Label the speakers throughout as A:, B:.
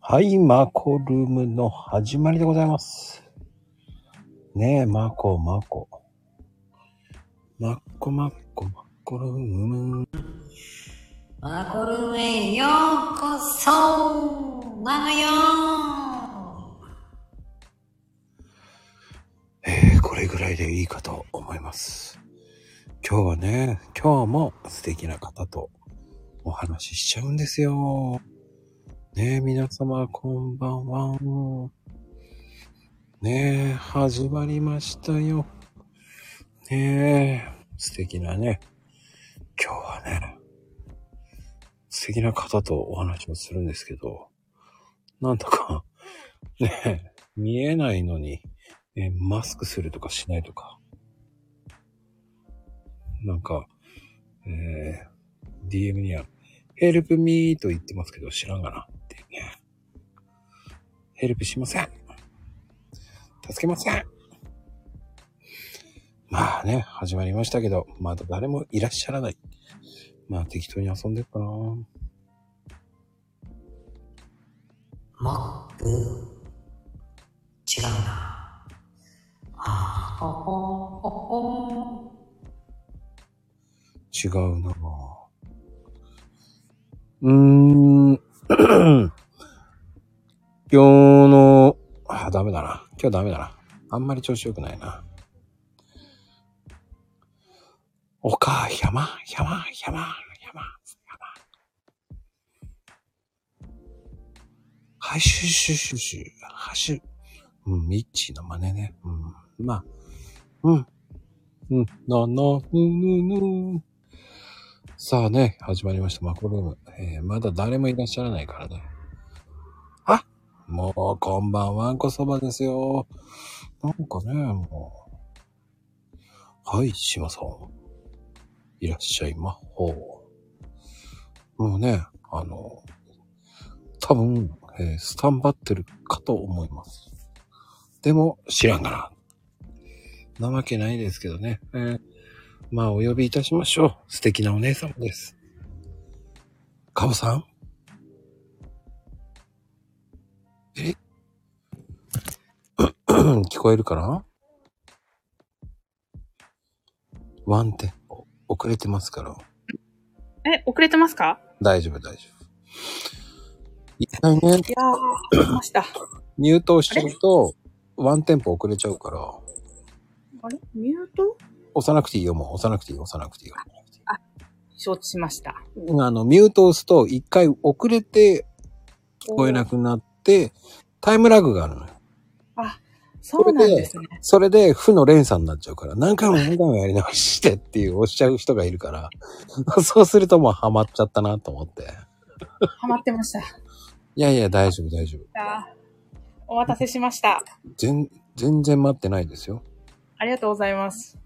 A: はい、マコルームの始まりでございます。ねえ、マコ、マコ。マッコマッコ、マッコルーム。
B: マコルームへようこそなのよ
A: えー、これぐらいでいいかと思います。今日はね、今日も素敵な方とお話ししちゃうんですよ。ねえ、皆様、こんばんは。ねえ、始まりましたよ。ねえ、素敵なね、今日はね、素敵な方とお話をするんですけど、なんとか、ねえ、見えないのに、ね、マスクするとかしないとか、なんか、えー、DM には、ヘルプミーと言ってますけど、知らんがなっていうね。ヘルプしません。助けません。まあね、始まりましたけど、まだ誰もいらっしゃらない。まあ適当に遊んでるかな。
B: マック違うな。あほほほほ。
A: 違うな。うーん。 今日の、あ、ダメだな。今日ダメだな。あんまり調子良くないな。おか、山、山、山、山、山。はい、シュシュシュシュ、はしゅ。うん、ミッチーの真似ね。うん、まあ、うん、うん、な、な、ぬ、ぬ、ぬ。さあね、始まりました、マコルーム。えー、まだ誰もいらっしゃらないからね。あもう、こんばんはんこそばですよ。なんかね、もう。はい、しまさん。いらっしゃいまほう。もうね、あの、多分、えー、スタンバってるかと思います。でも、知らんがな。なわけないですけどね。えーまあ、お呼びいたしましょう。素敵なお姉様です。かおさんえ 聞こえるかなワンテンポ、遅れてますから。
C: え、遅れてますか
A: 大丈夫、大丈夫。一回ね。
C: いやー、ました。
A: ミュートをしてると、ワンテンポ遅れちゃうから。
C: あれミュート
A: 押さなくていいよ、もう。押さなくていいよ、押さなくていいよ。
C: あ、承知しました。
A: あの、ミュートを押すと、一回遅れて聞こえなくなって、タイムラグがあるのよ。
C: あ、そうなんですね。
A: それで、負の連鎖になっちゃうから、何回も何回もやり直してっていう押しちゃう人がいるから、 そうするともうハマっちゃったなと思って。
C: ハマってました。い
A: やいや、大丈夫、大丈夫。
C: お待たせしました。
A: 全、全然待ってないですよ。
C: ありがとうございます。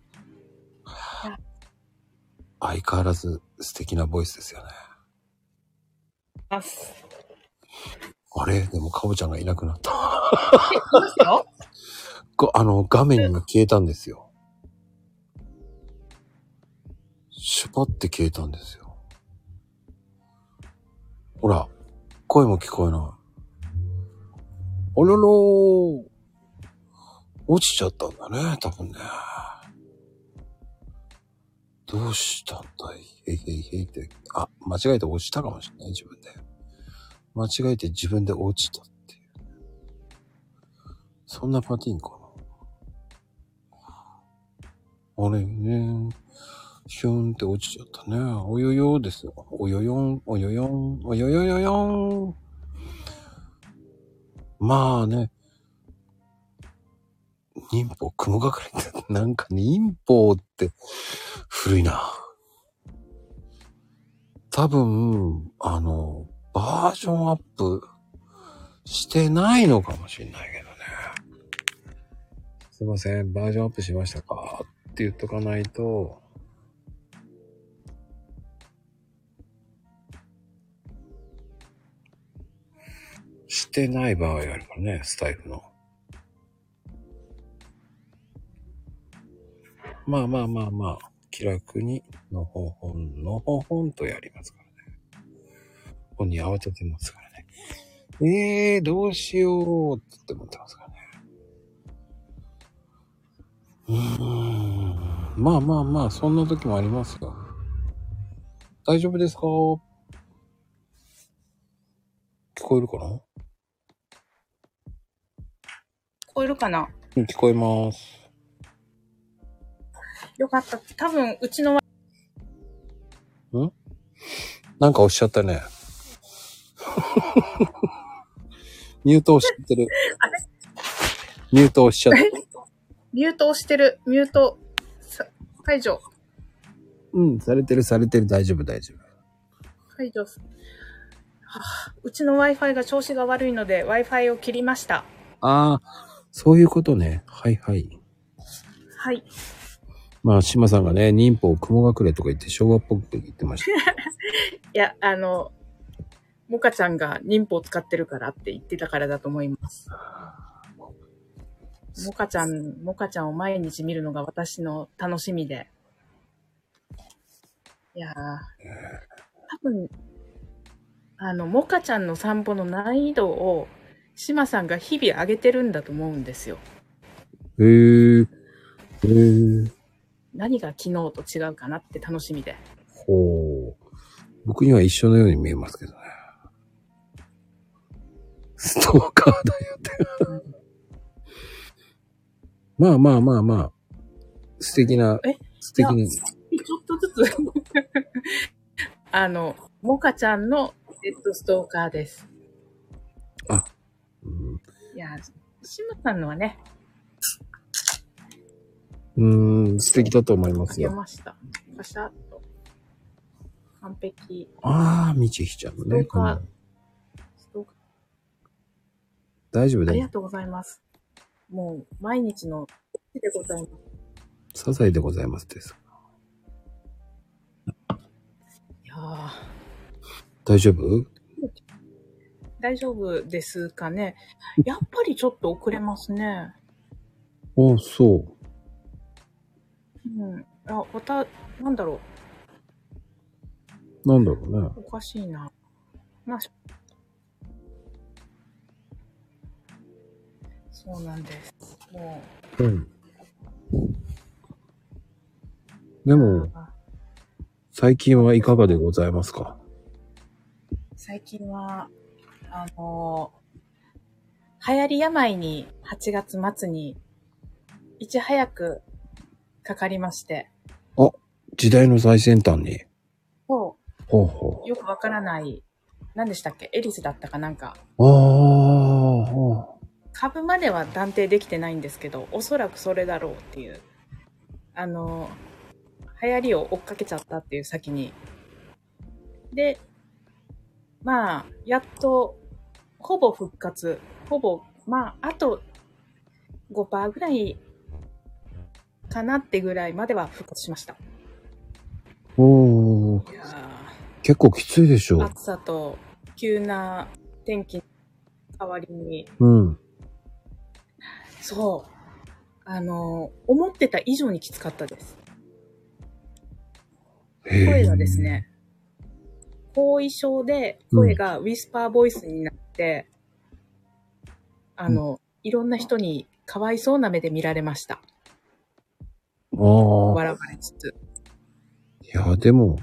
A: 相変わらず素敵なボイスですよね。あれでも、かおちゃんがいなくなった。あの、画面が消えたんですよ。シュパって消えたんですよ。ほら、声も聞こえない。おろろ落ちちゃったんだね、多分ね。どうしたんだいえいえいえいって。あ、間違えて落ちたかもしれない、自分で。間違えて自分で落ちたっていう。そんなパティンかな。あれね、ヒュンって落ちちゃったね。およよですよ。およよん、およよん、およよよよん。まあね。忍法、雲隠れって、 なんか忍法って、古いな。多分、あの、バージョンアップしてないのかもしれないけどね。すいません、バージョンアップしましたかって言っとかないと、してない場合があるからね、スタイフの。まあまあまあまあ、気楽に、のほほん、のほほんとやりますからね。本人慌ててますからね。ええー、どうしようって思ってますからね。うーん。まあまあまあ、そんな時もありますよ。大丈夫ですか聞こえるかな
C: 聞こえるかな
A: うん聞こえます。
C: よかった。多分、うちのわ、
A: なんかおっしゃったね。 ミュートをしちゃってる。ミュートをしちゃって る。
C: ミュート押してる。ミュート、さ解除。
A: うん、されてる、されてる、大丈夫、大丈夫。
C: 解除す。はあうちの Wi-Fi が調子が悪いので Wi-Fi を切りました。
A: ああ、そういうことね。はいはい。
C: はい。
A: まあ、島さんがね、忍法雲隠れとか言って昭和っぽく言ってました。
C: いや、あの、モカちゃんが忍法を使ってるからって言ってたからだと思います。モカちゃん、モカちゃんを毎日見るのが私の楽しみで。いやー、多分、あの、モカちゃんの散歩の難易度を、シマさんが日々上げてるんだと思うんですよ。
A: へえ、へえ、
C: 何が昨日と違うかなって楽しみで。
A: ほう。僕には一緒のように見えますけどね。ストーカーだよって。 まあまあまあまあ。素敵な
C: え、
A: 素敵
C: い
A: な
C: や。ちょっとずつ。 あの、モカちゃんのデッドストーカーです。
A: うん
C: いや、シムさんのはね、
A: うーん、素敵だと思いま
C: つ
A: す
C: け
A: よ。
C: ました。パシャッと。完璧。
A: ああ、みちひちゃんのね。
C: ストーカー
A: この大丈夫
C: あ
A: だ
C: りが
A: よ。
C: とうございます。もう、毎日の、でございます。
A: サザエでございますです。
C: いやー
A: 大丈夫
C: 大丈夫ですかね。やっぱりちょっと遅れますね。
A: ああ、そう。
C: うん。あ、また、なんだろ
A: なんだろうね。
C: う。おかしいな。まあ、しそうなんです。も
A: うん。で
C: う、
A: も、
C: あ
A: 最近はいかがでございますか
C: ー最近は、あのー流行り病に8月末に、いち早くかかりまして、
A: 時代の最先端に。
C: そ
A: ほうほ
C: う、よくわからない、何でしたっけエリスだったかなんか。
A: う。ああ、ほ
C: 株までは断定できてないんですけど、おそらくそれだろうっていう。あの、流行りを追っかけちゃったっていう先に。で、まあ、やっと、ほぼ復活。ほぼ、まあ、あと5%ぐらいかなってぐらいまでは復活しました。
A: う。おー
C: いやー
A: 結構きついでしょ
C: 暑さと急な天気の変わりに、
A: う。うん。
C: そう。あの、思ってた以上にきつかったです。
A: へえ
C: 声がです。ね、後遺症で声がウィスパーボイスになって、あの、いろんな人にかわいそうな目で見られました。
A: ああ。
C: 笑われつつ。
A: いや、でも、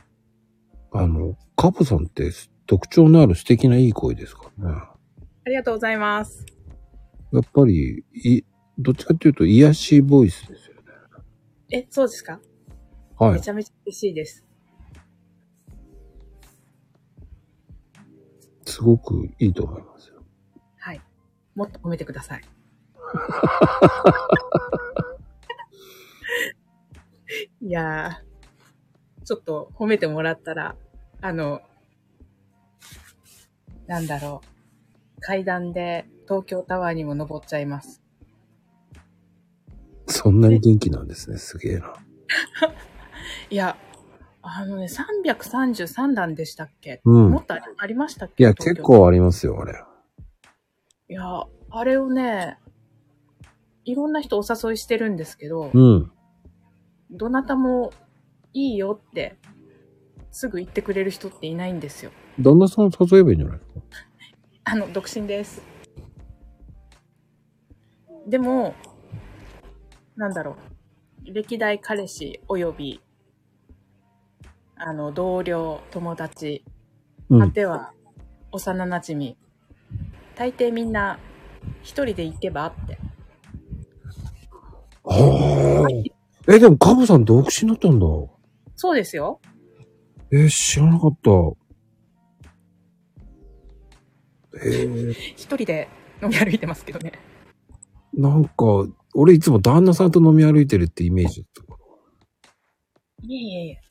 A: あの、カポさんって特徴のある素敵ないい声ですからね。
C: ありがとうございます。
A: やっぱり、い、どっちかっていうと癒しボイスですよね。
C: え、そうですか
A: は
C: め
A: い。
C: ちゃめちゃ嬉しいです。
A: すごくいいと思いますよ。
C: はい。もっと褒めてください。いやー、ちょっと褒めてもらったら、あの、なんだろう。階段で東京タワーにも登っちゃいます。
A: そんなに元気なんですね。すげえな。
C: いや、あのね、333段でしたっけ、
A: うん
C: もっとありありましたっ
A: い
C: け
A: や、
C: 東京
A: 結構ありますよ、あれ。
C: いや、あれをね、いろんな人お誘いしてるんですけど、
A: うん。
C: どなたもいいよって、すぐ言ってくれる人っていないんですよ。
A: 旦那さんを誘えばいいんじゃないですか
C: あの、独身です。でも、なんだろう。歴代彼氏および、あの、同僚、友達、
A: う
C: 果
A: ん。
C: ては幼馴染み、大抵みんな一人で行けばって。
A: はあ。え、でもカブさん独身だったんだ。
C: そうですよ。
A: えー知らなかった。えー、
C: 一人で飲み歩いてますけどね。
A: なんか、俺いつも旦那さんと飲み歩いてるってイメージだったから。
C: いえいえいえ。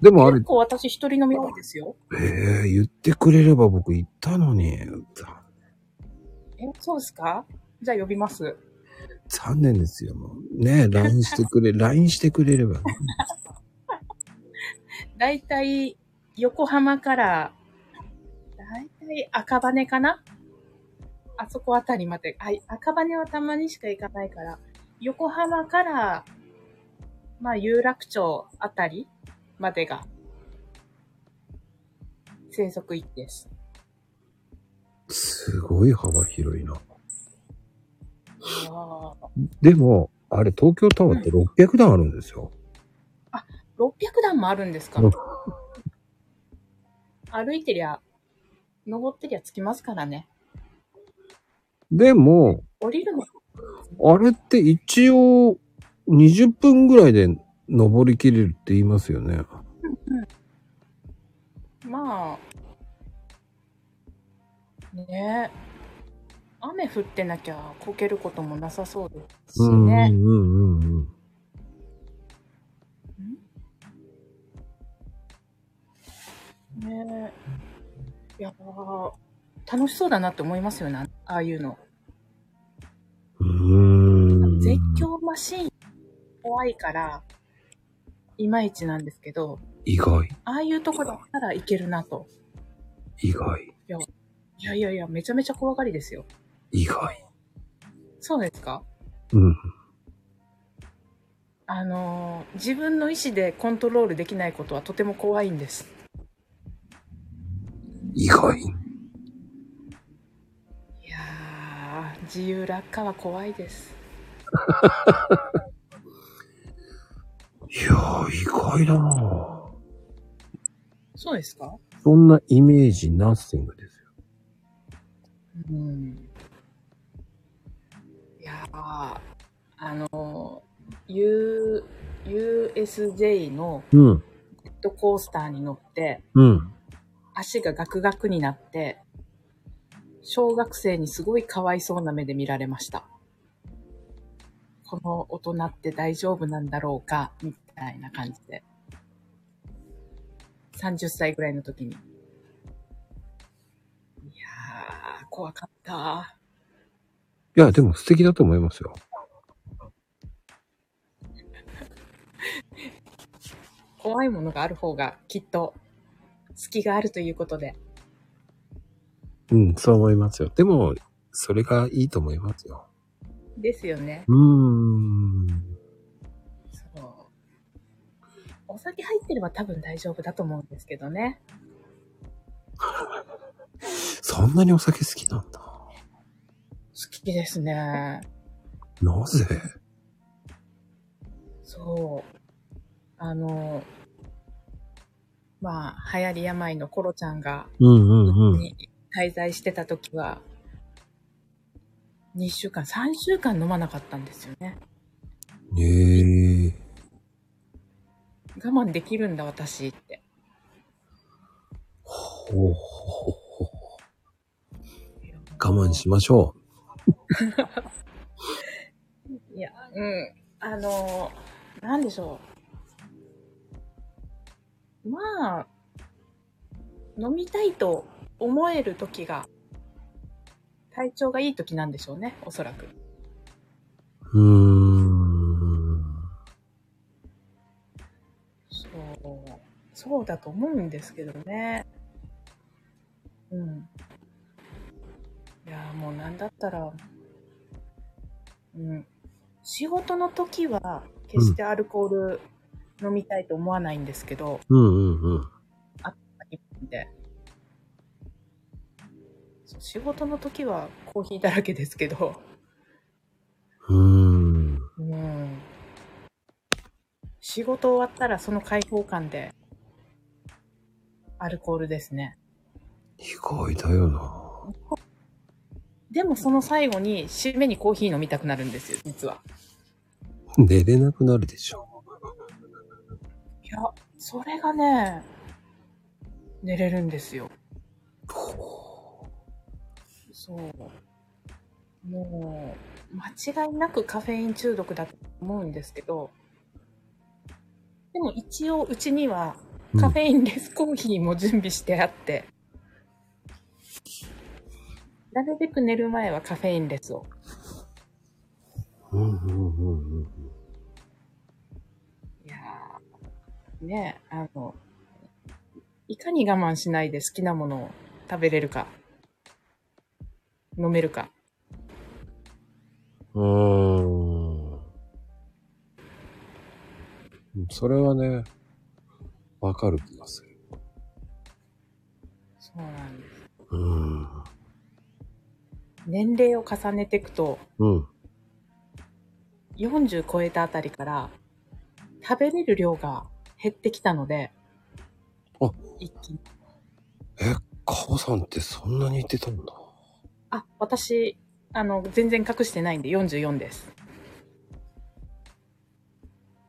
A: でもあれ
C: 結、構私一人飲み多いですよ。
A: えー、言ってくれれば僕行ったのに、ざ
C: え、そうですかじゃあ呼びます。
A: 残念ですよ。もうねえ、LINE してくれ、LINE してくれればね、
C: だいたい横浜から、だいたい赤羽かなあそこあたりまで。はい、赤羽はたまにしか行かないから、横浜から、まあ、有楽町あたりまでが、生息域です。
A: すごい幅広いな。
C: あー
A: でも、あれ、東京タワーって600段あるんですよ。
C: 600段もあるんですか
A: うん
C: 歩いてりゃ、登ってりゃ着きますからね。
A: でも、
C: 降りるの
A: あれって一応20分ぐらいで登りきれるって言いますよね。
C: まあ、ねえ。雨降ってなきゃこけることもなさそうですし
A: うん
C: ね。
A: うんうんうん。
C: ねえ。いやー、楽しそうだなって思いますよね。ああいうの。
A: うーん。
C: 絶叫マシーン怖いから、いまいちなんですけど、
A: 意外、
C: ああいうとこだったらいけるなと。
A: 意外、
C: いやいやいや、めちゃめちゃ怖がりですよ。
A: 意外。
C: そうですか
A: うん。
C: あのー自分の意思でコントロールできないことはとても怖いんです。
A: 意外。
C: いやー、自由落下は怖いです。
A: いやー、意外だな
C: そうですか
A: そんなイメージナッシングですよ。
C: うん。いやー、あのー、U、USJ の
A: うん、
C: ジェットコースターに乗って、
A: うん。
C: 足がガクガクになって、小学生にすごいかわいそうな目で見られました。この大人って大丈夫なんだろうかみたいな感じで。30歳ぐらいの時に。いやー、怖かった。
A: いや、でも素敵だと思いますよ。
C: 怖いものがある方がきっと隙があるということで。
A: うん、そう思いますよ。でも、それがいいと思いますよ。
C: ですよね。
A: うーん。
C: そう。お酒入ってれば多分大丈夫だと思うんですけどね。
A: そんなにお酒好きなんだ。
C: 好きですね。
A: なぜ
C: そう。あの、まあ、流行り病のコロちゃんが、
A: うんうんうん。
C: に滞在してた時は、2週間、3週間飲まなかったんですよね。
A: ええ
C: 我慢できるんだ、私って。
A: ほうほうほう我慢しましょ
C: いや、うん。あの、なんでしょう。まあ、飲みたいと思える時が、体調がいい時なんでしょうね、おそらく。
A: う。うーん。
C: そう、そうだと思うんですけどね。うん。いやー、もうなんだったら、うん。仕事の時は、決してアルコール飲みたいと思わないんですけど、
A: うんうんうん。
C: で。そ仕事の時はコーヒーだらけですけど、
A: うーん。
C: うん、仕事終わったらその開放感で、アルコールですね。
A: 意外だよな。
C: でもその最後に締めにコーヒー飲みたくなるんですよ、実は。
A: 寝れなくなるでしょ。
C: いや、それがね、寝れるんですよ。そう。もう、間違いなくカフェイン中毒だと思うんですけど、でも一応うちには
A: うん
C: カフェインレスコーヒーも準備してあって、なるべく寝る前はカフェインレスを。
A: うんうんうんうん。
C: いやーねえ、あの、いかに我慢しないで好きなものを食べれるか、飲めるか。
A: うーん。それはね、わかる気がする。
C: そうなんです。
A: うーん。
C: 年齢を重ねていくと、
A: うん。
C: 40超えたあたりから、食べれる量が減ってきたので、
A: あ
C: 一気に。
A: え、カオさんってそんなに言ってたんだ。
C: あ、私、あの、全然隠してないんで44です。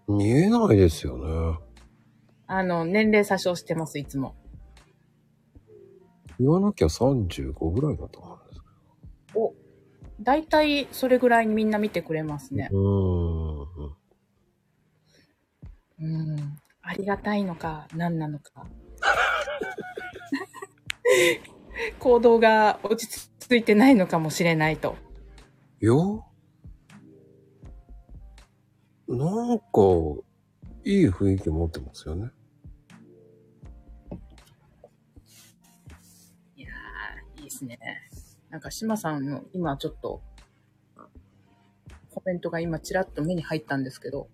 A: 見えないですよね。
C: あの、年齢詐称してます、いつも。
A: 言わなきゃ35ぐらいだと思うんです
C: お、だいたいそれぐらいにみんな見てくれますね
A: け。ど。うーん。
C: うん、ありがたいのか何なのか 行動が落ち着いてないのかもしれないと
A: よなんか、いい雰囲気持ってますよね。
C: いやーいいですねなんか島さんの今ちょっとコメントが今ちらっと目に入ったんですけど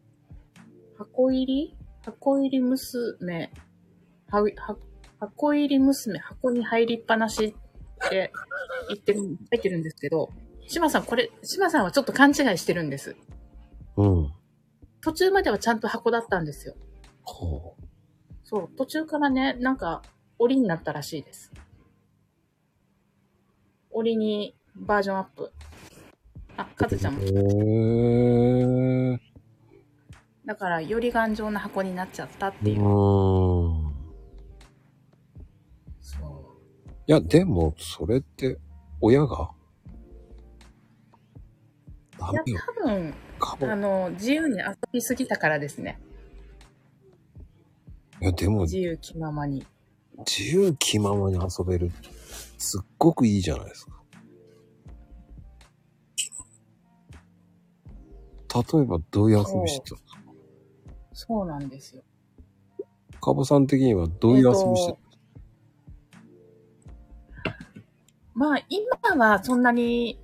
C: 箱入り箱入り娘はは箱入り娘箱に入りっぱなしって言ってる書いてるんですけど島さんこれ島さんはちょっと勘違いしてるんです
A: うん。は
C: 途中まではちゃんと箱だったんですよ。
A: あ
C: そう、途中からね、なんか、檻になったらしいです。檻にバージョンアップ。あ、かずちゃんも
A: へ。ー。
C: だから、より頑丈な箱になっちゃったっ
A: う
C: ていう。
A: ーん。
C: そ
A: いや、でも、それって、親がダ
C: う。いや
A: メよ、、
C: 多分、
A: かも。
C: あの、自由に遊びすぎたからですね。
A: いや、でも、
C: 自由気ままに。
A: 自由気ままに遊べる。すっごくいいじゃないですか。例えば、どういう遊びしてた
C: そうなんですよ。
A: カボさん的にはどういう遊びしてた、
C: まあ、今はそんなに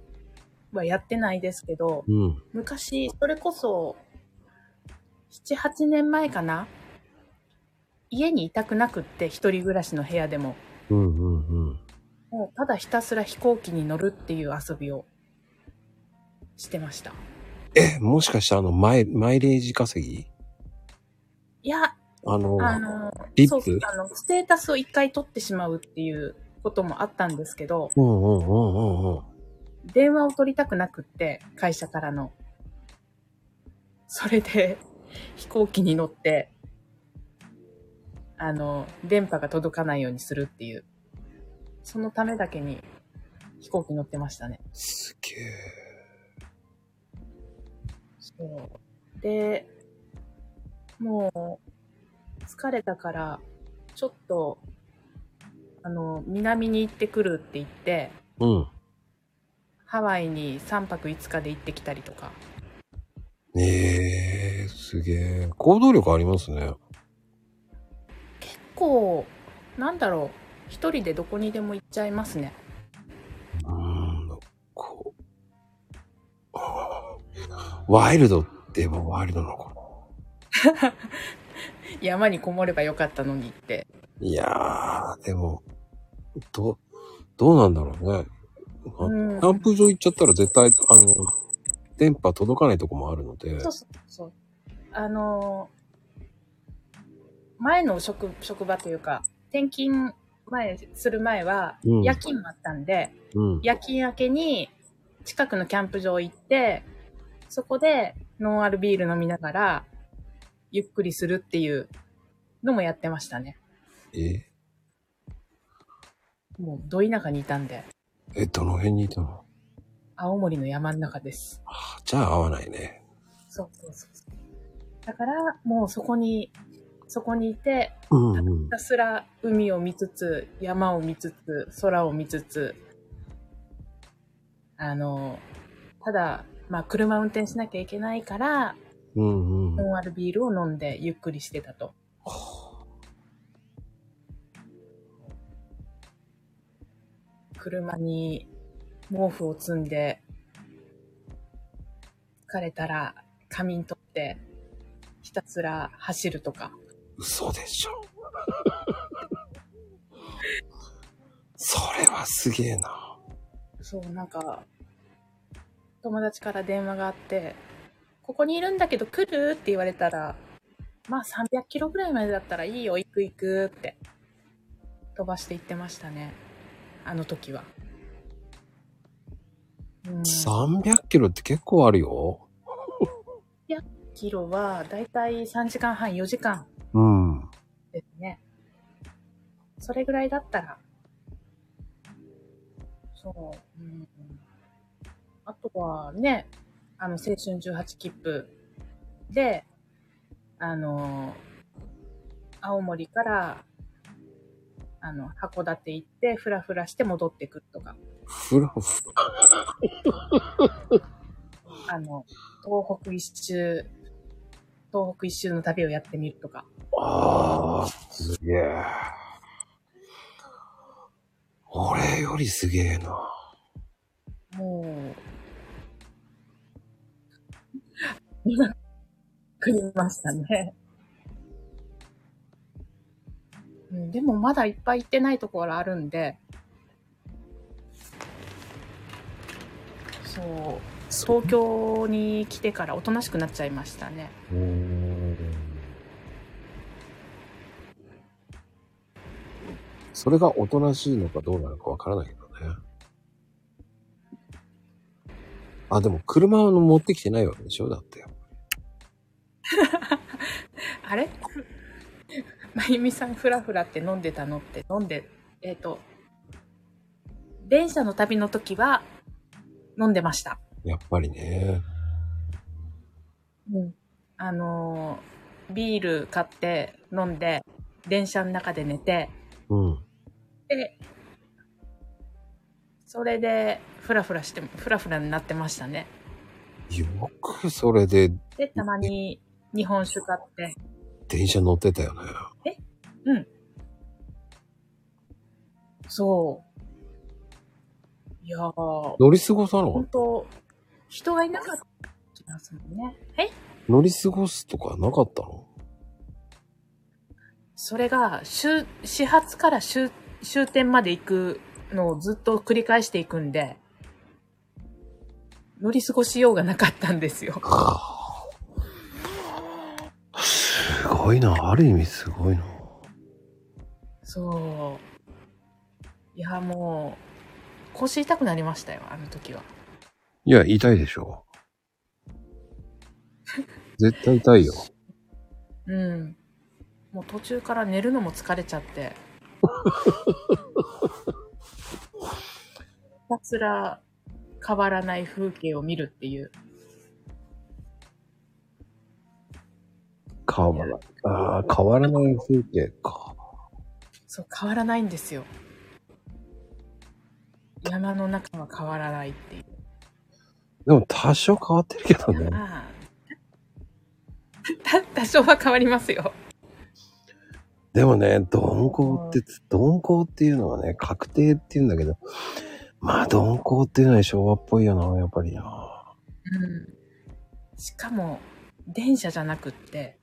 C: はやってないですけど、
A: うん。
C: 昔、それこそ、7、8年前かな家にいたくなくって、一人暮らしの部屋でも。
A: うんうんうん。
C: もうただひたすら飛行機に乗るっていう遊びをしてました。
A: え、もしかしてあの、マイマイレージ稼ぎ
C: いや、
A: あの、
C: あの、
A: リ
C: そ
A: ッ
C: う
A: プ
C: あの、ステータスを一回取ってしまうっていうこともあったんですけど、
A: うんうんうんうんうん。
C: 電話を取りたくなくって、会社からの。それで、 飛行機に乗って、あの、電波が届かないようにするっていう。そのためだけに飛行機乗ってましたね。
A: すげえ。
C: そう。で、もう、疲れたから、ちょっと、あの、南に行ってくるって言って、
A: うん。
C: ハワイに3泊5日で行ってきたりとか。
A: ええすげえ。行動力ありますね。
C: 結構なんだろう一人でどこにでも行っちゃいますね
A: うーん、こう。あーワイルドって言えばワイルドなのかな。
C: 山にこもればよかったのにって
A: いやー、でも、ど、どうなんだろうね。あ
C: うん
A: キャンプ場行っちゃったら絶対、あの、電波届かないとこもあるので、
C: そうそうそう。あのー前の職職場というか、転勤前する前は、
A: うん
C: 夜勤もあったんで、
A: うん。
C: 夜勤明けに近くのキャンプ場行って、そこでノンアルビール飲みながら、ゆっくりするっていうのもやってましたね。
A: え
C: もう、ど田舎にいたんで、
A: え、どの辺にいたの
C: 青森の山の中です。
A: あじゃあ合わないね。
C: そうそうそうそう。だから、もうそこに、そこにいて、
A: うんう
C: ひたすら海を見つつ、山を見つつ、空を見つつ、あの、ただ、まあ、車運転しなきゃいけないから、
A: ん。うんうん。
C: ノンアルビールを飲んでゆっくりしてたと。車に毛布を積んで、疲れたら仮眠取って、ひたすら走るとか。
A: 嘘でしょ。それはすげえな。
C: そう、なんか、友達から電話があって、ここにいるんだけど来るって言われたら、まあ300キロぐらいまでだったらいいよ、行く行くって、飛ばして行ってましたね。あの時は。うん、3
A: 300キロって結構あるよ。
C: キロはだいたい3時間半、4時間
A: うん。
C: ですね。それぐらいだったら。そう。うん、あとはね、あの、青春18切符で、あの、青森から、あの、函館行って、ふらふらして戻ってくるとか、
A: ふらふら。
C: あの、東北一周、東北一周の旅をやってみるとか。
A: ああ、すげえ。俺よりすげえな。
C: もう、今、食いましたね。うん、でもまだいっぱい行ってないところあるんで、そう、東京に来てからおとなしくなっちゃいましたね。
A: うん。それがおとなしいのかどうなのかわからないけどね。あ、でも車を持ってきてないわけでしょだって。
C: あれふまゆみさん、ふらふらって飲んでたのって、飲んで、えっ、と、電車の旅の時は、飲んでました。
A: やっぱりね。
C: うん、あのービール買って飲んで、電車の中で寝て、
A: うん。
C: で、それで、ふらふらして、ふらふらになってましたね。
A: よくそれで
C: で、たまに日本酒買って、
A: 電車乗ってたよね。
C: そう。いやー、
A: 乗り過ごさなかっ
C: 本
A: た
C: 当人がいなかった気がするね。はい
A: 乗り過ごすとかなかったの
C: それが、終始発から終、終点まで行くのをずっと繰り返していくんで、乗り過ごしようがなかったんですよ。
A: すごいな。ある意味すごいな。
C: そう。いや、もう、腰痛くなりましたよ、あの時は。
A: いや、痛いでしょ。絶対痛いよ。
C: うん。もう途中から寝るのも疲れちゃって。 ひたすら変わらない風景を見るっていう。
A: 変わらない。ああ、変わらない風景か。
C: そう、変わらないんですよ。山の中は変わらないっていう。
A: でも多少変わってるけどね。
C: ああ。た、 多少は変わりますよ。
A: でもね、鈍行って、鈍行っていうのはね、確定っていうんだけど、まあ鈍行っていうのは昭和っぽいよな、やっぱりな。
C: うん。しかも、電車じゃなくって、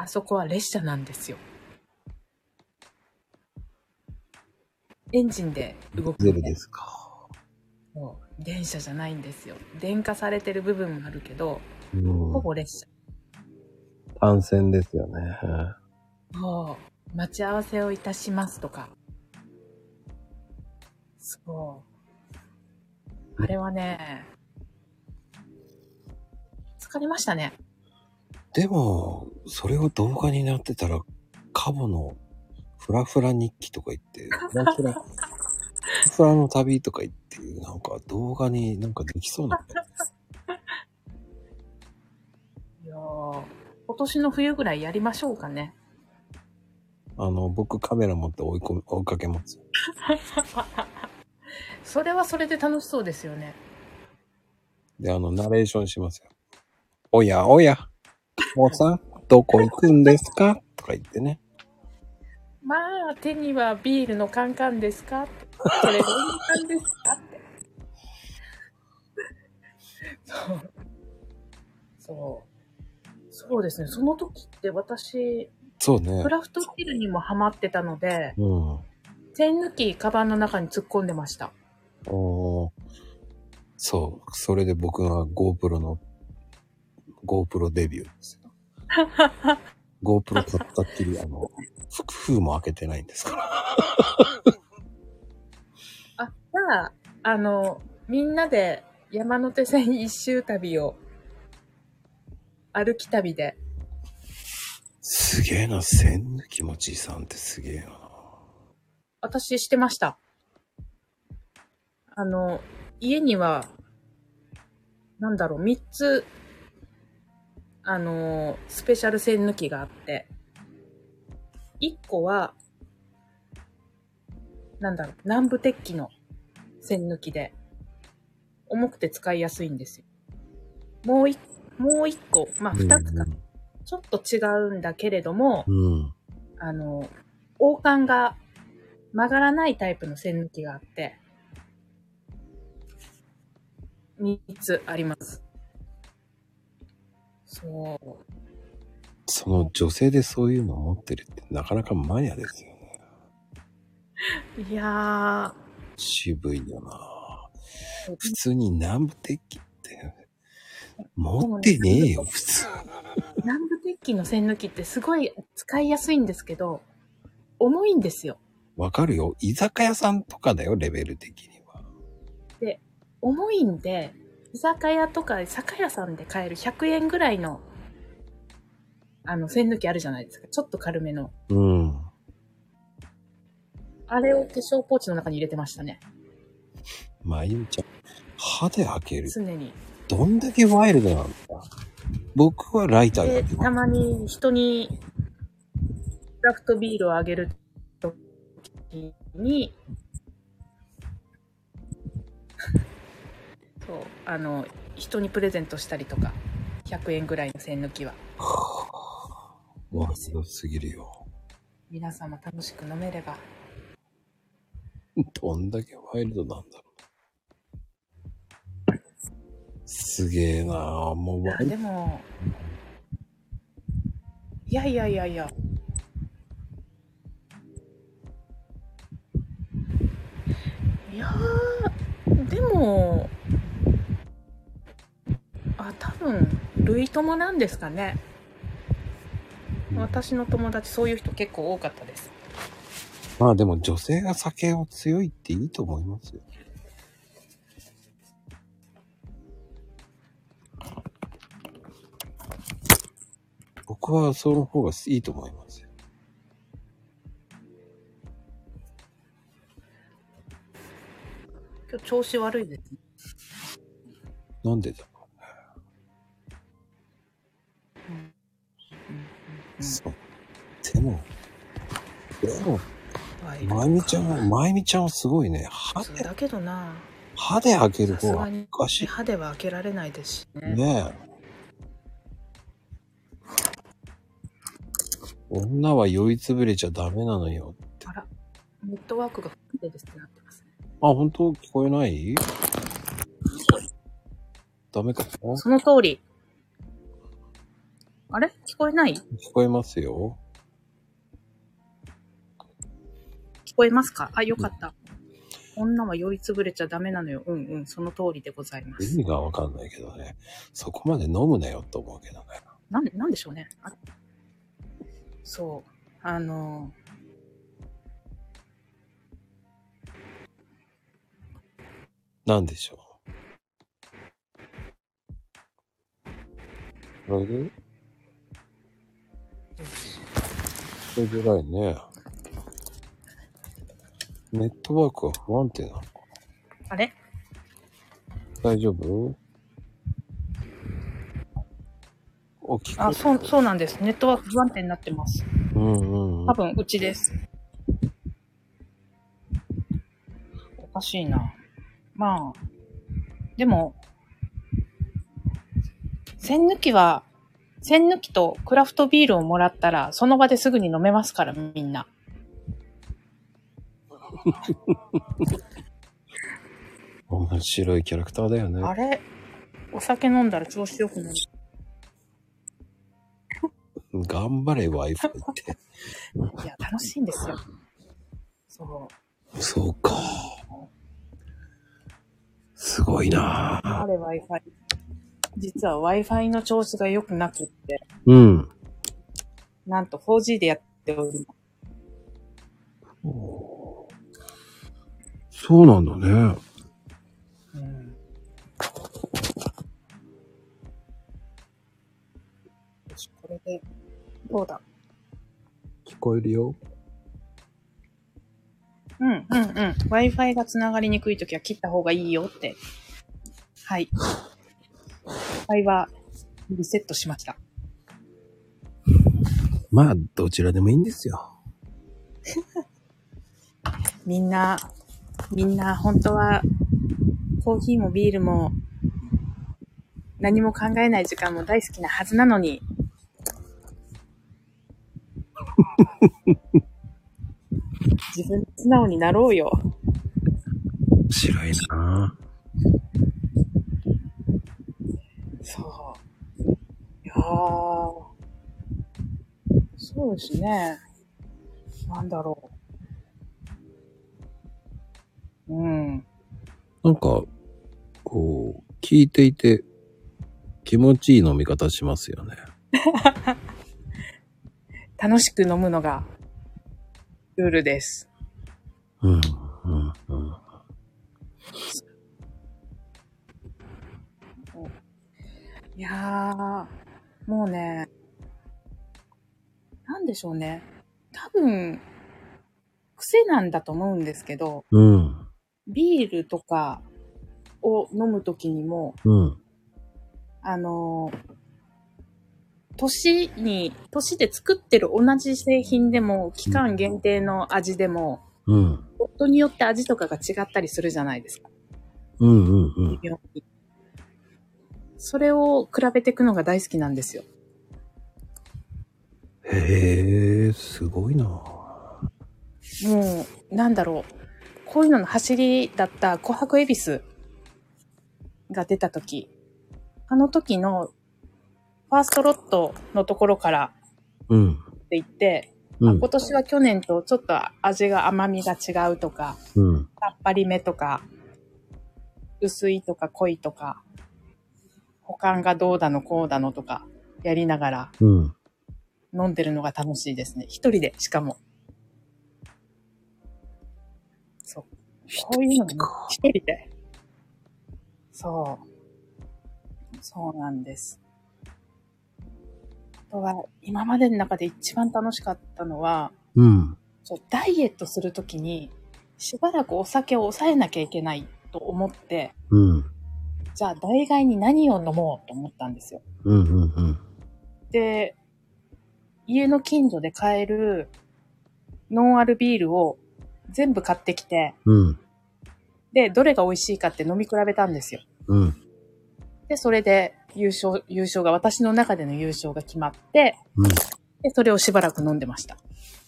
C: あそこは列車なんですよ。エンジンで動く
A: ゼ
C: ん
A: ル
C: で。
A: ですか。
C: そう電車じゃないんですよ電化されてる部分もあるけど
A: う
C: ほ
A: ん。
C: ぼ列車
A: 単線ですよね。
C: そう待ち合わせをいたしますとかそうあれはね疲れましたね
A: でも、それを動画になってたら、カボのフラフラ日記とか言って、フラフラ、フラフラの旅とか言って、なんか動画になんかできそうな。
C: いやー今年の冬ぐらいやりましょうかね
A: あの、僕カメラ持って追い込み、追いかけますよ。
C: それはそれで楽しそうですよね
A: で、あの、ナレーションしますよ。おやおや、おさん、どこ行くんですかとか言ってね。
C: まあ手にはビールのカンカンですかってそれどんな感じですかってそうそうそうですねその時って私
A: そうね
C: ク。ラフトビールにもハマってたので
A: うん。
C: 栓抜きカバンの中に突っ込んでました
A: おーそう。それで僕が GoPro の、GoPro デビューです よ。GoPro 買ったっきり、あの、封も開けてないんですから。
C: あじゃああのみんなで山手線一周旅を歩き旅です
A: げえな、線抜きもちさんってすげえよな。
C: 私してました。あの、家には、なんだろう、3つ、あのー、スペシャル栓抜きがあって、1個は、なんだろう、南部鉄器の栓抜きで、重くて使いやすいんですよ。もう一もう1個、まあ2つか、ちょっと違うんだけれども、
A: うん。
C: あの、王冠が曲がらないタイプの栓抜きがあって、3つあります。そう。
A: その女性でそういうの持ってるってなかなかマニアですよね。
C: いや
A: 渋いよな。
C: ー、
A: 普通に南部鉄器って、持ってねえよ、普通。
C: 南部鉄器の栓抜きってすごい使いやすいんですけど、重いんですよ。
A: わかるよ。居酒屋さんとかだよ、レベル的には。
C: 重いんで、居酒屋とか酒屋さんで買える100円ぐらいの、あの、栓抜きあるじゃないですか。ちょっと軽めの。
A: うん。
C: あれを化粧ポーチの中に入れてましたね。
A: まゆみちゃん、歯で開ける。
C: 常に。
A: どんだけワイルドなんだ僕はライターで
C: で
A: 開け、
C: た
A: ます。
C: まに人にクラフトビールをあげるときに、 そう、あの、人にプレゼントしたりとか、100円ぐらいの栓抜きは、
A: ワイルドすぎるよ。
C: 皆様楽しく飲めれば。
A: どんだけワイルドなんだろう。すげえなあもうワイ
C: でも、いやいやいやいや。いやー、でも、あ、多分、類友なんですかね。私の友達、そういう人結構多かったです。
A: まあでも女性が酒を強いっていいと思いますよ。僕はその方がいいと思いますよ。
C: 今日調子悪いですね。
A: なんでだろうね。そう。でも、でも、
C: はい
A: まゆみちゃんは、まゆみちゃんはすごいね。歯
C: そう
A: で、
C: だけどな、
A: 歯で開ける
C: さす
A: 方
C: が
A: が
C: に
A: おかし
C: 歯では開けられないですし
A: いねえ。女は酔いつぶれちゃダメなのよ。
C: あら、ネットワークが不安定ですってなってますね。
A: あ、本当聞こえないダメかな聞
C: その通り。あれ聞こえない
A: こえますよ。
C: 聞こえますかあ、よかった。女は酔いつぶれちゃダメなのよ。うんうん、その通りでございま
A: 意
C: す。
A: 味がわかんないけどね。そこまで飲むなよと思うけどね。
C: なんで、なんでしょうね。あそう。あの、
A: なんでしょう。あれそれぐらいね。ネットワークは不安定なの
C: あれ
A: 大丈夫大きく。
C: あ、そう、そうなんです。ネットワーク不安定になってます。
A: うんうんうん
C: 多。分、うちです。おかしいな。まあ、でも、栓抜きは、栓抜きとクラフトビールをもらったら、その場ですぐに飲めますから、みんな。
A: 面白いキャラクターだよね。
C: あれお酒飲んだら調子良くなる。
A: 頑張れ、ワイフ って。
C: いや、楽しいんですよ。そう。
A: そうか。すごいなぁ
C: あれ Wi-Fi。実は Wi-Fi の調子が良くなくって、
A: うん。
C: なんと 4G でやっておりま
A: そうなんだね。
C: す。うん。よし、これで、そうだ。
A: 聞こえるよ。
C: うん、うん、うん。Wi-Fi が繋がりにくいときは切った方がいいよって。はい。Wi-Fi はリセットしました。
A: まあ、どちらでもいいんですよ。
C: みんな、みんな本当は、コーヒーもビールも、何も考えない時間も大好きなはずなの に。自分素直になろうよ。
A: 面白いなぁ
C: そう。いやーそうですね。なんだろう。うん。
A: なんか、こう、聞いていて、気持ちいい飲み方しますよね。
C: 楽しく飲むのが、ルールです。
A: うん、うん、うん。
C: いやー、もうね、なんでしょうね。多分、癖なんだと思うんですけど、
A: うん、
C: ビールとかを飲むときにも、
A: うん、
C: あのー、年に、年で作ってる同じ製品でも、期間限定の味でも、
A: うん、
C: 夫によって味とかが違ったりするじゃないですか。
A: うん、うん、うん。
C: 微妙にそれを比べていくのが大好きなんですよ。
A: へえ、すごいなぁ
C: もう、なんだろう。こういうのの走りだった琥珀恵比寿が出た時、あの時のファーストロットのところから
A: うん、
C: って言って、
A: う
C: あ
A: ん
C: 今、年は去年とちょっと味が甘みが違うとか、
A: うん、
C: さっぱりめとか、薄いとか濃いとか、保管がどうだのこうだのとか、やりながら
A: うん。
C: 飲んでるのが楽しいですね。一人で、しかも。そう。こういうのもね
A: か
C: 一人で。そう。そうなんです。あとは、今までの中で一番楽しかったのは、
A: うん、
C: そうダイエットするときに、しばらくお酒を抑えなきゃいけないと思って、
A: うん、
C: じゃあ代替に何を飲もうと思ったんですよ。
A: うん、うん、うん。
C: で、家の近所で買えるノンアルビールを全部買ってきて、
A: うん、
C: で、どれが美味しいかって飲み比べたんですよ。
A: うん、
C: で、それで優勝、優勝が、私の中での優勝が決まって、
A: うん。
C: で、それをしばらく飲んでました。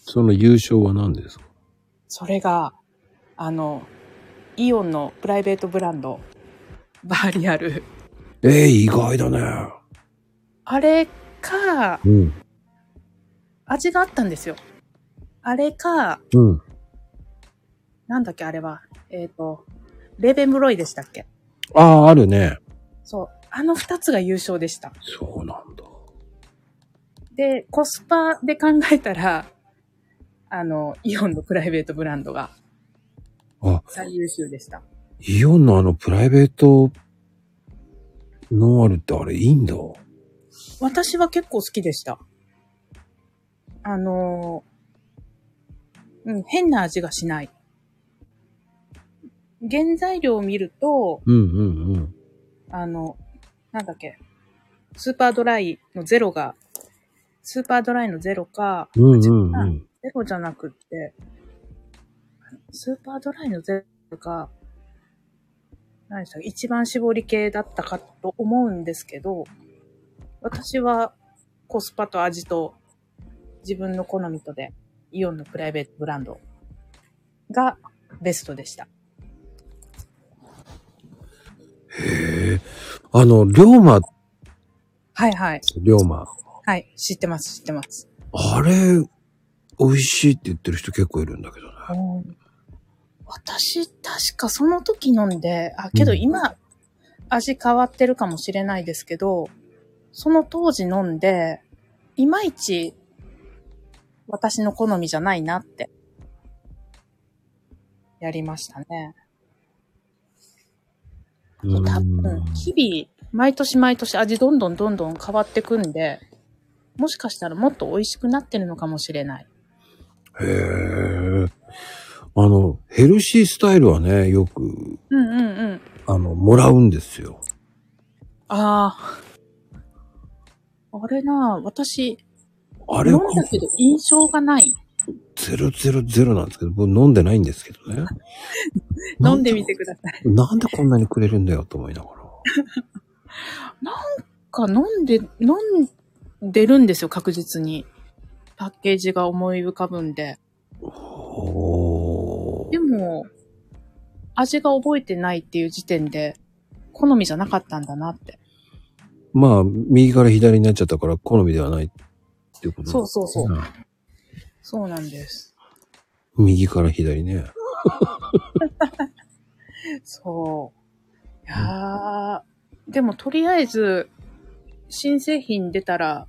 A: その優勝は何ですか
C: それが、あの、イオンのプライベートブランド、バーリアル。
A: ええ意外だね。
C: あれか、
A: うん、
C: 味があったんですよ。あれか、
A: うん、
C: なんだっけ、あれは。えっ、と、レーベンブロイでしたっけ
A: ああ、あるね。
C: そう。あの二つが優勝でした。
A: そうなんだ。
C: で、コスパで考えたら、あの、イオンのプライベートブランドが
A: あ、
C: 最優秀でした。
A: イオンのあのプライベートノンアルってあれいいんだ。
C: 私は結構好きでした。あのー、うん、変な味がしない。原材料を見ると、
A: うんうんうん。
C: あの、なんだっけ、スーパードライのゼロが、スーパードライのゼロか、
A: うんうんうん。
C: ゼロじゃなくって、スーパードライのゼロが、何でしたっけ一番絞り系だったかと思うんですけど、私はコスパと味と自分の好みとで、イオンのプライベートブランドがベストでした。
A: へえ。あの、龍馬、
C: はいはい。
A: 龍馬。
C: はい。知ってます、知ってます。
A: あれ、美味しいって言ってる人結構いるんだけどね。
C: 私、確かその時飲んで、あ、けど今、味変わってるかもしれないですけど、その当時飲んで、いまいち、私の好みじゃないなって、やりましたね。
A: う
C: 多分
A: ん、
C: 日々、毎年毎年味どんどんどんどん変わってくんで、もしかしたらもっと美味しくなってるのかもしれない。
A: へえ。あの、ヘルシースタイルはね、よく、
C: うんうんうん。
A: あの、もらうんですよ。
C: ああ。あれなあ、私、
A: あれ
C: 飲ん
A: は
C: だけど印象がない。
A: 000なんですけど、僕飲んでないんですけど ね。
C: 飲んでみてください。
A: なんでこんなにくれるんだよと思いながら。
C: か、飲んで、飲んでるんですよ、確実に。パッケージが思い浮かぶんで。
A: お
C: で
A: ー
C: も、味が覚えてないっていう時点で、好みじゃなかったんだなって。
A: まあ、右から左になっちゃったから、好みではないっていうこと
C: そうそうそう
A: うん。
C: そうなんです。
A: 右から左ね。
C: そう。いやー、でもとりあえず、新製品出たら、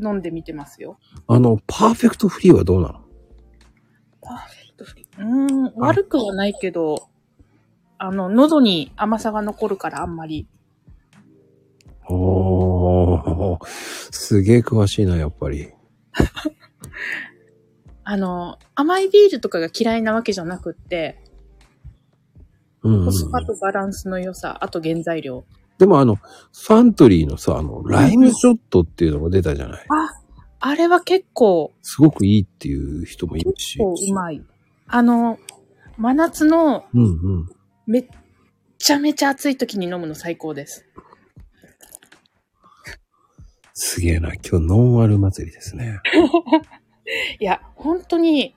C: 飲んでみてますよ。
A: あの、パーフェクトフリーはどうなの
C: パーフェクトフリー。うーん、悪くはないけど、あの、喉に甘さが残るからあんまり。
A: おー、すげえ詳しいな、やっぱり。
C: あの、甘いビールとかが嫌いなわけじゃなくって、
A: うんうんうん、
C: コスパとバランスの良さ、あと原材料。
A: でもあの、サントリーのさ、あの、ライムショットっていうのが出たじゃない。
C: あれは結構、
A: すごくいいっていう人もいるし。
C: 結構うまい。あの、真夏の
A: うんうん。
C: めっちゃめちゃ暑い時に飲むの最高です。
A: すげえな。今日ノンアル祭りですね。
C: いや、本当に、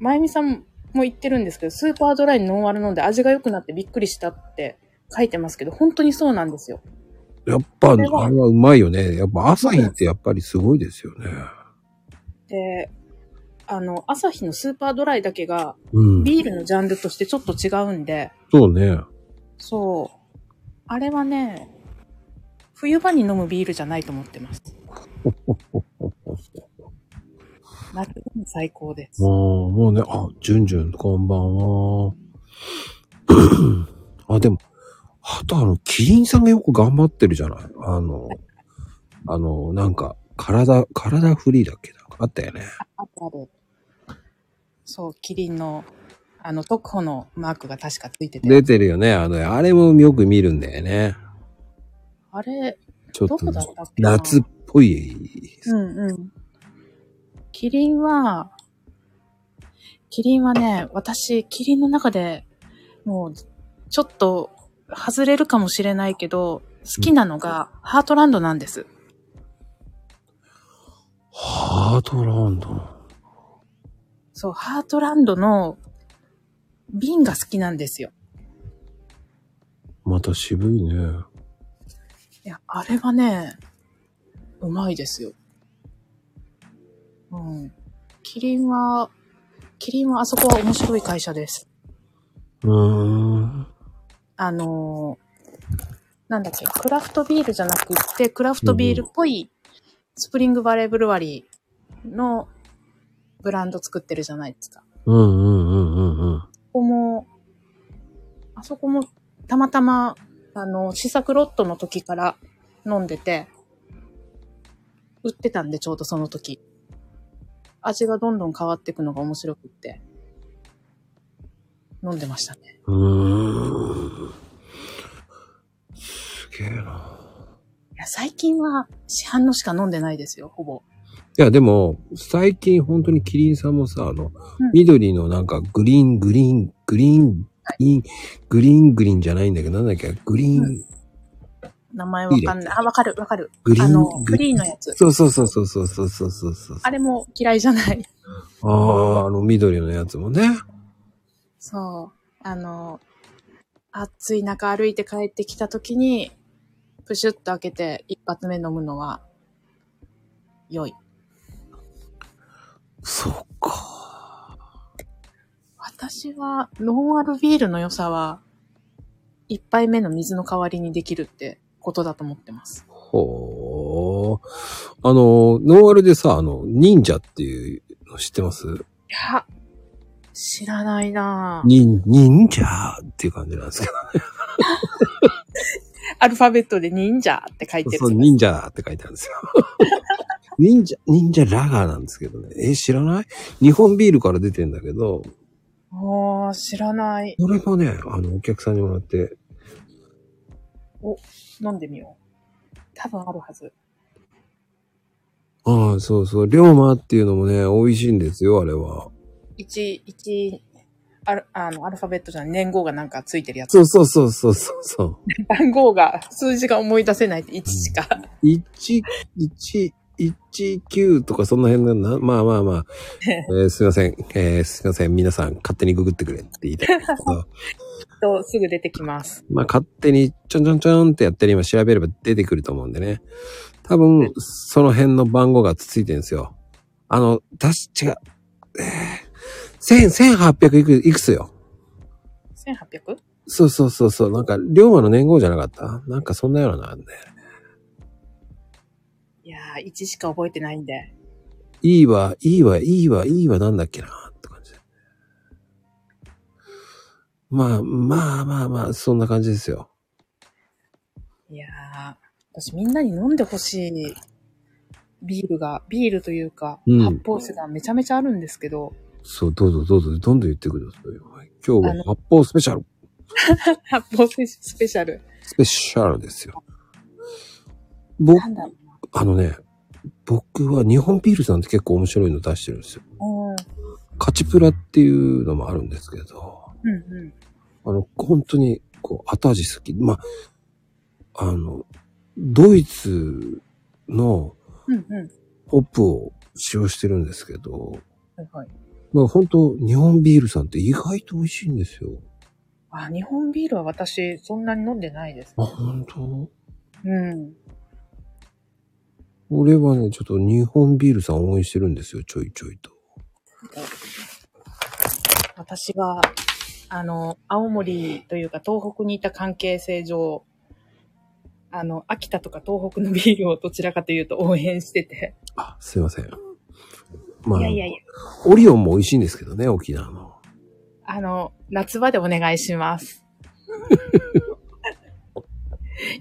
C: まゆみさんも言ってるんですけど、スーパードライノンアル飲んで味が良くなってびっくりしたって書いてますけど、本当にそうなんですよ。
A: やっぱ、あ
C: れ
A: れ
C: は
A: はうまいよね。やっぱ朝日ってやっぱりすごいですよね。
C: で、あの、朝日のスーパードライだけが、
A: うん。
C: ビールのジャンルとしてちょっと違うんで、
A: そうね。
C: そう。あれはね、冬場に飲むビールじゃないと思ってます。夏でも最高です。
A: もう、もうね、あ、ジュンジュン、こんばんは。 あ、でも、あとあの、キリンさんがよく頑張ってるじゃないあの、あの、なんか、体、体フリーだっけなんかあったよね。
C: あるある。そう、キリンの、あの、特保のマークが確かついて
A: 出
C: て。
A: てるよね。あの、あれもよく見るんだよね。
C: あれ、
A: ちょっ
C: ど
A: と
C: こだったっけな
A: 夏っぽい。
C: うんうん。キリンは、キリンはね、私、キリンの中でもう、ちょっと、外れるかもしれないけど、好きなのが、ハートランドなんです。
A: ハートランドの。
C: そう、ハートランドの瓶が好きなんですよ。
A: また渋いね。
C: いや、あれはね、うまいですよ。うん。キリンは、キリンはあそこは面白い会社です。
A: うーん。
C: あのーなんだっけ、クラフトビールじゃなくって、クラフトビールっぽいスプリングバレーブルワリーのブランド作ってるじゃないですか。
A: うんうんうんうんうん。
C: ここも、あそこもたまたま、あの、試作ロットの時から飲んでて、売ってたんでちょうどその時。味がどんどん変わっていくのが面白くって、飲んでましたね。
A: うーん。すげえな。
C: いや、最近は市販のしか飲んでないですよ、ほぼ。
A: いや、でも、最近本当にキリンさんもさ、あの、
C: うん
A: 緑のなんかグリーン、グリーン、グリーン、グリーン、グリーン、グリーンじゃないんだけど、なんだっけ、グリーン、
C: 名前わかんない。あ、わかる、わかる。
A: グリーン
C: あの、
A: グ
C: グリーンのやつ。
A: そうそうそうそうそうそうそうそうそう。
C: あれも嫌いじゃない。
A: ああ、あの緑のやつもね。
C: そう。あの、暑い中歩いて帰ってきた時に、プシュッと開けて一発目飲むのは、良い。
A: そっか。
C: 私は、ノンアルビールの良さは、一杯目の水の代わりにできるってことだと思ってます。
A: ほー。あの、ノンアルでさ、あの、忍者っていうの知ってます
C: いや、知らないなぁ。
A: 忍、忍者っていう感じなんですけど。
C: アルファベットで忍者って書いてる
A: そう、。忍者って書いてあるん ですよ。忍者、忍者ラガーなんですけどね。え、知らない日本ビールから出てんだけど、
C: おー、知らない。
A: これがね、あの、お客さんにもらって、
C: 飲んでみよう。多分あるはず。
A: ああ、そうそう、龍馬っていうのもね、美味しいんですよ、あれは。
C: 一、一、アル、あの、アルファベットじゃない、年号がなんかついてるやつ
A: そ。うそうそうそうそうそう。
C: 番号が、数字が思い出せないって1しか。
A: 1、1、19とかその辺のな、まあまあ まあ、えーすいません、えーすいません、皆さん勝手にググってくれって言いたいんですけど、
C: と、すぐ出てきます。
A: まあ勝手にちょんちょんちょんってやったり今調べれば出てくると思うんでね。多分、その辺の番号がついてるんですよ。あの、たし、違う、えー、1000、1800いくいくつよ。
C: 1800?
A: そうそうそうそう、なんか、龍馬の年号じゃなかったなんかそんなようなのあんね。
C: いやー、1しか覚えてないんで。
A: いいわ、いいわ、いいわ、いいわ、なんだっけな、って感じで。まあ、まあまあまあ、そんな感じですよ。
C: いやー、私みんなに飲んでほしいビールが、ビールというか、
A: うん
C: 発泡酒がめちゃめちゃあるんですけど、
A: そう、どうぞどうぞ、どんどん言ってくださいよ。はい今日
C: あ
A: は発泡スペシャル、
C: 発泡酒スペシャル。
A: スペシャルですよ。僕
C: な、んだろ
A: あのね、僕は日本ビールさんって結構面白いの出してるんですよ。
C: う。うん。
A: カチプラっていうのもあるんですけど、
C: うんうん。
A: あの、本当に、こう、後味好き。まあ、あの、ドイツの、
C: うんうん。
A: ホップを使用してるんですけど、
C: はいはい。
A: まあ本当日本ビールさんって意外と美味しいんですよ。
C: あ、日本ビールは私、そんなに飲んでないです。
A: あ、本当
C: うん。
A: 俺はね、ちょっと日本ビールさん応援してるんですよ、ちょいちょいと。
C: 私が、あの、青森というか東北にいた関係性上、あの、秋田とか東北のビールをどちらかというと 応援してて。
A: あ、すいません。まあ
C: いやいやいや。
A: オリオンも美味しいんですけどね、沖縄の。
C: あの、夏場でお願いします。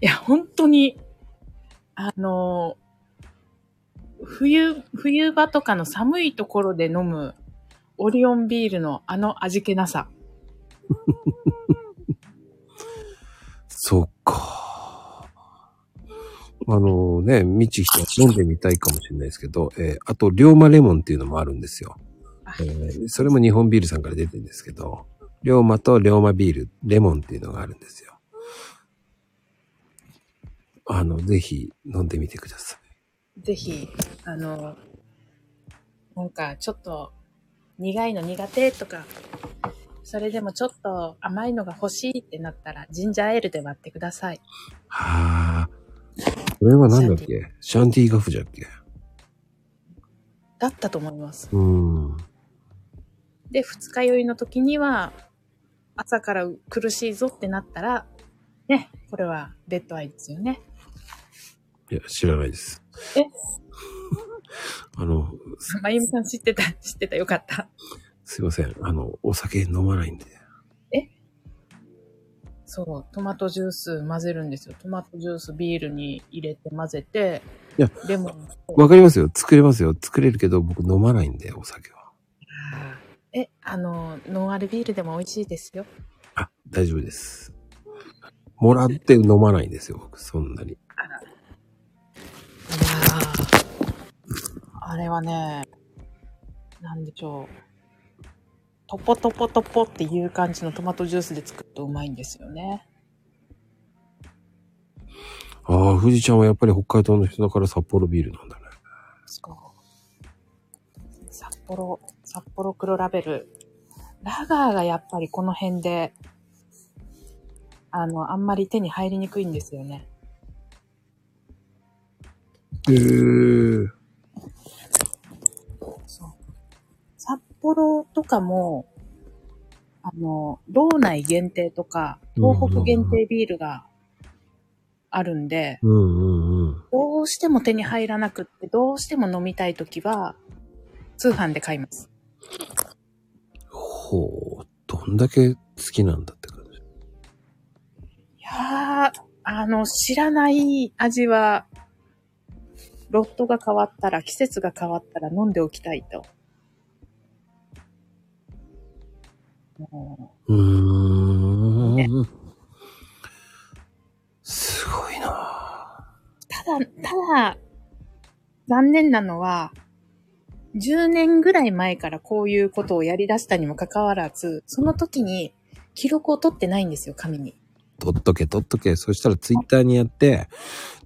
C: いや、本当に、あの、冬、冬場とかの寒いところで飲むオリオンビールのあの味気なさ。
A: そっか。あのね、未知人飲んでみたいかもしれないですけど、えーあと、龍馬レモンっていうのもあるんですよ。えーそれも日本ビールさんから出てるんですけど、龍馬と龍馬ビール、レモンっていうのがあるんですよ。あの、ぜひ飲んでみてください。
C: ぜひ、あの、なんかちょっと苦いの苦手とか、それでもちょっと甘いのが欲しいってなったら、ジンジャーエールで割ってください。
A: はあ。これは何だっけシャンティーガフじゃっけ
C: だったと思います。
A: うん。
C: で、二日酔いの時には、朝から苦しいぞってなったら、ね、これはデッドアイですよね。
A: いや、知らないです。
C: え
A: あの、
C: まゆみさん知ってた、知ってた、よかった。
A: すいません。あの、お酒飲まないんで。
C: そう、トマトジュース混ぜるんですよ。トマトジュースビールに入れて混ぜて、
A: いや
C: レモンと
A: わかりますよ。作れますよ。作れるけど、僕飲まないんで、お酒は。
C: え、あの、ノンアルビールでも美味しいですよ。
A: あ、大丈夫です。もらって飲まないんですよ、僕、そんなに。
C: いやーあれはね、なんでしょう。トポトポトポっていう感じのトマトジュースで作るとうまいんですよね。
A: ああ、富士ちゃんはやっぱり北海道の人だから札幌ビールなんだね。
C: そう。札幌、札幌黒ラベル。ラガーがやっぱりこの辺で、あの、あんまり手に入りにくいんですよね。
A: へえ。
C: そう。札幌とかも、あの、道内限定とか、東北限定ビールがあるんで、
A: うんうんうん。
C: どうしても手に入らなくって、どうしても飲みたいときは、通販で買います。
A: ほう、どんだけ好きなんだって感じ。
C: いやー、あの、知らない味は、ロットが変わったら、季節が変わったら飲んでおきたいと。もう
A: う
C: ね
A: ーん。すごいな
C: ただ、ただ、残念なのは、10年ぐらい前からこういうことをやり出したにもかかわらず、その時に記録を取ってないんですよ、紙に。
A: 取っとけ、取っとけ。そしたらツイッターにやって、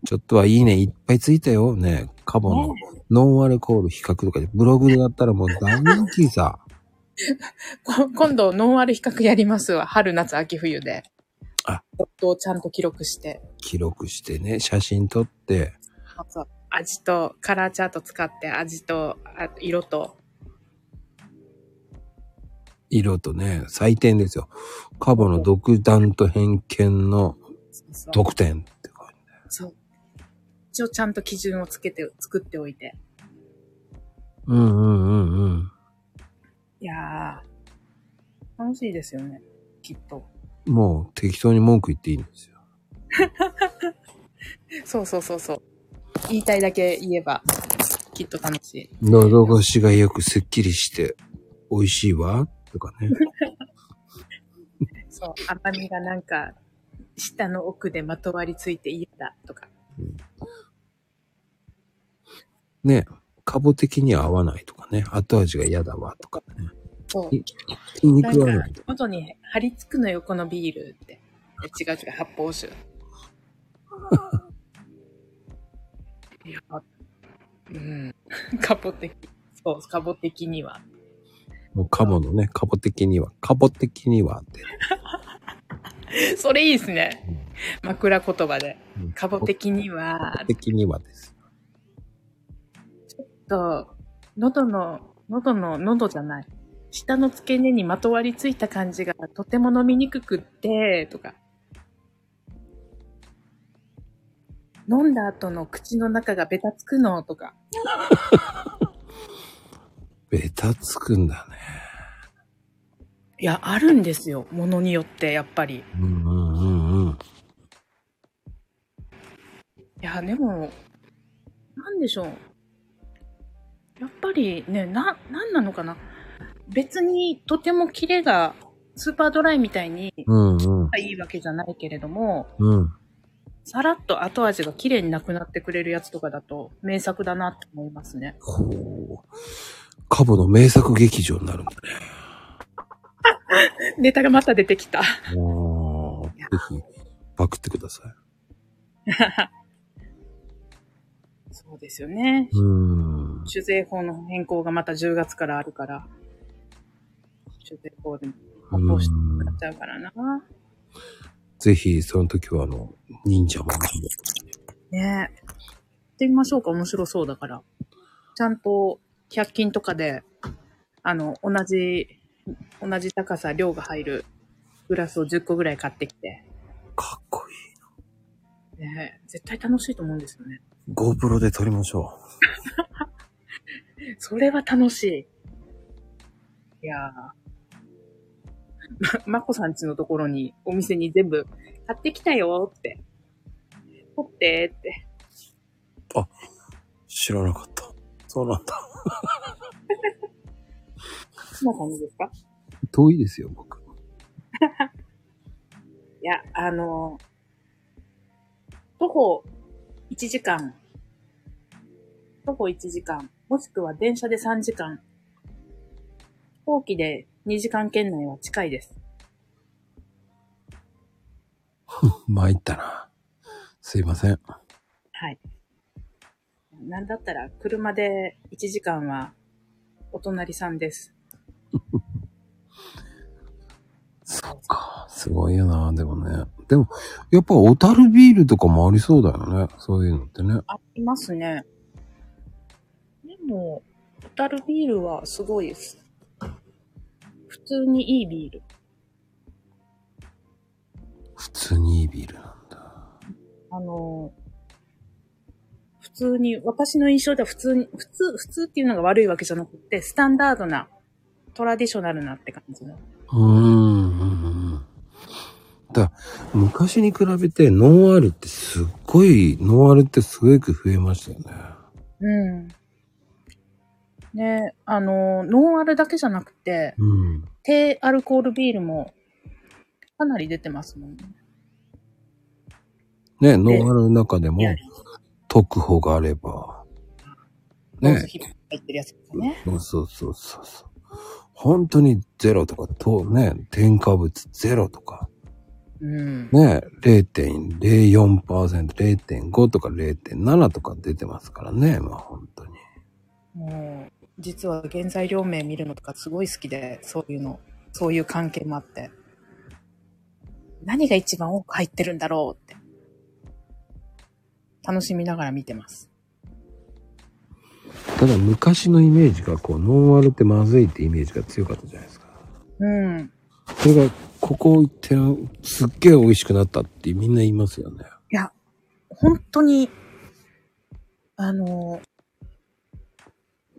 A: ちょっとはいいね、いっぱいついたよ。ね、カボの
C: ね
A: ノンアルコール比較とかで、ブログでやったらもう大人気さ。
C: こ今度、ノンアル比較やりますわ。春、夏、秋、冬で。
A: あ
C: ロットをちゃんと記録して。
A: 記録してね、写真撮って、
C: あと味と、カラーチャート使って、味と、あ色と。
A: 色とね、採点ですよ。カボの独断と偏見の
C: そうそう
A: 得点って感
C: そう。一応ちゃんと基準をつけて、作っておいて。
A: じ。うんうんうんうん。
C: いやー、楽しいですよね。きっと。
A: もう適当に文句言っていいんですよ。
C: そうそうそうそう。言いたいだけ言えば、きっと楽しい。
A: 喉越しがよくスッキリして、美味しいわ、とかね。
C: そう。甘みがなんか、舌の奥でまとわりついて嫌だとか。
A: ね、カボ的には合わないとかね。後味が嫌だわ、とかね。
C: そう
A: い。筋
C: なん
A: 肉はな
C: か
A: いと、
C: 喉に張り付くのよ、このビールって。違う違う、発泡 酒。いや、うん。カボ的。そう、カボ的には。
A: もうカボのね、カボ的には、カボ的にはって。
C: それいいですね。
A: うん
C: 枕言葉で。カボ的に
A: カ
C: は
A: ボ、的にはです。
C: ちょっと、喉の、喉の、喉じゃない。舌の付け根にまとわりついた感じがとても飲みにくくって、とか。飲んだ後の口の中がベタつくの、とか。
A: ベタつくんだね。
C: いや、あるんですよ。ものによって、やっぱり。い
A: うんうんうんうん。
C: や、でも、なんでしょう。やっぱりね、な、なんなのかな。別にとてもキレがスーパードライみたいに
A: うんうん。
C: いいわけじゃないけれども、
A: うん。
C: さらっと後味が綺麗になくなってくれるやつとかだと名作だなって思いますね。
A: ほう。カボの名作劇場になるんだね。
C: ネタがまた出てきた。
A: おーぜひ、パクってください。
C: そうですよね。
A: うーん。
C: 酒税法の変更がまた10月からあるから、酒税法で発泡してもらっちゃうからな。
A: ぜひ、その時は、あの、忍者も。
C: ねえ。行ってみましょうか、面白そうだから。ちゃんと100均とかで、あの、同じ同じ高さ、量が入るグラスを10個ぐらい買ってきて。
A: かっこいい。
C: ねえ絶対楽しいと思うんですよね。
A: GoPro で撮りましょ
C: それは楽しい。いやー。ま、まこさんちのところに、お店に全部、買ってきたよって。取ってって。
A: う。知らなかった。そうなんだ。
C: そんな感じですか
A: 遠いですよ、僕。
C: いや、あの徒歩1時間。徒歩1時間。もしくは電車で3時間。飛行機で2時間圏内は近いです。
A: 参ったな。すいません。
C: はい。なんだったら、車で1時間は、お隣さんです。
A: そっか。すごいよな、でもね。でも、やっぱ小樽ビールとかもありそうだよね。そういうのってね。
C: ありますね。でも、ホタルビールはすごいです。普通にいいビール。
A: 普通にいいビールなんだ。
C: あの、普通に、私の印象では普通に、普通、普通っていうのが悪いわけじゃなくて、スタンダードな、トラディショナルなって感じの。
A: うーんうんうん。だ昔に比べてノンアルってすっごい、ノンアルってすごく増えましたよね。
C: うん。ねあの、ノンアルだけじゃなくて、
A: うん。
C: 低アルコールビールも、かなり出てますもんね。
A: ね、ノンアルの中でも
C: いや、
A: 特保があれば。ね。
C: ヒップ入ってるやつですね。
A: そうそうそうそうそう。本当にゼロとか、とね、添加物ゼロとか、
C: うん。
A: ね、0.04%、0.5とか0.7とか出てますからね、まあ本当に。
C: もう、実は原材料名見るのとかすごい好きで、そういうの、そういう関係もあって。何が一番多く入ってるんだろうって。楽しみながら見てます。
A: ただ昔のイメージがこうノンアルってまずいってイメージが強かったじゃないですか
C: うん。
A: それがここ行ってすっげえ美味しくなったってみんな言いますよね
C: いや、本当に、あの、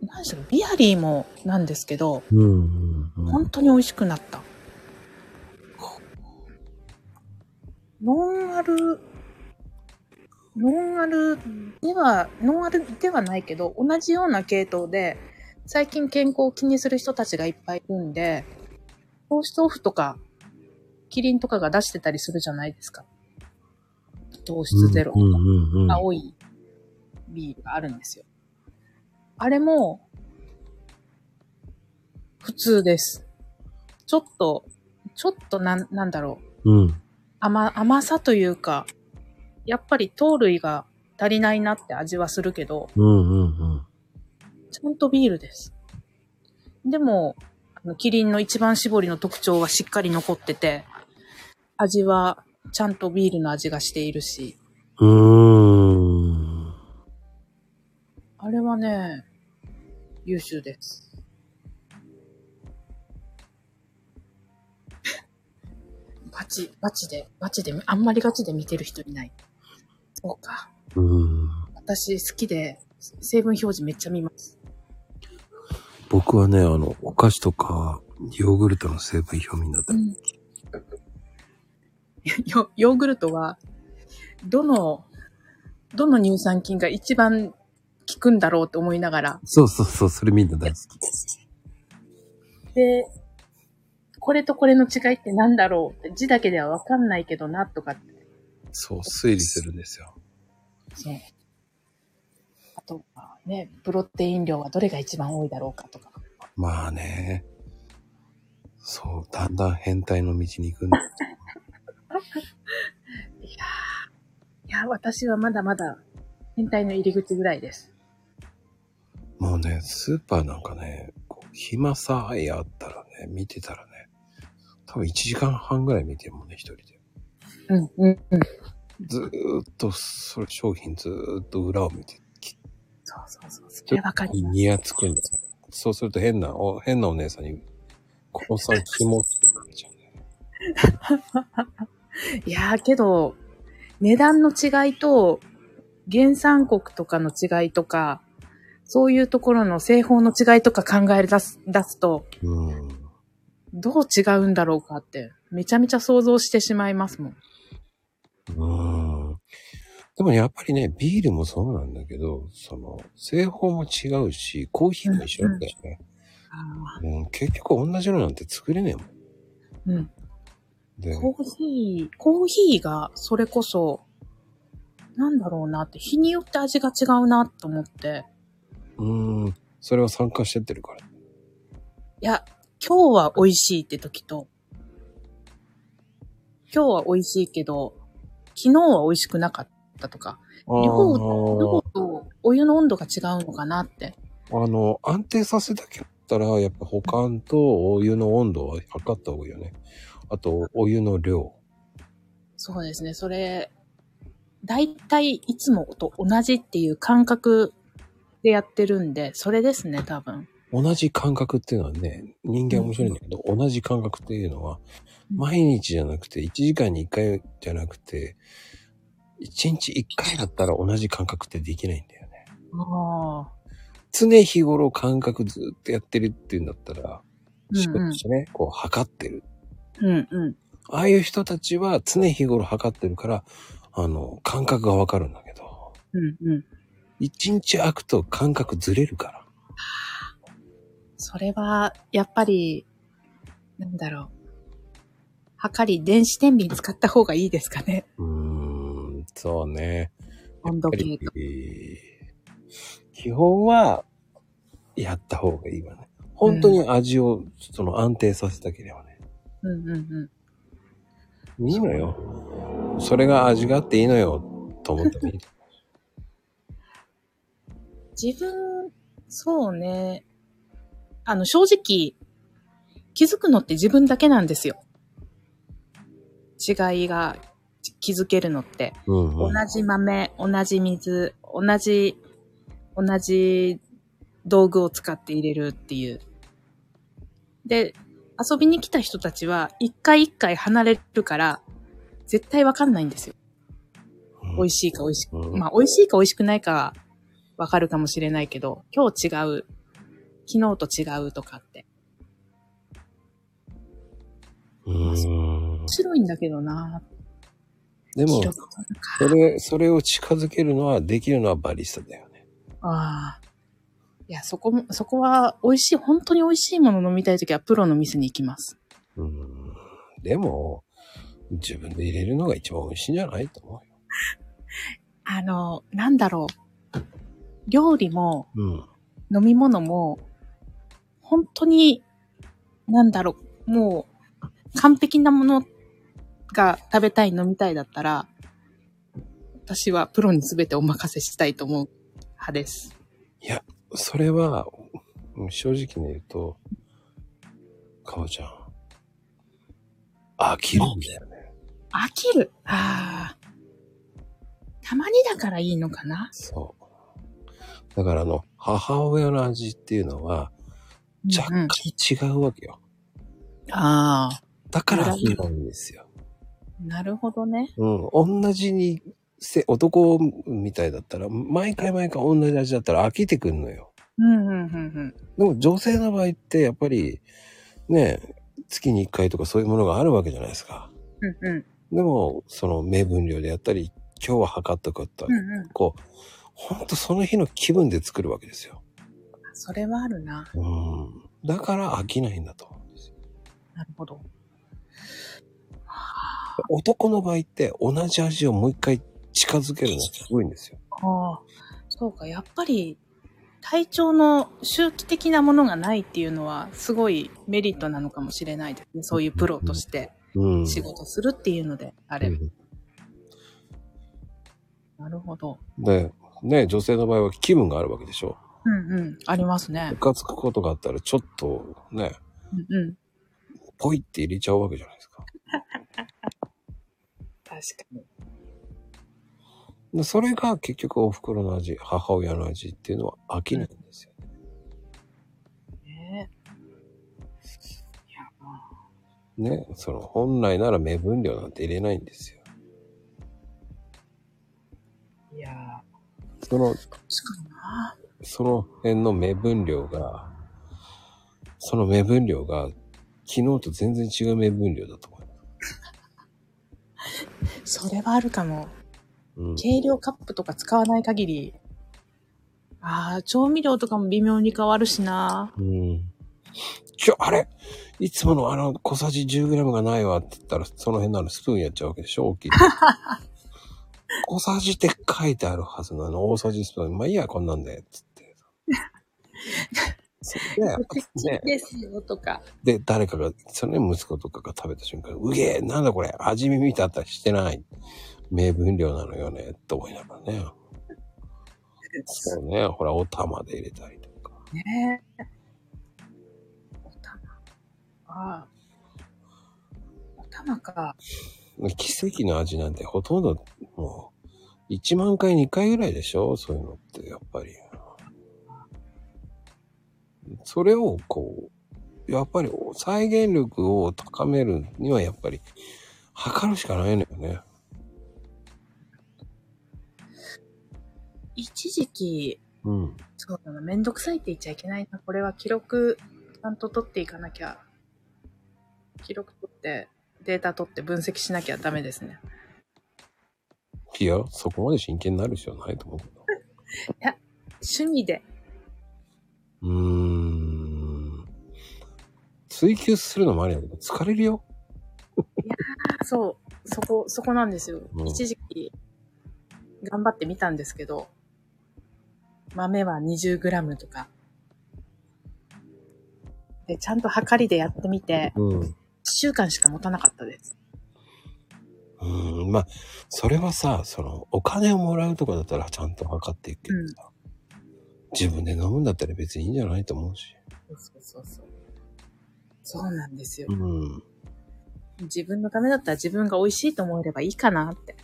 C: 何でしょう、ビアリーもなんですけど、
A: うんうんうん
C: 本当に美味しくなった。ノンアル、ノンアルでは、ノンアルではないけど、同じような系統で、最近健康を気にする人たちがいっぱいいるんで、糖質オフとか、キリンとかが出してたりするじゃないですか。糖質ゼロと
A: う
C: か。
A: んうんうん
C: 青いビールがあるんですよ。あれも、普通です。ちょっと、ちょっとなん、なんだろう。
A: うん
C: 甘、甘さというか、やっぱり糖類が足りないなって味はするけど、
A: うんうんうん
C: ちゃんとビールです。でも、あのキリンの一番搾りの特徴はしっかり残ってて、味はちゃんとビールの味がしているし、
A: うーん
C: あれはね、優秀 です。ガチ、ガチで、ガチで、あんまりガチで見てる人いない。そうか。
A: うん
C: 私好きで、成分表示めっちゃ見ます。
A: 僕はねあのお菓子とかヨーグルトの成分表明だった
C: ん。ヨヨーグルトは、どの、どの乳酸菌が一番効くんだろうと思いながら、
A: そうそうそうそれみんな大好き
C: で、これとこれの違いってなんだろうって字だけではわかんないけどなとかって。
A: そう推理するんですよ
C: そう。あとはね、プロテイン量はどれが一番多いだろうかとか。
A: まあねそうだんだん変態の道に行くんだ
C: いやーいやー、私はまだまだ変態の入り口ぐらいです。
A: もうね、スーパーなんかね、こう暇さえあったらね、見てたらね、多分1時間半ぐらい見てるもんね、一人で。
C: うん、うん、うん。
A: ずーっと、それ商品ずーっと裏を見て、き
C: そうそうそう。それわかります。
A: にやつくんだよね。そうすると変な、お変なお姉さんにこさん、肝って感じだね。
C: いやーけど、値段の違いと、原産国とかの違いとか、そういうところの製法の違いとか考え出す出すと、
A: うん。
C: どう違うんだろうかって、めちゃめちゃ想像してしまいますもん。
A: うん。でもやっぱりね、ビールもそうなんだけど、その、製法も違うし、コーヒーも一緒だったよね。うん、結局同じのなんて作れねえもん。
C: うん。
A: で、
C: コーヒー、コーヒーがそれこそ、なんだろうなって、日によって味が違うなと思って、
A: うん、それは参加してってるから。
C: いや、今日は美味しいって時と、今日は美味しいけど、昨日は美味しくなかったとか、量
A: あ
C: とお湯の温度が違うのかなって。
A: あ、あの、安定させたけったら、やっぱ保管とお湯の温度を測った方がいいよね。あと、お湯の量。
C: そうですね、それ、だいたいいつもと同じっていう感覚でやってるんで、それですね、多分。
A: 同じ感覚っていうのはね、人間面白いんだけど、同じ感覚っていうのは、
C: うん
A: 毎日じゃなくて、1時間に1回じゃなくて、1日1回だったら同じ感覚ってできないんだよね。
C: ああ。
A: 常日頃感覚ずっとやってるっていうんだったら、
C: うん
A: 仕事してね、こう測ってる。
C: うんうん。
A: ああいう人たちは常日頃測ってるから、あの、感覚がわかるんだけど、
C: うんうん。
A: 1日空くと感覚ずれるから。
C: それは、やっぱり、なんだろう。はかり電子天秤使った方がいいですかね。
A: うーん、そうね。
C: 温度計と。
A: 基本は、やった方がいいわね。本当に味を、その安定させたければね。
C: うんうんうん。
A: いいのよ。それが味があっていいのよ、と思ってもいい。
C: 自分、そうね。あの、正直、気づくのって自分だけなんですよ。違いが気づけるのって。
A: うんうん、
C: 同じ豆、同じ水、同じ、同じ道具を使って入れるっていう。で、遊びに来た人たちは、一回一回離れるから、絶対わかんないんですよ。美味
A: し
C: しいか美味しく、
A: うん
C: まあ美味しいか美味しくないかはわかるかもしれないけど、今日違う、昨日と違うとかって。
A: い。うん
C: 面。白いんだけどな
A: でも
C: 記、録とか
A: それ、それを近づけるのは、できるのはバリスタだよね。
C: ああ。いや、そこも、そこは美味しい、本当に美味しいもの飲みたいときはプロの店に行きます。
A: うん。でも、自分で入れるのが一番美味しいんじゃないと思
C: あの、なんだろう。料理も
A: うよ。
C: 飲み物も、本当に、なんだろう、もう、完璧なものが食べたい、飲みたいだったら、私はプロに全てお任せしたいと思う派です。
A: うん。それは、うん正直に言うと、かおちゃん、飽きるんだよね。
C: 飽きるああ。たまにだからいいのかな
A: そう。だからあの、母親の味っていうのは、若
C: うんうん
A: 干違うわけよ。
C: ああ。
A: だから飽きないんですよ。
C: なるほどね。
A: うん。同じにせ、男みたいだったら、毎回毎回同じ味だったら飽きてくんのよ。
C: うんうんうん
A: でも女性の場合って、やっぱり、ね、月に1回とかそういうものがあるわけじゃないですか。
C: うん。うんうん。
A: でも、その名分量でやったり、今日は測っとくと
C: う、んうん。
A: こう、ほんとその日の気分で作るわけですよ。
C: それはあるな。
A: うん。だから飽きないんだと思うんですよ。
C: なるほど。
A: 男の場合って同じ味をもう一回近づけるのがすごいんですよ。
C: ああ。そうか、やっぱり、体調の周期的なものがないっていうのは、すごいメリットなのかもしれないですね。そういうプロとして
A: うん。
C: 仕事するっていうのであれば。
A: う
C: なるほど。
A: んで、ね、女性の場合は気分があるわけでしょ。
C: うんうん。ありますね
A: ム。カつくことがあったらちょっとね、
C: うんうん。
A: ポイって入れちゃうわけじゃないですか。
C: 確かに。
A: でそれが結局お袋の味、母親の味っていうのは飽きないんですよ。
C: ねいや、
A: ね、その本来なら目分量なんて入れないんですよ。
C: いや
A: その、
C: 確かにな。
A: その辺の目分量が、その目分量が、昨日と全然違う目分量だと思う。
C: それはあるかも。
A: うん。
C: 軽量カップとか使わない限り、ああ、調味料とかも微妙に変わるしな。
A: うん。ちょ、あれいつものあの小さじ 10g がないわって言ったら、その辺ならスプーンやっちゃうわけでしょ大きい。小さじって書いてあるはずなの。大さじスプーン。まあいいや、こんなんで。つって。それで、ね、
C: ですよとか。
A: で、誰かが、それね、息子とかが食べた瞬間、うげえ、なんだこれ、味見見たったりしてない。名分量なのよね、と思いながらね。そうね、ほら、お玉で入れたりとか。
C: ねえ。お玉。ああ。お玉か。
A: 奇跡の味なんてほとんど、もう、1万回、2回ぐらいでしょそういうのって、やっぱり。それを、こう、やっぱり、再現力を高めるには、やっぱり、測るしかないのよね。
C: 一時期、
A: うん。
C: そうだな、めんどくさいって言っちゃいけないな。これは記録、ちゃんと取っていかなきゃ。記録取って、データ取って分析しなきゃダメですね。
A: いや、そこまで真剣になる必要ないと思うけど。
C: 趣味で。
A: うーん。追求するのもありだけど、疲れるよ。
C: そう、そこ、そこなんですよ。
A: うん
C: 一時期、頑張ってみたんですけど、豆は 20g とか。で、ちゃんと量りでやってみて、
A: うん。う
C: 1週間しか持たなかったです。
A: ーん。まあ、それはさ、その、お金をもらうとかだったらちゃんと測っていくけどさ、自分で飲むんだったら別にいいんじゃないと思うし。
C: そうそうそうそう。そうなんですよ
A: う。ん。
C: 自分のためだったら自分が美味しいと思えればいいかなって。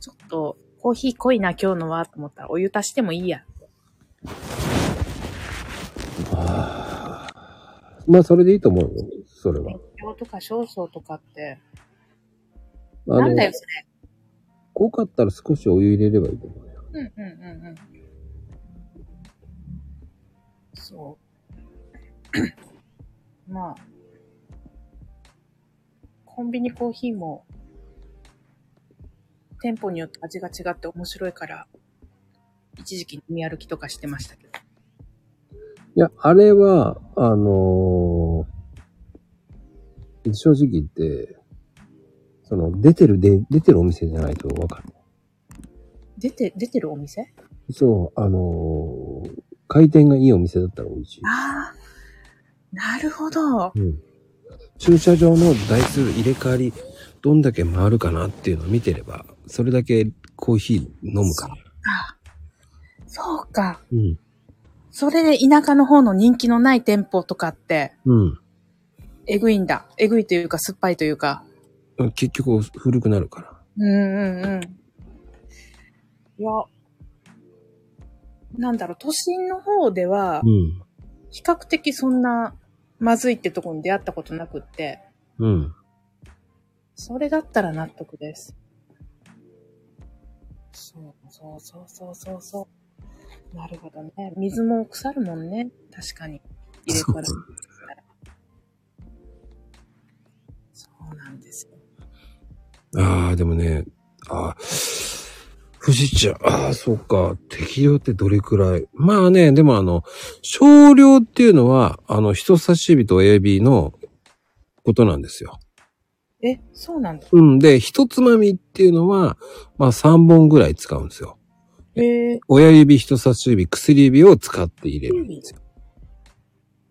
C: ちょっと、コーヒー濃いな今日のはと思ったらお湯足してもいいや。
A: まあ、それでいいと思うよ。それは。
C: 量とか少々とかって。
A: あの
C: なんだよそれ。
A: 濃かったら少しお湯入れればいいと思うよ。
C: うんうんうんうん。そう。 まあ。コンビニコーヒーも、店舗によって味が違って面白いから、一時期飲み歩きとかしてましたけど。
A: いや、あれは、あのー正直言って、その、出てるで、出てるお店じゃないとわかんない。
C: 出て、出てるお店
A: そう、あのー回転がいいお店だったら美味しい。
C: ああ、なるほど。
A: うん。駐車場の台数入れ替わり、どんだけ回るかなっていうのを見てれば、それだけコーヒー飲むから。
C: あそうか。
A: うん。
C: それで田舎の方の人気のない店舗とかって、
A: う
C: えぐいんだ。えぐいというか、酸っぱいというか。
A: ん。結局、古くなるから。
C: うんうんうん。いや、なんだろう、都心の方では
A: う、ん。
C: 比較的そんな、まずいってとこに出会ったことなくって、
A: うん。
C: それだったら納得です。そうそうそうそうそうそう。なるほどね。水も腐るもんね。確かに。入れたら。
A: そ
C: そうなんですよ。
A: ああ、でもね、ああ、富士茶、ああ、そうか、適量ってどれくらいまあね、でもあの、少量っていうのは、あの、人差し指と親指のことなんですよ。
C: え、そうなんだ。
A: うん。で、一つまみっていうのは、まあ3本ぐらい使うんですよ。
C: えー、
A: 親指、人差し指、薬指を使って入れるんですよ。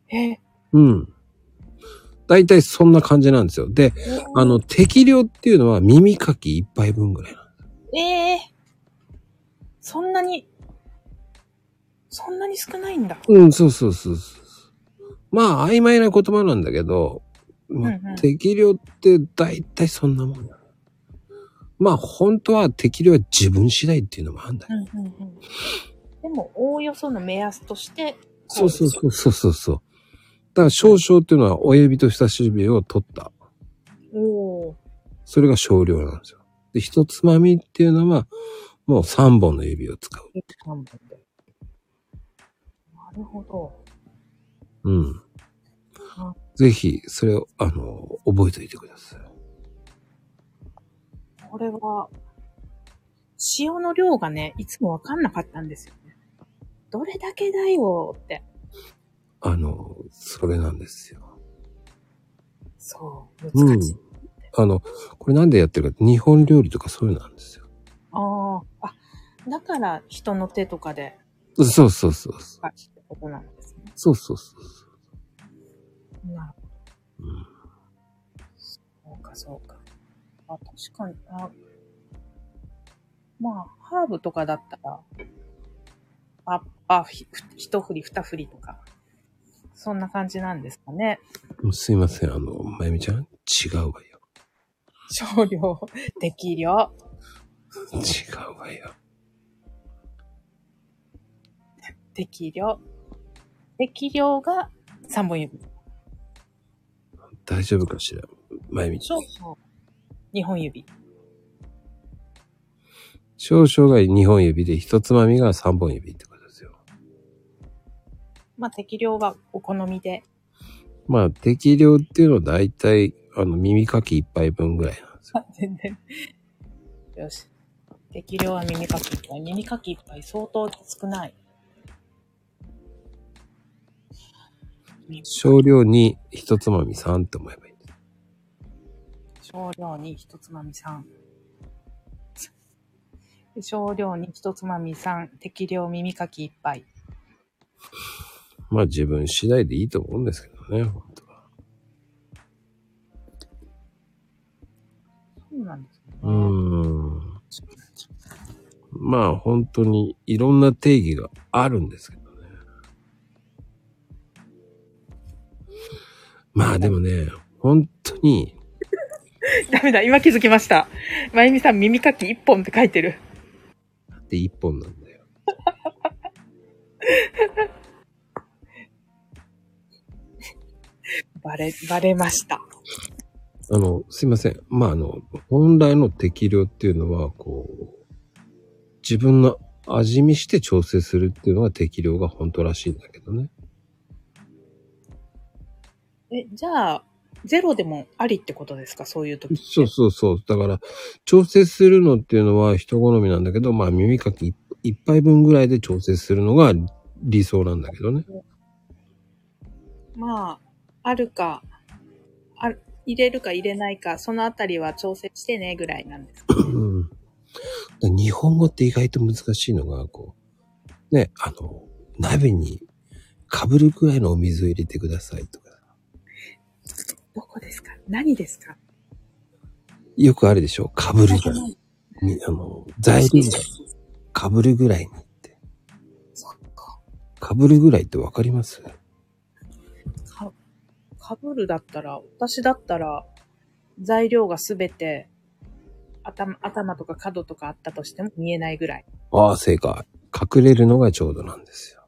C: え
A: うん。大体そんな感じなんですよ。で、
C: ー、
A: あの、適量っていうのは耳かき一杯分ぐらいなんです。
C: ええそんなに、そんなに少ないんだ。
A: うん、そうそうそうそう。まあ、曖昧な言葉なんだけど、まあ
C: うんうん
A: 適量って大体そんなもんだ。まあ、本当は適量は自分次第っていうのもあるんだよ。
C: うんうんうん。でも、おおよその目安として、
A: そうそうそうそうそうそう。から少々っていうのは親指と人差し指を取った。
C: おー
A: それが少量なんですよ。で、一つまみっていうのは、もう3本の指を使う。
C: 一本で。なるほど。
A: うん
C: あ。
A: ぜひ、それを、あの、覚えておいてください。
C: これは、塩の量がね、いつもわかんなかったんですよね。どれだけだよって。
A: あの、それなんですよ。
C: そう、
A: う
C: 難
A: ん
C: しい。。
A: あの、これなんでやってるかって、日本料理とかそういうのなんですよ。
C: ああ、あ、だから人の手とかで、
A: そうそうそう。
C: あってことなんですね。
A: そうそうそう。
C: なるほ
A: うん、
C: ど。そうか、そうか。あ、確かに、あ、まあ、ハーブとかだったら、あ、あ、ひ、ふ一振り二振りとか、そんな感じなんですかね。
A: もうすいません、あの、まゆみちゃん、違うわよ。
C: 少量、 適
A: 違
C: 量。
A: うわよ。
C: 適量。適量が3本指。
A: 大丈夫かしらまゆみちゃ
C: そ
A: ん
C: う。そう。2本指。
A: 少々が2本指で、一つまみが3本指ってことですよ。
C: まあ適量はお好みで。
A: まあ、適量っていうのは大体、あの、耳かき1杯分ぐらいなんですよ。
C: 全然。よし。適量は耳かき一杯。耳かき一杯相当少ない。
A: 少量に一つまみ3って思えばいいんです。
C: 少量に一つまみ3。少量に一つまみ3。適量耳かき一杯。
A: まあ、自分次第でいいと思うんですけどね、本当は。
C: そうなんですね。
A: うーん。まあ、本当にいろんな定義があるんですけどね。まあ、でもね、本当に、
C: ダメだ、今気づきました。まゆみさん、耳かき1本って書いてる。
A: って一本なんだよ。
C: バレ、バレました。
A: あの、すいません。まあ、あの、本来の適量っていうのは、こう、自分の味見して調整するっていうのが適量が本当らしいんだけどね。
C: え、じゃあ、ゼロでもありってことですかそういう時。
A: そうそうそう。だから、調整するのっていうのは人好みなんだけど、まあ、耳かき一杯分ぐらいで調整するのが理想なんだけどね。
C: まあ、あるか、あ入れるか入れないか、そのあたりは調整してね、ぐらいなんですか。
A: うん。だから日本語って意外と難しいのが、こう、ね、あの、鍋にかぶるくらいのお水を入れてくださいとか。
C: どこですか何ですか
A: よくあるでしょかぶるぐらい。みあの、材料がかぶるぐらいにって。
C: そっか。
A: かぶるぐらいってわかります
C: か、かぶるだったら、私だったら、材料がすべて、頭、頭とか角とかあったとしても見えないぐらい。
A: ああ、正解。隠れるのがちょうどなんですよ。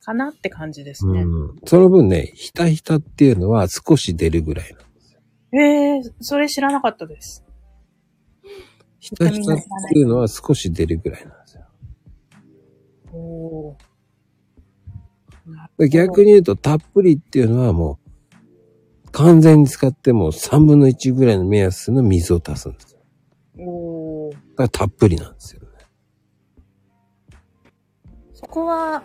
C: かなって感じですね。
A: うん。その分ね、ひたひたっていうのは少し出るぐらいなの。
C: ええそれ知らなかったです。
A: ひたひたっていうのは少し出るぐらいなんですよ。
C: おお。
A: で逆に言うと、たっぷりっていうのはもう、完全に使っても3分の1ぐらいの目安の水を足すんですよ。
C: おお。
A: だからたっぷりなんですよね。
C: そこは、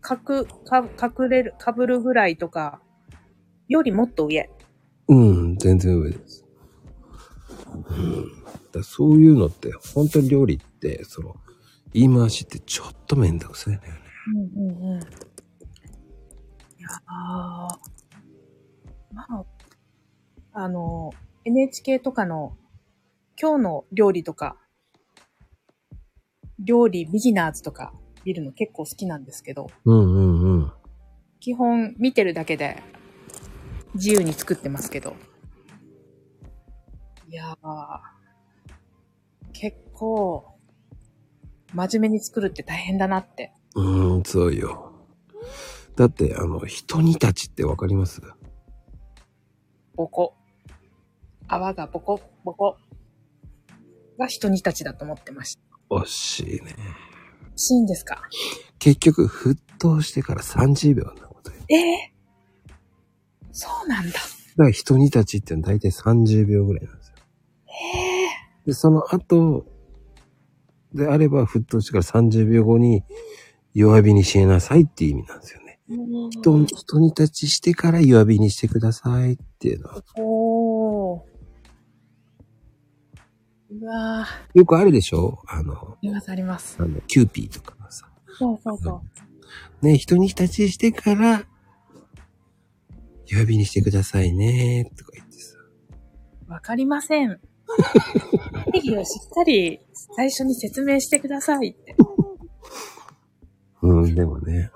C: かく、か、隠れる、かぶるぐらいとか、よりもっと上。
A: うん、全然上です。うん、だからそういうのって、本当に料理って、その、言い回しってちょっとめんどくさいのよね。
C: うんうんうん。いやーまあ、あの、NHK とかの、今日の料理とか、料理ビギナーズとか見るの結構好きなんですけど、
A: うんうんうん。
C: 基本見てるだけで自由に作ってますけど。いやー、結構真面目に作るって大変だなって。
A: うーん、そうよ。だって、あの、人にたちってわかります
C: ボコ。泡がボコ、ボコ。が人にたちだと思ってました。
A: 惜しいね。
C: しいんですか
A: 結局、沸騰してから30秒なことよ
C: ええそうなんだ。
A: だから人にたちっていうのは大体30秒ぐらいなんですよ。
C: ええ
A: で、その後、であれば沸騰してから30秒後に弱火にしなさいっていう意味なんですよね。人に人に立ちしてから弱火にしてくださいっていうのは、
C: おー。うわぁ、あ
A: よくあるでしょあの、
C: りますあります。
A: あのキューピーとかのさ。
C: そうそうそう。
A: ね、人に立ちしてから弱火にしてくださいねとか言ってさ。
C: わかりません。定義をしっかり最初に説明してくださいって。
A: うん、でもね。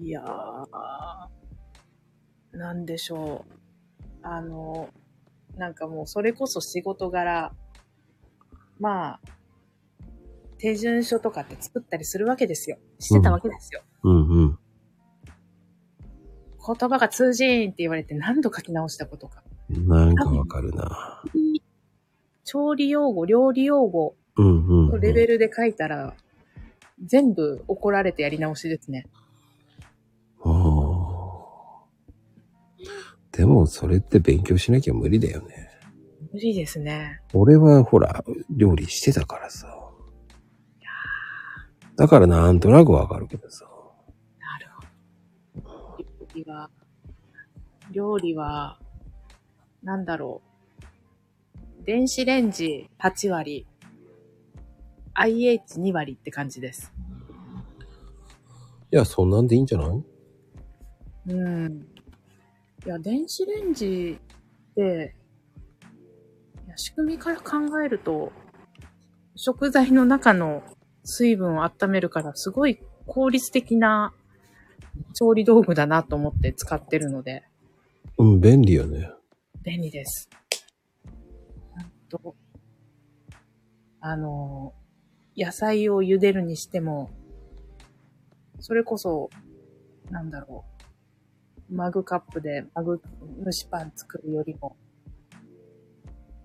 C: いやー、なんでしょう。あの、なんかもうそれこそ仕事柄、まあ、手順書とかって作ったりするわけですよ。してたわけですよ。
A: うんうん。
C: 言葉が通じんって言われて何度書き直したことか。
A: なんかわかるな。
C: 調理用語、料理用語
A: うんうん、う
C: の
A: ん。
C: レベルで書いたら、全部怒られてやり直しですね。
A: あーでも、それって勉強しなきゃ無理だよね。
C: 無理ですね。
A: 俺は、ほら、料理してたからさ。だからなんとなくわかるけどさ。
C: なるほど。料理は、料理は、なんだろう。電子レンジ8割、IH2 割って感じです。
A: いや、そんなんでいいんじゃない
C: うん。いや、電子レンジって、いや仕組みから考えると、食材の中の水分を温めるから、すごい効率的な調理道具だなと思って使ってるので。
A: うん、便利よね。
C: 便利です。ほんと。あの、野菜を茹でるにしても、それこそ、なんだろう。マグカップでマグ、蒸しパン作るよりも、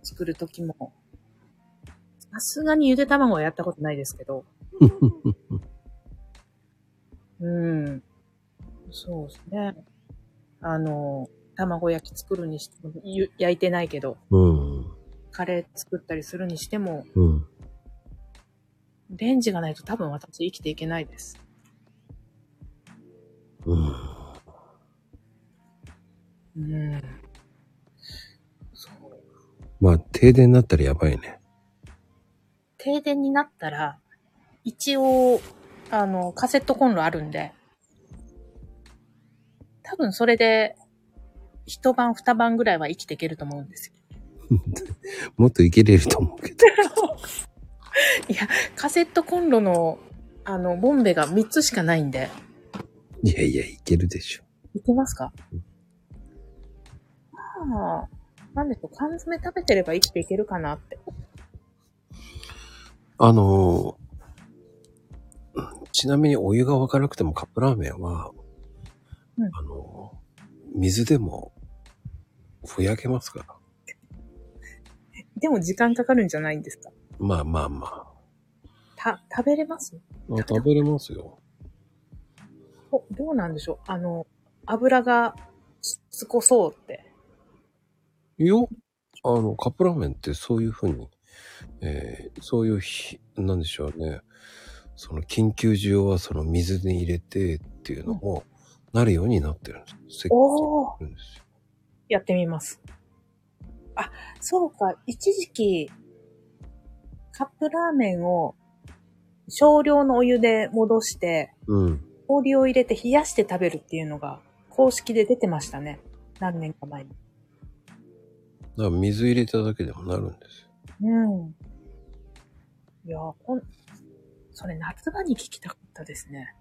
C: 作るときも、さすがにゆで卵はやったことないですけど、うん。そうですね。あの、卵焼き作るにしても、ゆ焼いてないけど、
A: うん。
C: カレー作ったりするにしても、
A: うん。
C: レンジがないと多分私生きていけないです。
A: うん。
C: うん。
A: まあ、停電になったらやばいね。
C: 停電になったら、一応、あの、カセットコンロあるんで、多分それで、一晩二晩ぐらいは生きていけると思うんですよ。
A: もっといけれると思うけど。
C: カセットコンロの、あの、ボンベが3つしかないんで、
A: いやいや、いけるでしょ。
C: いけますかまあ、なんでしょう、缶詰食べてれば生きていけるかなって。
A: あのーうんちなみにお湯が沸かなくてもカップラーメンは、
C: うん
A: あのー水でも、ふやけますから。
C: でも時間かかるんじゃないんですか
A: まあまあま
C: た、食べれます
A: あ。食べれますよ。
C: お、どうなんでしょうあの、油がしつこそうって。
A: いいよ。あの、カップラーメンってそういうふうに、えーそういうひ、なんでしょうね。その緊急需要はその水に入れてっていうのも、なるようになってるんです。設計
C: おー
A: されてるんですよ。
C: やってみます。あ、そうか。一時期、カップラーメンを少量のお湯で戻して、
A: うん。
C: 氷を入れて冷やして食べるっていうのが公式で出てましたね。何年か前に。
A: だから水入れただけでもなるんですよ。
C: うん。いやー、こん、それ夏場に聞きたかったですね。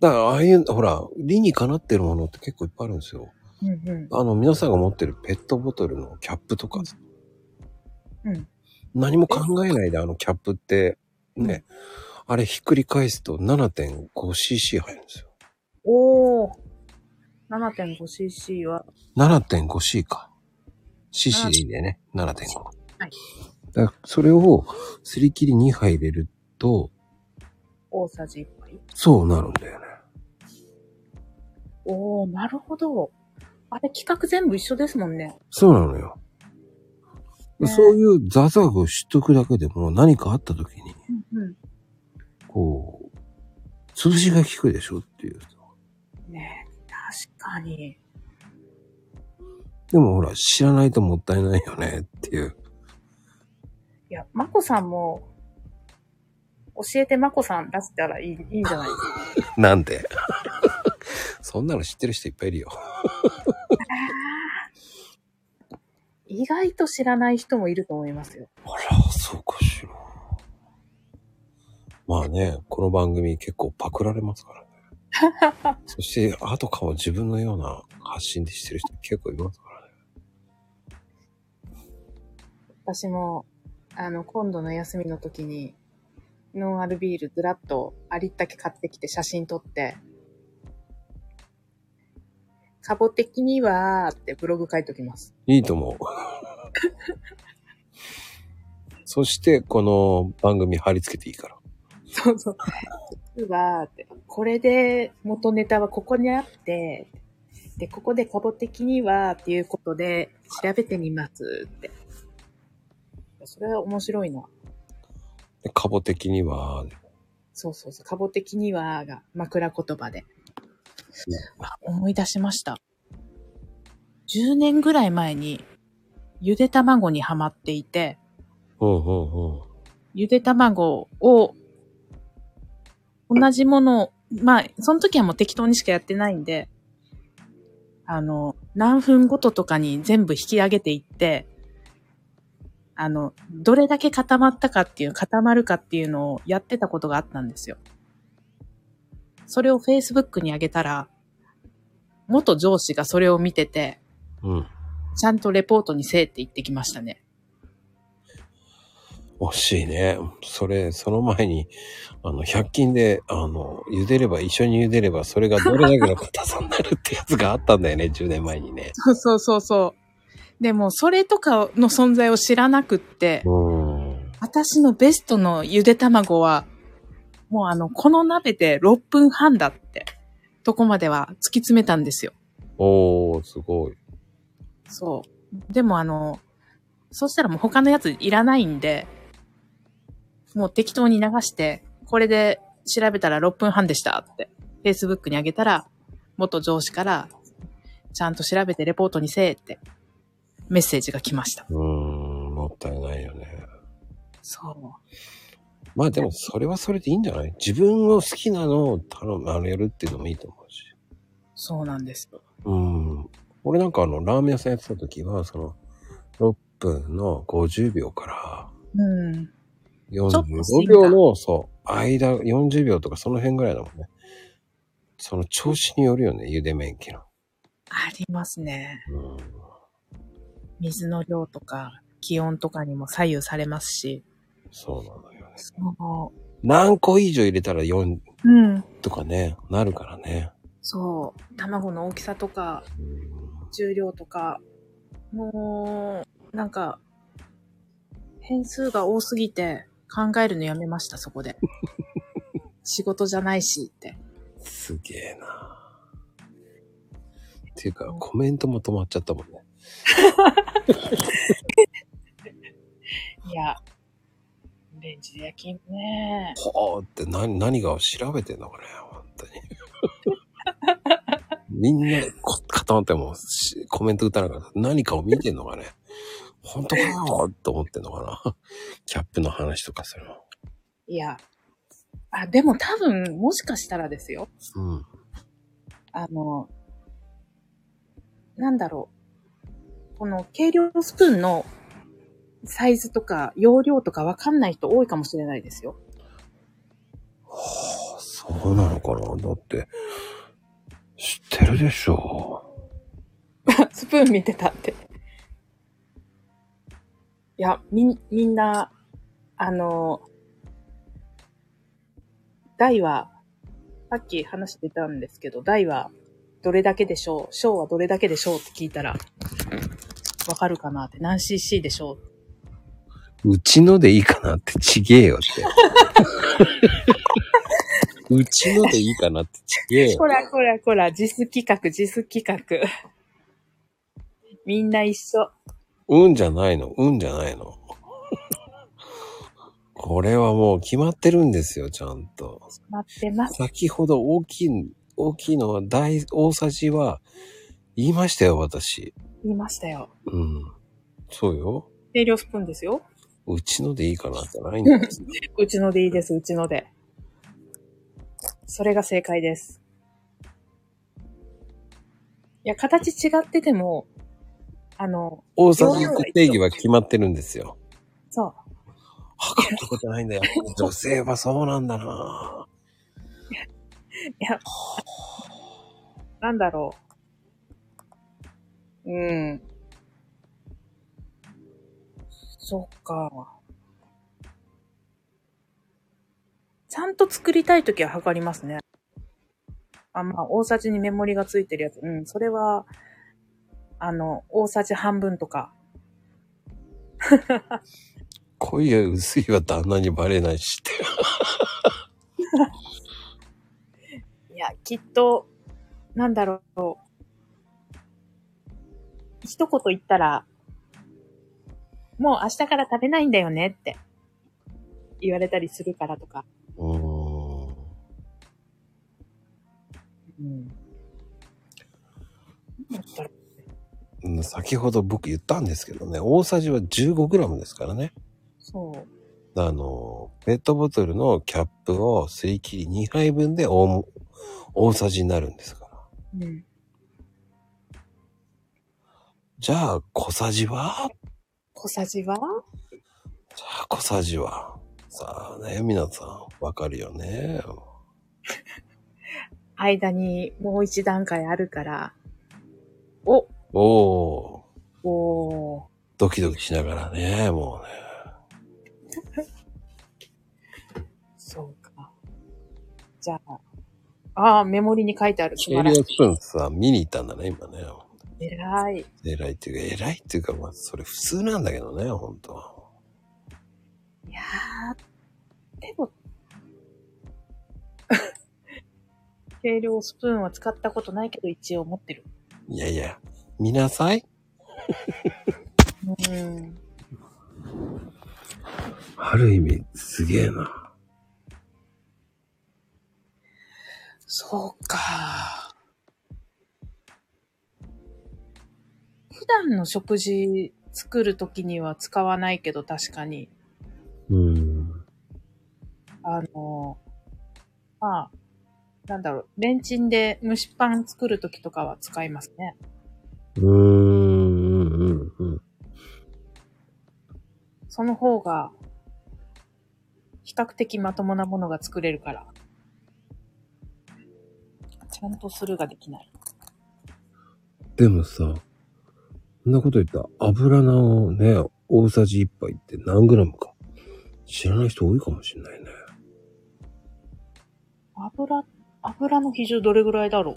A: だから、ああいう、ほら、理にかなってるものって結構いっぱいあるんですよ。
C: うんう
A: あの、皆さんが持ってるペットボトルのキャップとか、
C: ん。うん。
A: 何も考えないであのキャップって、ね、あれひっくり返すと 7.5cc 入るんですよ。
C: おお 7.5cc は
A: 7.5c か。cc でいいんだよね。7.5。
C: はい。
A: だからそれをすり切り2杯入れると、
C: 大さじ1杯
A: そうなるんだよね。
C: おおなるほどあれ企画全部一緒ですもんね
A: そうなのよ。
C: ね
A: そういうザザグを知っとくだけでも何かあった時に、
C: うん
A: こう、潰しが効くでしょっていう。
C: うんねえ確かに
A: でもほら、知らないともったいないよねっていう。
C: いやまこさんも教えてまこさん出したらいいいいんじゃないですか
A: なんで そんなの知ってる人いっぱいいるよ。
C: 意外と知らない人もいると思いますよ
A: あら、そうかしら。まあね、この番組結構パクられますからね。 そして、あとかも自分のような発信でしてる人結構いますからね。
C: 私も、あの、今度の休みの時に、ノンアルビールずらっとありったけ買ってきて写真撮って、カボ的にはーってブログ書いときます。
A: いいと 思う。そして、この番組貼り付けていいから。
C: そうそう。実はーって、これで元ネタはここにあって、で、ここでカボ的にはっていうことで調べてみますって。それは面白いな。
A: でカボ的には、
C: そうそうそう。カボ的にはが枕言葉で。あ思い出しました。10年ぐらい前に、ゆで卵にハマっていて、
A: うんうんうん。
C: ゆで卵を、同じものを、まあ、その時はもう適当にしかやってないんで、あの、何分ごととかに全部引き上げていって、あの、どれだけ固まったかっていう、固まるかっていうのをやってたことがあったんですよ。それを Facebook に上げたら、元上司がそれを見てて、
A: うん。
C: ちゃんとレポートにせえって言ってきましたね。
A: 惜しいね。それ、その前に、あの、100均で、あの、茹でれば、一緒に茹でれば、それがどれだけの硬さになるってやつがあったんだよね、10年前にね。
C: そう そうそうそう。でも、それとかの存在を知らなくって、
A: うん。
C: 私のベストのゆで卵は、もうあの、この鍋で6分半だって、とこまでは突き詰めたんですよ。
A: おー、すごい。
C: そう。でもあの、そうしたらもう他のやついらないんで、もう適当に流して、これで調べたら6分半でしたって、Facebook にあげたら、元上司から、ちゃんと調べてレポートにせえって、メッセージが来ました。
A: うーん、もったいないよね。
C: そう。
A: まあでも、それはそれでいいんじゃない自分の好きなのを頼む、あの、やるっていうのもいいと思うし。
C: そうなんですよ。
A: うん。俺なんかあの、ラーメン屋さんやってた時は、その、6分の50秒から、
C: うん。ょっと過ぎ
A: 45
C: た
A: 秒の、そう、間、40秒とかその辺ぐらいだもんね。その調子によるよね、茹で麺機の。
C: ありますね。
A: うん。
C: 水の量とか、気温とかにも左右されますし。
A: そうなのよね。
C: そ
A: 何個以上入れたら4
C: う。うん。
A: とかね、なるからね。
C: そう。卵の大きさとか、
A: うん
C: 重量とか、もう、なんか、変数が多すぎて考えるのやめました、そこ で。仕事じゃないしって。
A: すげえなっていうか、コメントも止まっちゃったもんね。
C: いや、レンジで焼きね。
A: ほーって何、何が調べてんのかね、本当に。 みんな、こ固まってもうしコメント打たなかった。何かを見てんのかね。本当かよと思ってんのかな。キャップの話とかするの。
C: いや、あ、でも多分、もしかしたらですよ。
A: うん。
C: あの、なんだろう。この軽量スプーンのサイズとか容量とかわかんない人多いかもしれないですよ。
A: そうなのかなだって、知ってるでしょ。
C: スプーン見てたって。いや、みん、みんな、あの、大は、さっき話してたんですけど、大はどれだけでしょう小はどれだけでしょうって聞いたら、わかるかなって。何 cc でしょう
A: うちのでいいかなってちげえよって。うちのでいいかなってちげえよ。
C: こらこらこら、実企画、実企画。みんな一緒。
A: うんじゃないの、うんじゃないの。これはもう決まってるんですよ、ちゃんと。
C: 待ってます。
A: 先ほど大きい、大きいのは大、大さじは言いましたよ、私。
C: 言いましたよ。
A: うん。そうよ。
C: 定量スプーンですよ。
A: うちのでいいかなじゃないんです。
C: うちのでいいです、うちので。それが正解です。いや、形違ってても、あの、
A: 大さじって定義は決まってるんですよ。
C: そ
A: 測ったことないんだよ。女性はそうなんだな
C: う、いや、なんだろう。うん。そっか。ちゃんと作りたいときは測りますね。あ、まあ、大さじにメモリがついてるやつ。うん、それは、あの、大さじ半分とか。
A: 濃いや薄いは旦那にバレないしって。
C: いや、きっと、なんだろう。一言言ったら、もう明日から食べないんだよねって言われたりするからとか。
A: うーん。
C: うん。なんだろう
A: うん先ほど僕言ったんですけどね、大さじは 15g ですからね。
C: そう。
A: あの、ペットボトルのキャップをすり切り2杯分で大も大さじになるんですから。
C: うん。
A: じゃあ、小さじは
C: 小さじは
A: じゃあ、小さじはさあね、皆さん、わかるよね。
C: 間にもう一段階あるから。お
A: おー、
C: おー。
A: ドキドキしながらね、もうね。
C: そうか。じゃあ。ああ、メモリに書いてある。素
A: 計量
C: 晴らしい。
A: スプーンさ、見に行ったんだね、今ね。
C: 偉い。
A: 偉いっていうか、偉いっていうか、まあ、それ普通なんだけどね、本当は。
C: いやー、でも、 計量スプーンは使ったことないけど一応持ってる。
A: いやいや、見なさい。
C: うん。
A: ある意味、すげえな。
C: そうか。普段の食事作るときには使わないけど確かに、
A: うん。
C: あの、まあ、なんだろう、レンチンで蒸しパン作るときとかは使いますね。
A: うーん、うん、うん。
C: その方が、比較的まともなものが作れるから。ちゃんとスルーができない。
A: でもさ、そんなこと言ったら、油のね、大さじ1杯って何グラムか。知らない人多いかもしれないね。
C: 油、油の比重どれぐらいだろう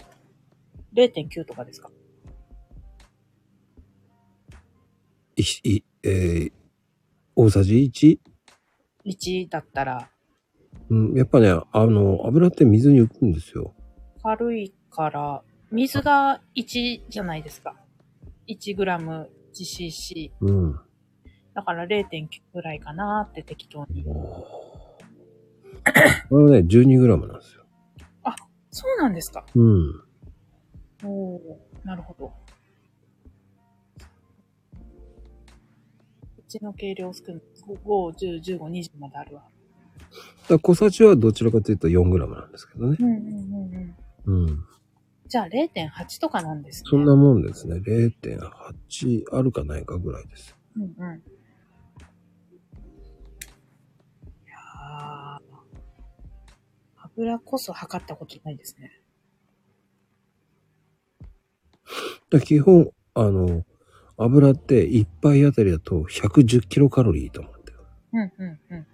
C: ?0.9 とかですか
A: い、い、えー、大さじ 1?
C: ?1 だったら、
A: うん、やっぱね、あの、油って水に浮くんですよ。
C: 軽いから、水が1じゃないですか。1g、1cc。
A: うん。
C: だから0.9ぐらいかなって適当に。
A: これはね、12グラムなんですよ。
C: そうなんですか
A: うん。
C: おおなるほど。こっちの計量少ない。5、10、15、20まであるわ。
A: だから小さじはどちらかというと4グラムなんですけどね。
C: うんうんうんうん。
A: うん。
C: じゃあ0.8とかなんですね。
A: そんなもんですね。0.8あるかないかぐらいです。
C: うんうん。いやー油こそ測ったことないですね。
A: だから基本、あの、油って1杯あたりだと110キロカロリーと思ってる。だか
C: うんうんうん。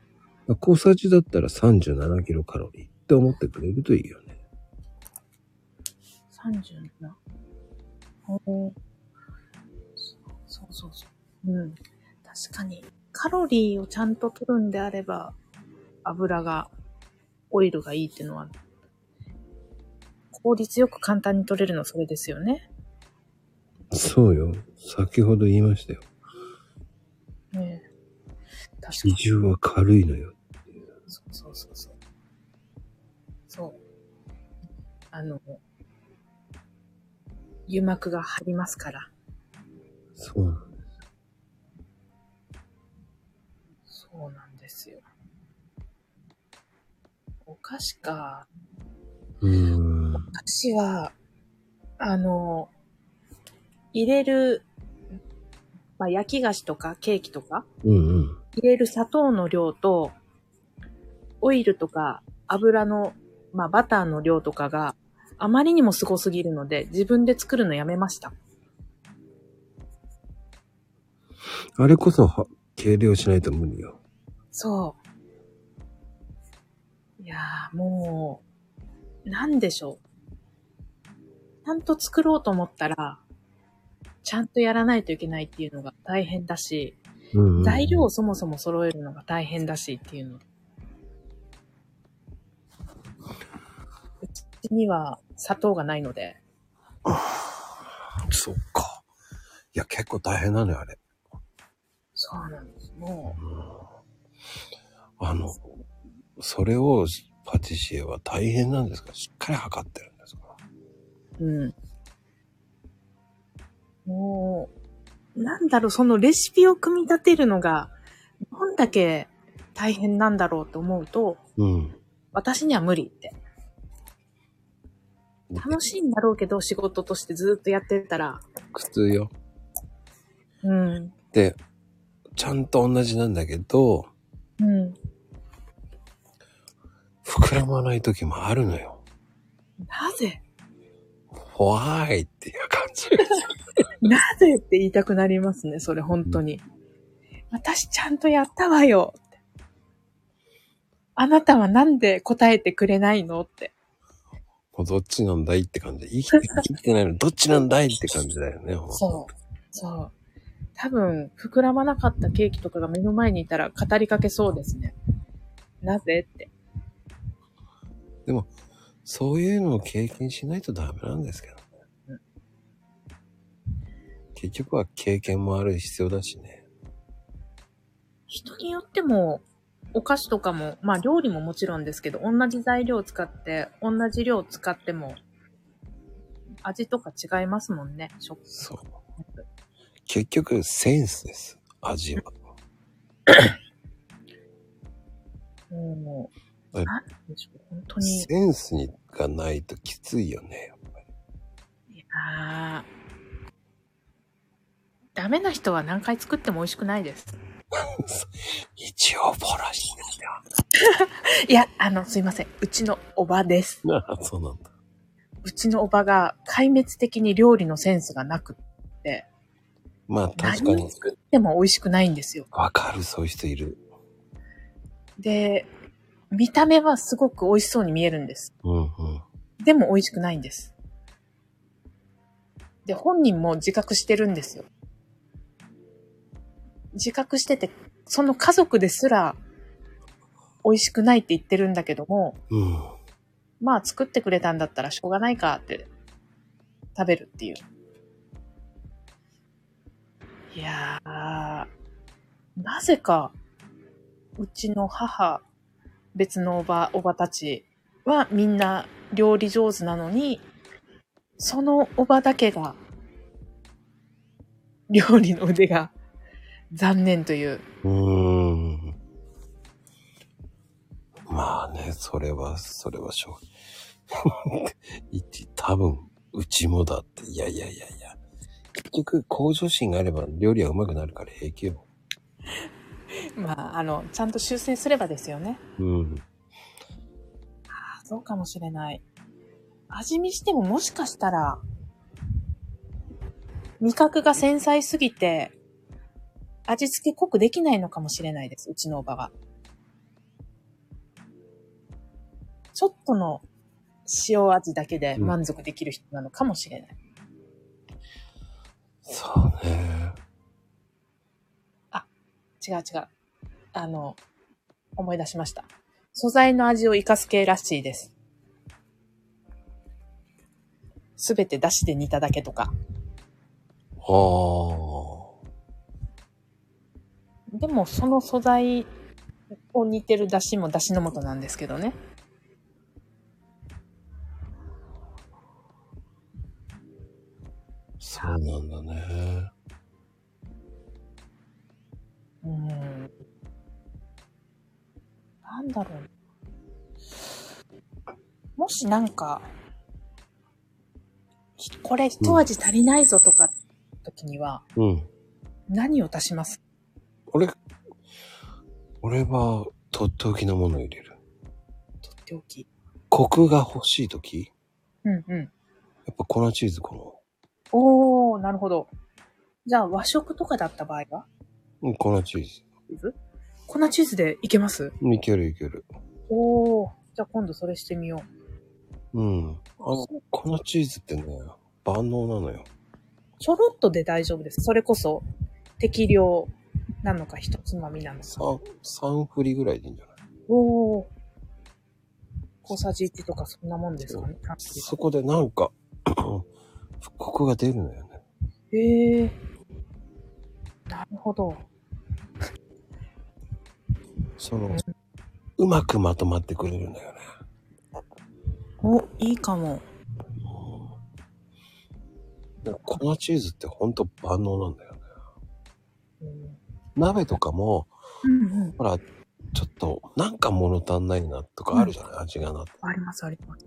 A: ら小さじだったら37キロカロリー。って思ってくれるといいよね。
C: 37。おーそうそうそう。うん。確かに、カロリーをちゃんと取るんであれば、油が、オイルがいいっていうのは、効率よく簡単に取れるのそれですよね。
A: そうよ。先ほど言いましたよ。
C: ねえ確か
A: 比
C: に。
A: 重は軽いのよ。
C: そうそうそうそう。そう。あの、油膜が張りますから。
A: そうなの。
C: そうなんですよ。お菓子か。
A: うーん。
C: お菓子は、あの、入れる、まあ、焼き菓子とかケーキとか、
A: うんうん。
C: 入れる砂糖の量と、オイルとか油の、まあ、バターの量とかがあまりにもすごすぎるので、自分で作るのやめました。
A: あれこそは、計量しないと無理よ。
C: そう。いやーもう、なんでしょう。ちゃんと作ろうと思ったら、ちゃんとやらないといけないっていうのが大変だし、
A: うんうんうん
C: 材料をそもそも揃えるのが大変だしっていうの。うちには砂糖がないので、
A: そっか。いや、結構大変なのよ、あれ。
C: そうなんです。も
A: あの、それをパティシエは大変なんですかしっかり測ってるんですか
C: う、うん。もう、なんだろう、そのレシピを組み立てるのが、どんだけ大変なんだろうと思うと、
A: うん。
C: 私には無理って。楽しいんだろうけど、仕事としてずっとやってたら、
A: 苦痛よ。
C: うん、
A: で、ちゃんと同じなんだけど、
C: うん。
A: 膨らまない時もあるのよ。
C: なぜ
A: ホワイっていう感じ。
C: なぜって言いたくなりますね、それ本当に。私ちゃんとやったわよって。あなたはなんで答えてくれないのって。
A: もうどっちなんだいって感じ。生きてる生きてないの、どっちなんだいって感じだよね。
C: そう。そう。多分、膨らまなかったケーキとかが目の前にいたら語りかけそうですね。なぜって。
A: う。そういうのを経験しないとダメなんですけどね。結局は経験もある必要だしね。
C: 人によっても、お菓子とかも、まあ料理ももちろんですけど、同じ材料を使って、同じ量を使っても、味とか違いますもんね、食
A: そう。結局、センスです。味は。
C: も
A: は
C: う、
A: い
C: なんでしょう、本当に。
A: センスにがないときついよね。
C: いやーダメな人は何回作っても美味しくないです。
A: 一応、ボラシですよ。
C: いや、あの、すいません。うちのおばです。
A: なあ、 そうなんだ。
C: うちのおばが壊滅的に料理のセンスがなくって、
A: まあ、確か
C: 何を
A: に。
C: 作っても美味しくないんですよ。
A: わかる、そういう人いる。
C: で、見た目はすごく美味しそうに見えるんです。
A: うんうん。
C: でも美味しくないんです。で、本人も自覚してるんですよ。自覚してて、その家族ですら美味しくないって言ってるんだけども、
A: うん。
C: まあ作ってくれたんだったらしょうがないかって食べるっていう。いやー、なぜか、うちの母、別のおば、おばたちはみんな料理上手なのに、そのおばだけが、料理の腕が残念という。
A: うーん。まあね、それは、それはしょう。 一、多分、うちもだって。いやいやいやいや。結局、向上心があれば料理はうまくなるから平気よ。
C: まあ、あの、ちゃんと修正すればですよね。
A: うん。
C: そうかもしれない。味見してももしかしたら、味覚が繊細すぎて、味付け濃くできないのかもしれないです、うちのおばは。ちょっとの塩味だけで満足できる人なのかもしれない。
A: そうね。
C: 違う違う。あの、思い出しました。素材の味を活かす系らしいです。すべて出汁で煮ただけとか。
A: ああ。
C: でもその素材を煮てる出汁も出汁の素なんですけどね。
A: そうなんだね。
C: うーん。なんだろう。もしなんか、ひこれ一味足りないぞとか、時には、
A: うん。
C: 何を足します
A: 俺、俺は、とっておきのものを入れる。
C: とっておき。
A: コクが欲しいとき、
C: うんうん。
A: やっぱ粉チーズこ
C: おー、なるほど。じゃあ和食とかだった場合は
A: の、うん、粉チーズ。
C: 粉チーズでいけます
A: うんいけるいける。
C: おー、じゃあ今度それしてみよう。
A: うん。あの、粉チーズってね、万能なのよ。
C: ちょろっとで大丈夫です。それこそ適量なのか一つまみなのか。
A: 3、三振りぐらいでいいんじゃない
C: おお。小さじ1とかそんなもんですかね。
A: そこでなんか、 コクが出るのよね。
C: へえ。なるほど。
A: そうの
C: ん、
A: うまくまとまってくれるんだよね。
C: お、いいかも。
A: で粉チーズってほんと万能なんだよね。
C: うん
A: 鍋とかも、
C: うん。
A: ほら、ちょっと、なんか物足んないなとかあるじゃない、味がなって。
C: ありますあります。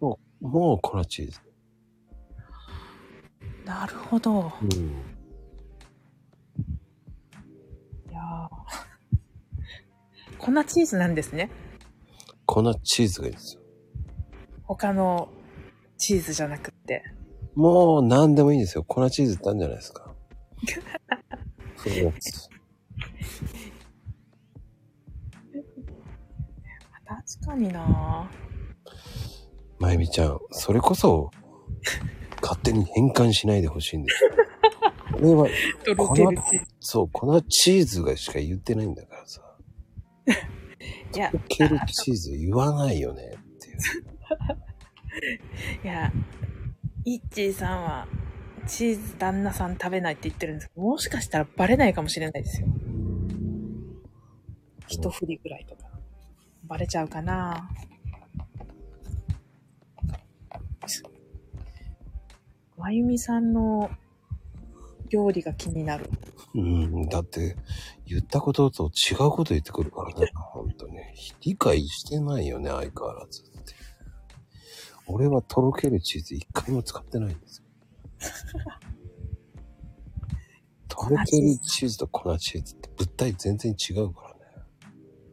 A: もう、もう粉チーズ。
C: なるほど。
A: うん。
C: いやー粉チーズなんですね。
A: 粉チーズがいいんですよ。
C: 他のチーズじゃなくって。
A: もう何でもいいんですよ。粉チーズってあるんじゃないですか。 そうです。
C: 確かにな
A: まゆみちゃん、それこそ、勝手に変換しないでほしいんですよ。俺は、
C: とろ
A: 粉
C: けるチーズ。
A: そう、粉チーズがしか言ってないんだからさ。
C: いや、
A: 溶けるチーズ言わないよねっていう。
C: いや、イッチーさんは、チーズ旦那さん食べないって言ってるんですけど、もしかしたらバレないかもしれないですよ。一振りぐらいとか。バレちゃうかなまゆみさんの料理が気になる。
A: うん、だって、言ったことと違うこと言ってくるからね、本当に。理解してないよね、相変わらずって。俺はとろけるチーズ一回も使ってないん ですよ。とろけるチーズと粉チーズって物体全然違うからね。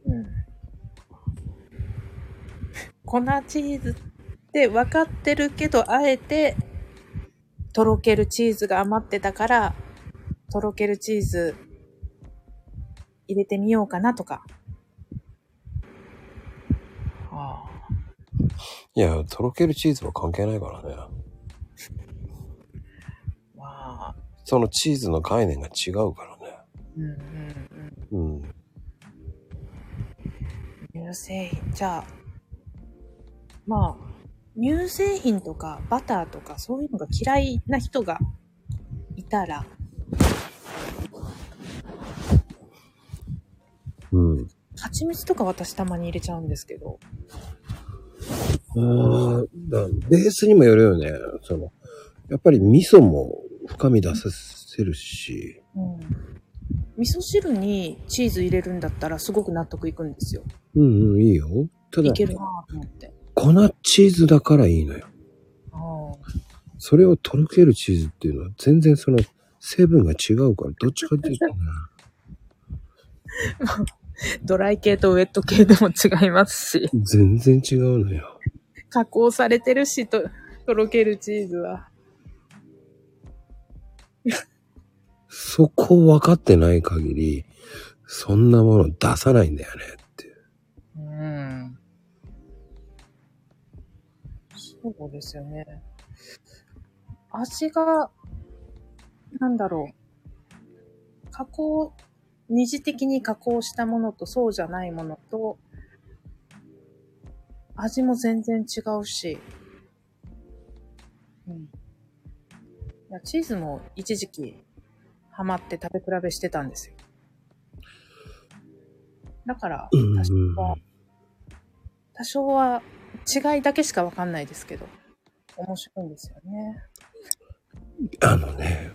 C: うん。粉チーズって分かってるけど、あえて、とろけるチーズが余ってたから、とろけるチーズ入れてみようかなとか。ああ。
A: いや、とろけるチーズは関係ないからね。
C: まあ、
A: そのチーズの概念が違うからね。
C: うんうんうん。
A: うん。
C: 乳製品じゃあまあ乳製品とかバターとかそういうのが嫌いな人がいたら
A: うん。
C: 蜂蜜とか私たまに入れちゃうんですけど
A: あだベースにもよるよね。その、やっぱり味噌も深み出させるし、
C: うん味噌汁にチーズ入れるんだったらすごく納得いくんですよ
A: うんうん、いいよ。ただ
C: い、けるなぁと思って
A: 粉チーズだからいいのよ。
C: あ
A: それをとろけるチーズっていうのは全然その成分が違うから、どっちかっていうとね。
C: あドライ系とウェット系でも違います し
A: 全然違うのよ。
C: 加工されてるしととろけるチーズは
A: そこを分かってない限り、そんなもの出さないんだよねっていう。
C: うんそうですよね。味が、なんだろう。加工、二次的に加工したものとそうじゃないものと、味も全然違うし。うん。いや、チーズも一時期、ハマって食べ比べしてたんですよ。だから、
A: うん
C: 多少は、多少は違いだけしかわかんないですけど、面白いんですよね。
A: あのね、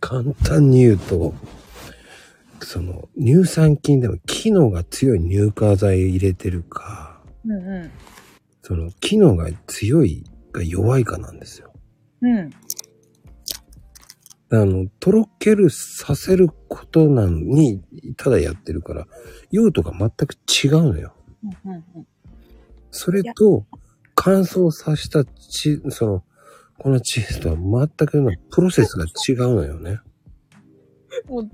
A: 簡単に言うと、その乳酸菌でも機能が強い乳化剤入れてるか、
C: うんう
A: その機能が強いか弱いかなんですよ。
C: ん。うん。
A: あの、とろけるさせることなのに、ただやってるから、用途が全く違うのよ。
C: うんうんうん。
A: それと、乾燥させたチその、このチーズとは全くのプロセスが違うのよね。
C: もう、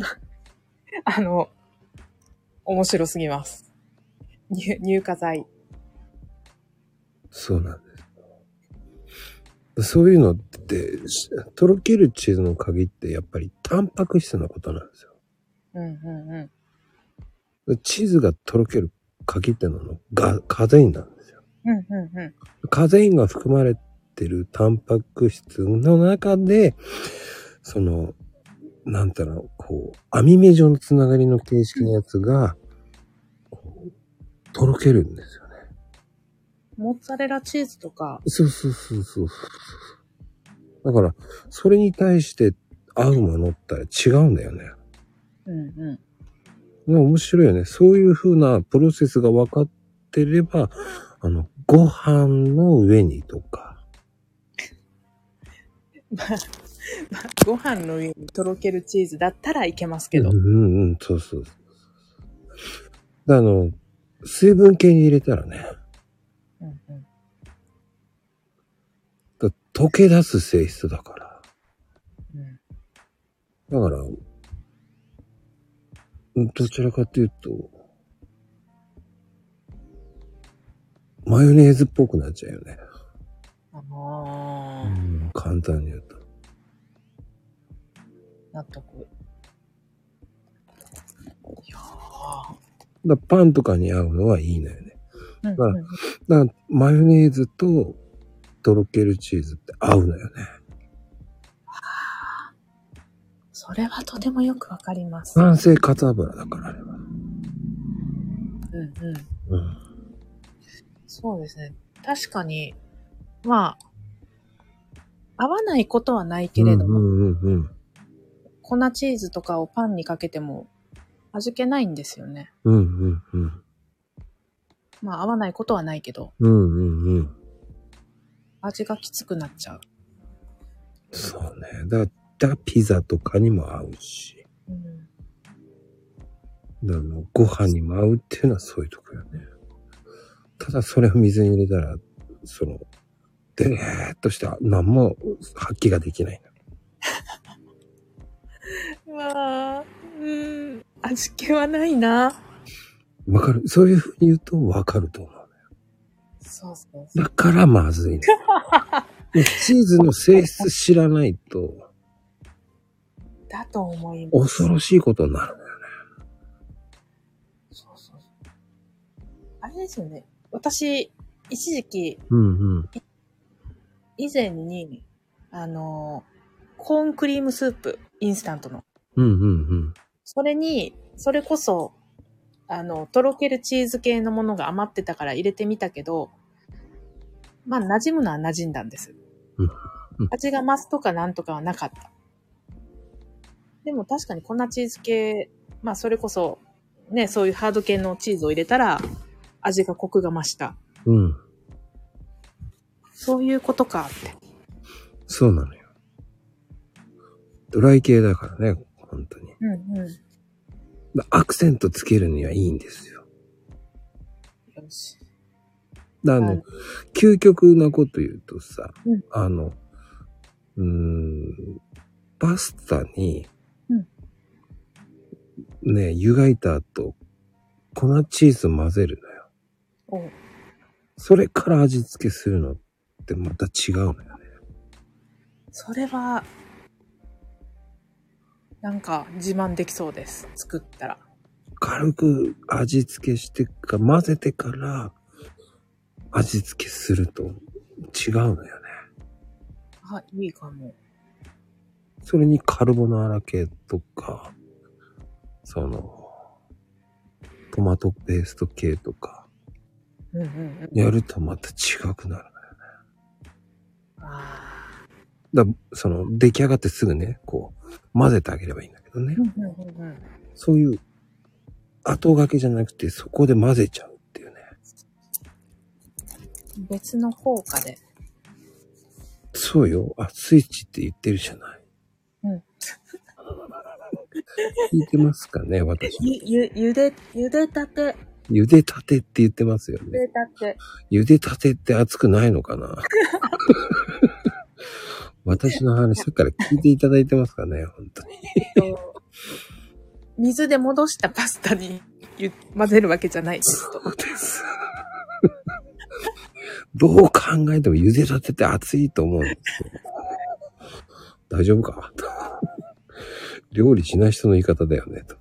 C: あの、面白すぎます。乳乳化剤。
A: そうなんです。そういうのって、しとろけるチーズの鍵ってやっぱりタンパク質のことなんです
C: うんうんう
A: よ。チーズがとろける鍵ってののがカゼインなんですよ。
C: ん。うんうんう
A: カゼインが含まれてるタンパク質の中で、その、なんたら、こう、網目状のつながりの形式のやつが、こうとろけるんですよね。
C: ん。モッツァレラチーズとか、
A: そうそうそうそう。だから、それに対して合うものったら違うんだよね。
C: うんう
A: でも面白いよね。そういう風なプロセスが分かってれば、あの、ご飯の上にとか、
C: ん。まあ、まあ ご飯の上にとろけるチーズだったらいけますけ
A: うん
C: ど。
A: うん、そうそうそう。あの、水分系に入れたらね、
C: うんうん。
A: だ溶け出す性質だから。
C: う
A: だ
C: ん
A: から、うんどちらかというと、マヨネーズっぽくなっちゃうよね。
C: ああ、
A: うん、簡単に言うと。
C: 納得。いやー
A: だパンとかに合うのはいいのよね。
C: うん
A: まあ
C: うん
A: だからマヨネーズととろけるチーズって合うのよね。
C: それはとてもよくわかります。
A: 酸性カツ油だからあれは。
C: うんうん。
A: うん。
C: そうですね。確かに、まあ、合わないことはないけれど
A: う
C: も、
A: んうんうん
C: 粉チーズとかをパンにかけても味気ないんですよね。
A: うん。うんうんうん。
C: まあ、合わないことはないけど、
A: うんうんうん。
C: 味がきつくなっちゃう。
A: そうね。だからピザとかにも合うし、
C: うん、
A: だからもうご飯にも合うっていうのはそういうとこよね。ただそれを水に入れたら、その、でねーっとした何も発揮ができない。
C: まあ、うん、味気はないな。
A: わかるそういうふうに言うとわかると思う。
C: そうそうそう。
A: だからまずいの。チーズの性質知らないと
C: だと思います。
A: 恐ろしいことになる。
C: そうそうそうあれですよね。私、一時期、
A: うんうん。
C: 以前に、あの、コーンクリームスープ、インスタントの。
A: うんうん
C: それに、それこそ、あの、とろけるチーズ系のものが余ってたから入れてみたけど、まあ、馴染むのは馴染んだんです
A: うんうん。
C: 味が増すとかなんとかはなかった。でも確かに粉チーズ系、まあ、それこそ、ね、そういうハード系のチーズを入れたら、味がコクが増した。
A: うん。うん。
C: そういうことかって。
A: そうなのよ。ドライ系だからね、本当に。
C: うんう
A: アクセントつけるにはいいんですよ。
C: ん。よし。
A: あの、
C: はい
A: 究極なこと言うとさ、
C: うん
A: あの、うーん、パスタに、
C: うん
A: ね、湯がいた後、粉チーズ混ぜるのよ。
C: おう
A: それから味付けするのっってまた違うのよね。
C: それは、なんか自慢できそうです。作ったら。
A: 軽く味付けしてか、混ぜてから味付けすると違うのよね。
C: あ、いいかも。
A: それにカルボナーラ系とか、その、トマトペースト系とか、
C: うんうん
A: やるとまた違くなる。
C: うん。ああ。
A: だその、出来上がってすぐね、こう、混ぜてあげればいいんだけどね。
C: うんうんうんうん。
A: そういう、後掛けじゃなくて、そこで混ぜちゃうっていうね。
C: 別の効果で。
A: そうよ。あ、スイッチって言ってるじゃない。
C: うん。
A: 聞いてますかね、私。
C: ゆ、ゆ、ゆで、ゆでたて。
A: 茹でたてって言ってますよ
C: ゆ
A: ね。
C: でたて。
A: 茹でたてって熱くないのかな 私の話、さっきから聞いていただいてますかね、本当に。
C: 水で戻したパスタにゆ混ぜるわけじゃないですと。
A: そうです。 どう考えても茹でたてって熱いと思うんですよ。大丈夫か料理しない人の言い方だよね、と。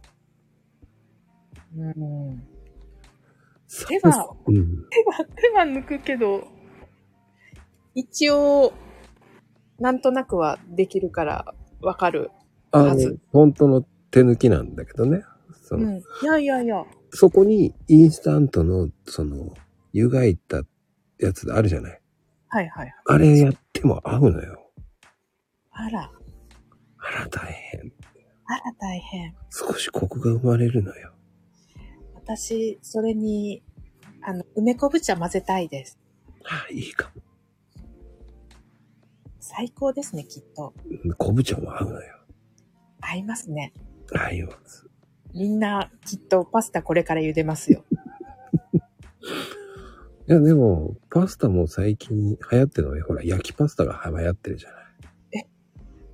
C: うん。
A: 手
C: は
A: うん。
C: 手は抜くけど、一応、なんとなくはできるからわかる。
A: あの
C: はず、
A: 本当の手抜きなんだけどね。その、
C: うん。いやいやいや。
A: そこにインスタントの、その、湯がいたやつあるじゃない。
C: はいはい。
A: あれやっても合うのよ。
C: あら、
A: あら大変。
C: あら大変。
A: 少しコクが生まれるのよ。
C: 私、それに、あの、梅昆布茶混ぜたいです。
A: ああ、いいかも。
C: 最高ですね、きっと。
A: うん昆布茶も合うのよ。
C: 合いますね。
A: 合います。
C: みんな、きっとパスタこれから茹でますよ。
A: いや、でも、パスタも最近流行ってるのよ。ほら、焼きパスタが流行ってるじゃない。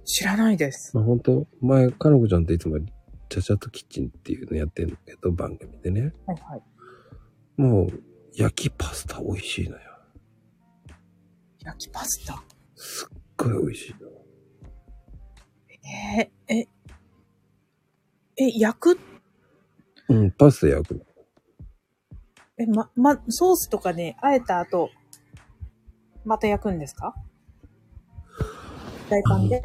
C: 知らないです。
A: まあ、ほんと、前、かのこちゃんっていつも、ちゃちゃっとキッチンっていうのやってんだけど、番組でね。
C: はいはい。
A: もう、焼きパスタ美味しいのよ。
C: 焼きパスタ
A: すっごい美味しいの。
C: えー、え、え、焼く
A: うん、パスタ焼くの。
C: え、ま、ま、ソースとかね、あえた後、また焼くんですかフライパンで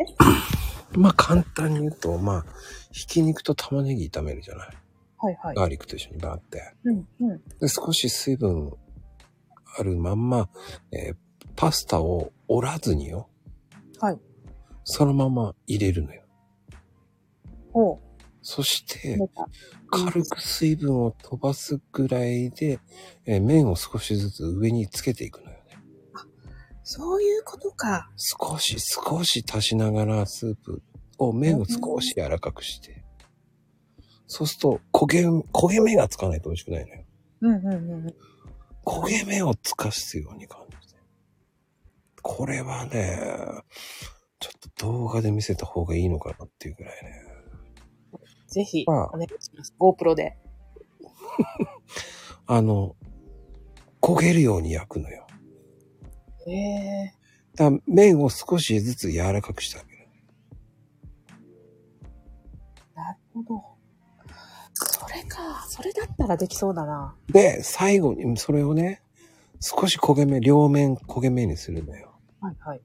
A: まあ、簡単に言うと、まあ、ひき肉と玉ねぎ炒めるじゃない。
C: はいはい。
A: ガーリックと一緒にバーって。
C: うん、うん。
A: で、少し水分あるまんま、えーパスタを折らずによ。
C: はい。
A: そのまま入れるのよ。
C: ほ
A: そし
C: う、
A: て
C: 入、れた。
A: 軽く水分を飛ばすぐらいで、えー麺を少しずつ上につけていくのよね。
C: そういうことか。
A: 少し少し足しながらスープを麺を少し柔らかくして。そうすると焦げ、焦げ目がつかないと美味しくないのよ。
C: うん、うん、うん。
A: 焦げ目をつかすように感じて。これはね、ちょっと動画で見せた方がいいのかなっていうぐらいね。
C: ぜひ、お
A: まあ
C: 願いします。GoPro で。
A: あの、焦げるように焼くのよ。
C: ええ
A: だから麺を少しずつ柔らかくしてあげる。
C: なるほど。それか。それだったらできそうだな。
A: で、最後にそれをね、少し焦げ目、両面焦げ目にするのよ。
C: はい、はい。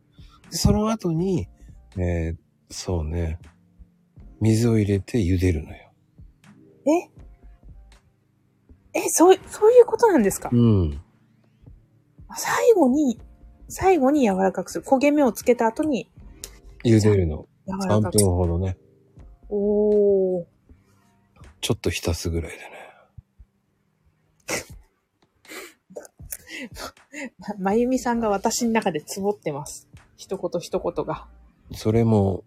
A: でその後に、えーそうね、水を入れて茹でるのよ。
C: え、え、そう、そういうことなんですか、
A: うん。
C: 最後に、最後に柔らかくする。焦げ目をつけた後に
A: 茹でるの。
C: 柔ら
A: 3分
C: かくする。
A: ほどね。
C: おー。
A: ちょっと浸すぐらいでね。
C: ままゆみさんが私の中でつぼってます。一言一言が。
A: それも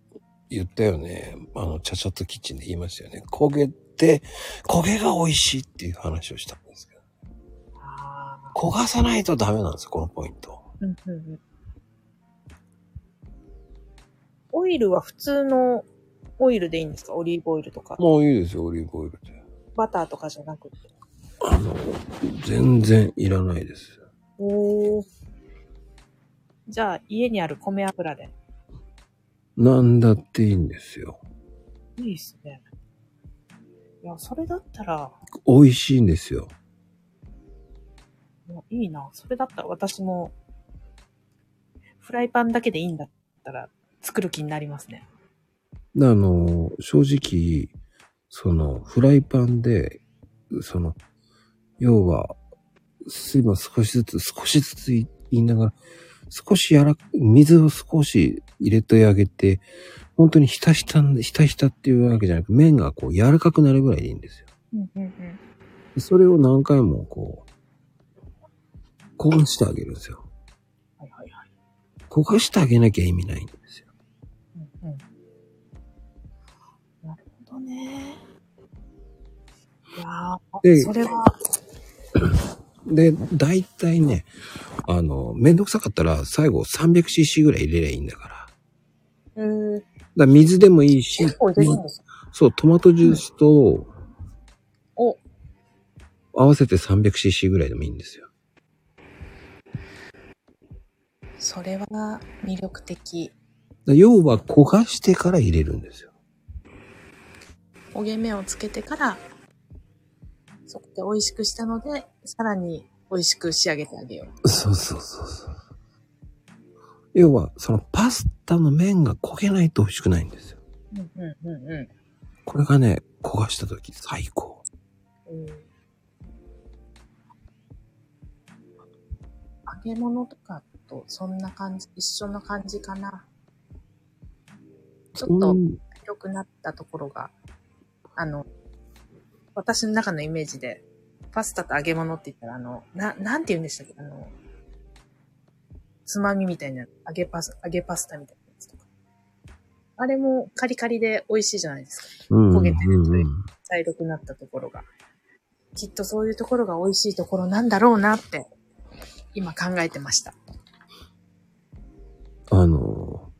A: 言ったよね。あの、ちゃちゃっとキッチンで言いましたよね。焦げて、焦げが美味しいっていう話をしたんですけど。
C: あ
A: 焦がさないとダメなんですよ、このポイント。
C: うんうんうん。オイルは普通のオイルでいいんですかオリーブオイルとか。
A: もういいですよ、オリーブオイルで。
C: バターとかじゃなくて。
A: あの、全然いらないです。
C: おー。じゃあ、家にある米油で。
A: なんだっていいんですよ。
C: いいっすね。いや、それだったら、
A: 美味しいんですよ。
C: もういいな。それだったら私も、フライパンだけでいいんだったら、作る気になりますね。
A: あの、正直、その、フライパンで、その、要は、水分少しずつ、少しずつい言いながら、少しやら、水を少し入れてあげて、本当にひたひた、ひたひたっていうわけじゃなく、麺がこう柔らかくなるぐらいでいいんですよ。
C: うんうんうん。
A: でそれを何回もこう、焦がしてあげるんですよ。
C: はいはいはい。
A: 焦がしてあげなきゃ意味ないんですよ。
C: うんうん。なるほどね。いや
A: で
C: ー、それは、
A: で、大体ね、あの、めんどくさかったら最後 300cc ぐらい入れりゃいいんだから。だか
C: えー、
A: ら水でもいいし
C: 結、構出るんです。
A: そう、トマトジュースと
C: お、
A: 合わせて 300cc ぐらいでもいいんですよ。
C: それは魅力
A: だ
C: 的。
A: から要は焦がしてから入れるんですよ。
C: 焦げ目をつけてから、そこで美味しくしたので、さらに美味しく仕上げてあげよう。
A: そうそうそうそう。要は、そのパスタの麺が焦げないと美味しくないんですよ。
C: うんうんうんう
A: これがね、焦がした時最高。
C: ん。揚げ物とかとそんな感じ、一緒の感じかな。ちょっと
A: うん
C: 良くなったところが、あの、私の中のイメージで、パスタと揚げ物って言ったら、あの、な、なんて言うんでしたっけあの、つまみみたいな、揚げパス、揚げパスタみたいなやつとか。あれもカリカリで美味しいじゃないですか。焦げてるという
A: うんうんうん
C: 茶色くなったところが。きっとそういうところが美味しいところなんだろうなって、今考えてました。
A: あの、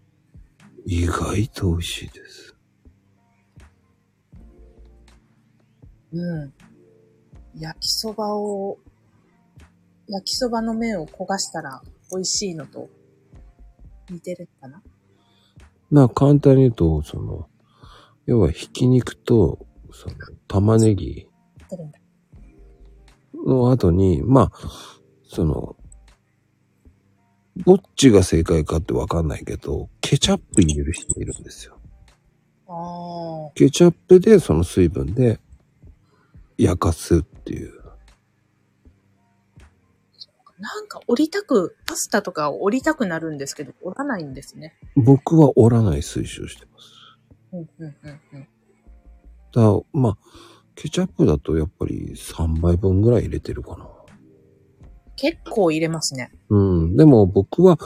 A: 意外と美味しいです。
C: うん。焼きそばを、焼きそばの麺を焦がしたら美味しいのと似てるかな
A: まあ簡単に言うと、その、要はひき肉と、その、玉ねぎ
C: 似てるんだ。
A: の後に、まあ、その、どっちが正解かってわかんないけど、ケチャップ入れる人もいるんですよ。
C: ああ。
A: ケチャップでその水分で焼かすっていう。
C: なんか折りたく、パスタとかを折りたくなるんですけど、折らないんですね。
A: 僕は折らない推奨してます。
C: うん、うん、うん、うん。
A: だからまあ、ケチャップだとやっぱり3杯分ぐらい入れてるかな。
C: 結構入れますね。
A: うん。でも僕は、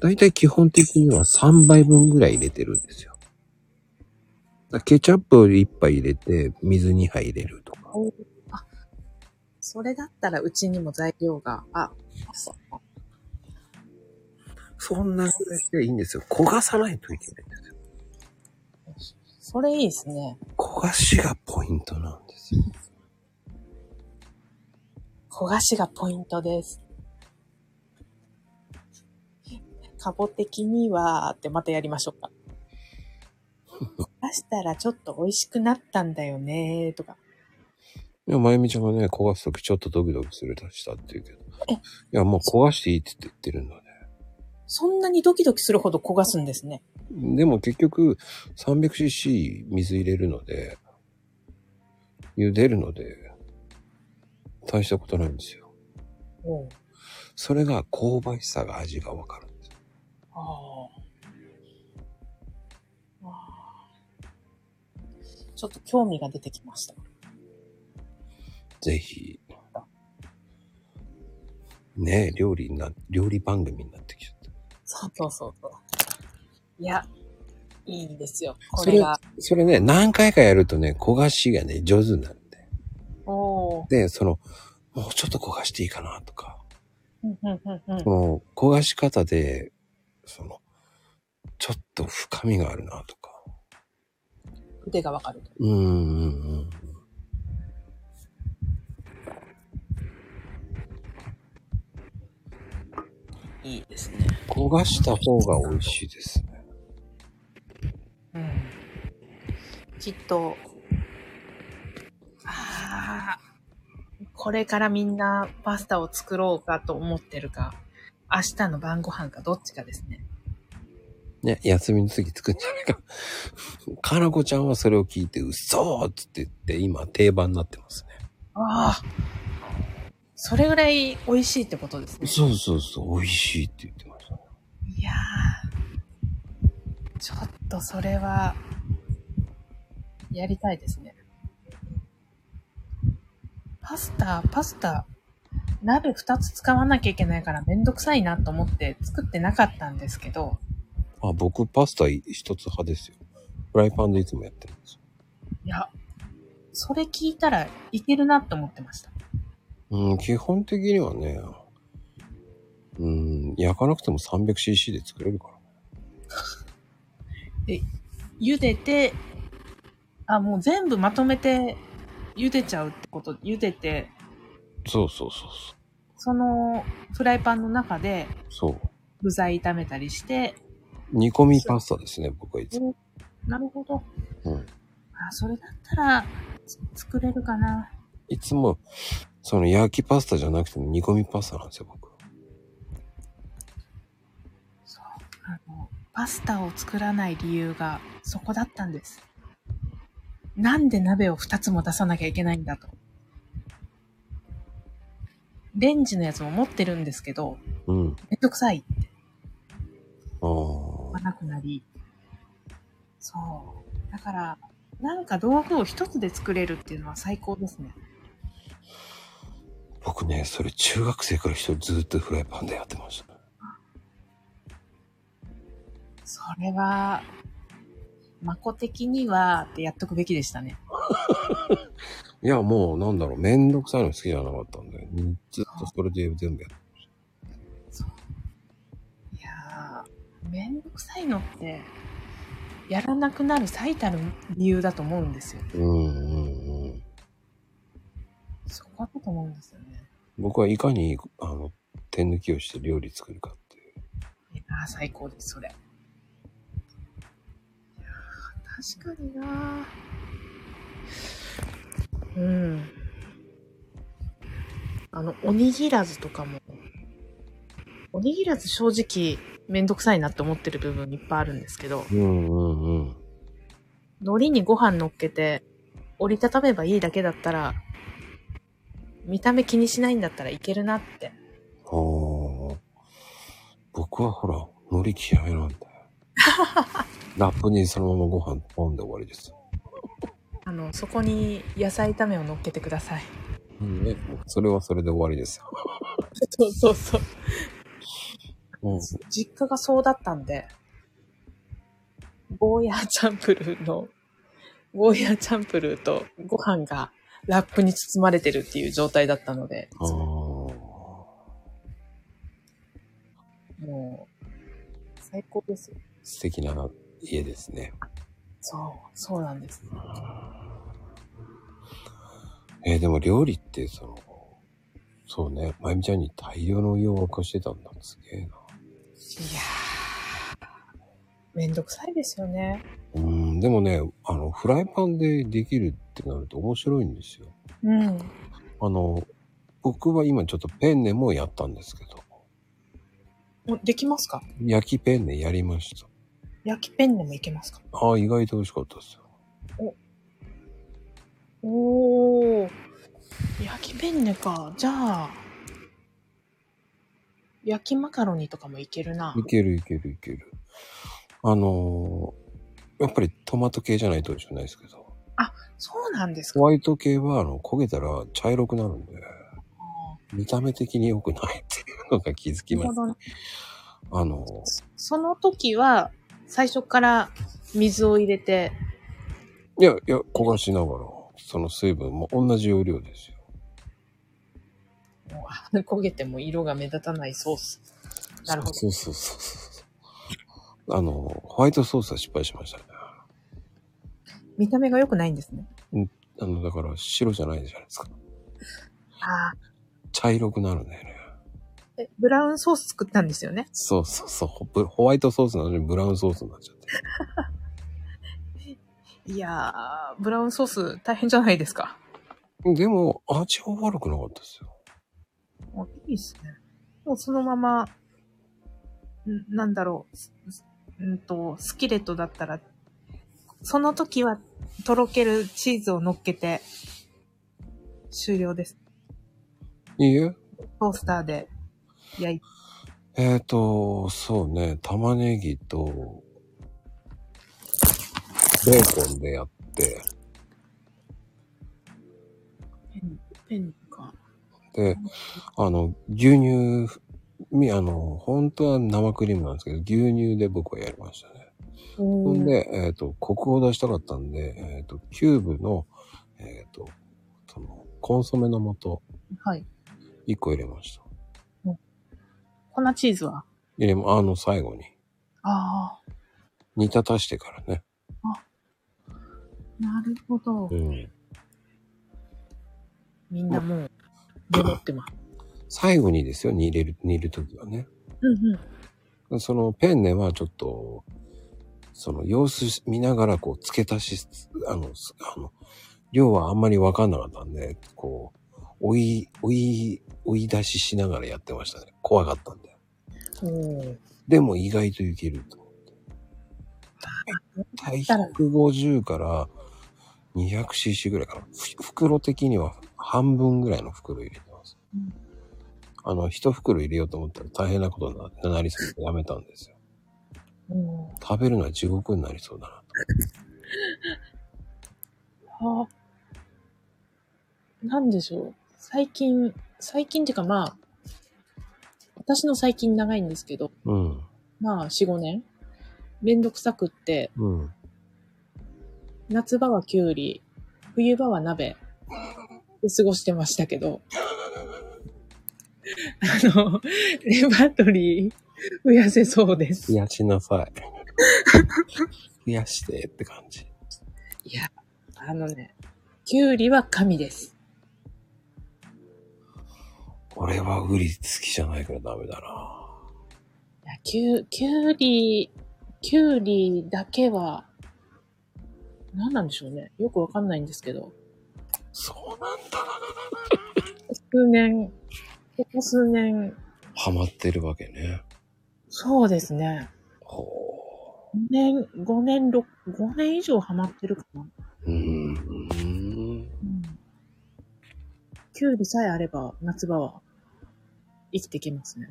A: だいたい基本的には3杯分ぐらい入れてるんですよ。だからケチャップを1杯入れて、水2杯入れるとか。
C: あ、それだったらうちにも材料が、あ、そう
A: そんなぐらいでいいんですよ。焦がさないといけないんですよ。
C: それいいですね。
A: 焦がしがポイントなんですよ。
C: 焦がしがポイントです。カボ的には、ってまたやりましょうか。出したらちょっと美味しくなったんだよねとか。
A: いや、まゆみちゃんがね、焦がすときちょっとドキドキする出したって言うけど。
C: え
A: いや、もう焦がしていいって言ってるんだね。
C: そんなにドキドキするほど焦がすんですね。
A: でも結局 300cc 水入れるので、茹でるので、大したことないんですよ。
C: おう
A: それが香ばしさが味がわかるんですよ。
C: あああーちょっと興味が出てきました。
A: ぜひ。ねえ、料理な、料理番組になってきちゃった。
C: そうそうそうそう。いや、いいですよ。こ
A: そ
C: れが。
A: それね、何回かやるとね、焦がしがね、上手になるんで。
C: おお。
A: で、その、もうちょっと焦がしていいかなとか、
C: うんうんうんうん
A: そ。の、焦がし方で、その、ちょっと深みがあるなとか。
C: 腕がわかる。
A: うんうんうん。
C: いいですね。
A: 焦焦がした方が美味しいですね。
C: うんきっと、ああ、これからみんなパスタを作ろうかと思ってるか、明日の晩ご飯かどっちかですね。
A: ね、休みの次作っちゃないか。 かなこちゃんはそれを聞いて、嘘ーっつって言って、今定番になってますね。
C: ああ、それぐらい美味しいってことですね。
A: そうそうそう、美味しいって言ってましたね。
C: いやーちょっとそれは、やりたいですね。パスタ、パスタ、鍋2つ使わなきゃいけないからめんどくさいなと思って作ってなかったんですけど、
A: あ、僕パスタ一つ派ですよ。フライパンでいつもやってるんですよ。
C: いや、それ聞いたらいけるなと思ってました。
A: うん、基本的にはね、うん、焼かなくても 300cc で作れるから。
C: 茹でて、あ、もう全部まとめて茹でちゃうってこと、茹でて、
A: そうそうそうそ
C: そのフライパンの中で
A: う。そう。
C: 具材炒めたりして、
A: 煮込みパスタですね、僕はいつも。
C: なるほど。
A: うん。
C: あ、それだったら、つ作れるかな。
A: いつも、その焼きパスタじゃなくても煮込みパスタなんですよ、僕。
C: そう。あの、パスタを作らない理由が、そこだったんです。なんで鍋を2つも出さなきゃいけないんだと。レンジのやつも持ってるんですけど、
A: うん。
C: めんどくさい。
A: ああ。
C: なくなり。そう。だから、なんか道具を一つで作れるっていうのは最高ですね。
A: 僕ね、それ中学生から一人ずっとフライパンでやってました。
C: それは、マコ的には、ってやっとくべきでしたね。
A: いや、もうなんだろう、めんどくさいの好きじゃなかったんで、ずっとそれで全部やっ
C: いやー、めんどくさいのって、やらなくなる最たる理由だと思うんですよ。
A: て。うんうんうん。
C: そこだと思うんですよね。
A: 僕はいかに、あの、手抜きをして料理作るかっていう。
C: いやー、最高です、それ。いやー、確かになーうん。あの、おにぎらずとかも。おにぎらず正直、めんどくさいなって思ってる部分いっぱいあるんですけど、
A: うんうんうん。
C: 海苔にご飯乗っけて、折りたためばいいだけだったら、見た目気にしないんだったらいけるなって。
A: ああ。僕はほら、海苔嫌い なんだよ。ラップにそのままご飯ポンで終わりです。
C: あの、そこに野菜炒めを乗っけてください。
A: うんね、それはそれで終わりですよ。
C: そうそうそう。
A: うん、
C: 実家がそうだったんで、ゴーヤーチャンプルーの、ゴーヤーチャンプルーとご飯がラップに包まれてるっていう状態だったので、
A: ああ。
C: もう、最高ですよ。
A: 素敵な家ですね。
C: そう、そうなんです。
A: えーでも料理って、その、そうね、まゆみちゃんに大量のお湯を沸かしてたんだ。すげえな。
C: いやー、めんどくさいですよね。
A: うん、でもね、あの、フライパンでできるってなると面白いんですよ。
C: うん。
A: あの、僕は今ちょっとペンネもやったんですけど、
C: おできますか
A: 焼きペンネやりました。
C: 焼きペンでもいけますか
A: ああ、意外と美味しかったですよ。
C: おー、焼きペンネか。じゃあ、焼きマカロニとかもいけるな。
A: いけるいけるいける。あのーやっぱりトマト系じゃないと美味しくないですけど、
C: そうなんですか
A: ホワイト系はあの焦げたら茶色くなるんで、見た目的に良くないっていうのが気づき
C: な
A: ま
C: るほ
A: す。
C: どね
A: あのー
C: その時は、最初から水を入れて、
A: いやいや、焦がしながら、その水分も同じ要領ですよ。
C: もうあ焦げても色が目立たないソース。なるほど。
A: そうそうそうそう。あのー、ホワイトソースは失敗しましたね。
C: 見た目が良くないんですね。
A: あの、だから白じゃないじゃないですか。
C: ああ。
A: 茶色くなるんだよね。
C: ええブラウンソース作ったんですよね。
A: そうそうそうホブ。ホワイトソースなのにブラウンソースになっちゃって。
C: いやー、ブラウンソース大変じゃないですか。
A: でも、味は悪くなかったですよ。
C: もういいですね。もうそのまま、んなんだろうす、すうんと、スキレットだったら、その時はとろけるチーズを乗っけて、終了です。
A: いいえ。
C: トースターで焼いて。
A: えっ、ー、と、そうね、玉ねぎと、ベーコンでやって、
C: ペン、ペンか。
A: で、あの、牛乳、み、あの、本当は生クリームなんですけど、牛乳で僕はやりましたね。ほ
C: お
A: ん
C: ー
A: で、えっ、と、コクを出したかったんで、えっ、と、キューブの、えっ、と、その、コンソメの素、
C: はい。
A: 1個入れました。
C: 粉チーズは
A: 入れま、あの、最後に。
C: あ
A: 煮立たしてからね。
C: あ、なるほど
A: う。ん。
C: みんなもう、出持ってます。
A: 最後にですよ、煮れる、煮るときはね。
C: うんうん。
A: そのペンネはちょっと、その様子見ながらこう付け足し、あの、すあの、量はあんまりわかんなかったんで、こう、追い、追い、追い出ししながらやってましたね。怖かったんで。
C: おー
A: でも意外といけると思って。体150から 200cc ぐらいかな。ふ袋的には半分ぐらいの袋入れてます。
C: うん
A: あの、一袋入れようと思ったら大変なことにななりそうでやめたんですよ。
C: おー
A: 食べるのは地獄になりそうだな。
C: あなんでしょう。最近、最近っていうかまあ、私の最近長いんですけど、
A: うん。
C: まあ4、5年。めんどくさくって、
A: うん。
C: 夏場はきゅうり、冬場は鍋で過ごしてましたけど、 あの、レパートリー増やせそうです。
A: 増
C: い
A: やしなさい。増やしてって感じ。
C: や、あのね、きゅうりは神です。
A: 俺はウリ好きじゃないからダメだな。
C: いやきゅう、きゅうり、きゅうりだけは、何なんでしょうね。よくわかんないんですけど、
A: そうなんだ。
C: 数年、ここ数年、
A: ハマってるわけね。
C: そうですね。
A: ほ
C: 5年、5年、6、5年以上ハマってるかな。
A: う。うーん。
C: キュウリさえあれば、夏場は生きていけますね。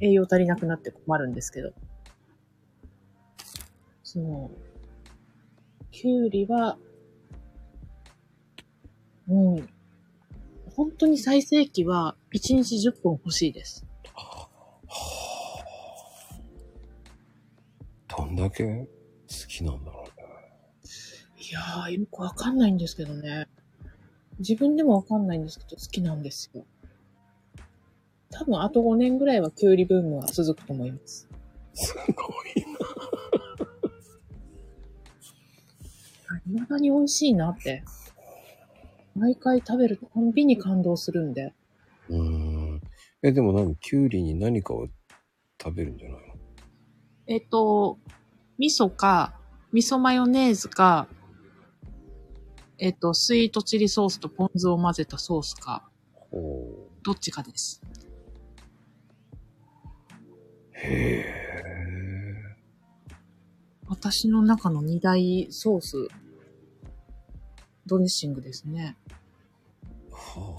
C: 栄養足りなくなって困るんですけど。そう。キュウリは、うん。本当に最盛期は、1日10本欲しいです。
A: どんだけ好きなんだろうね。
C: いやー、よくわかんないんですけどね。自分でもわかんないんですけど、好きなんですよ。多分、あと5年ぐらいはキュウリブームは続くと思います。
A: すごいな。
C: 未だに美味しいなって。毎回食べるたんびに感動するんで。
A: うーん。え、でも何キュウリに何かを食べるんじゃないの
C: えっと、味噌か、味噌マヨネーズか、えっと、スイートチリソースとポン酢を混ぜたソースか、
A: ほ
C: どっちかです。
A: う。へえ。
C: 私の中の二大ソース、ドレッシングですね。
A: は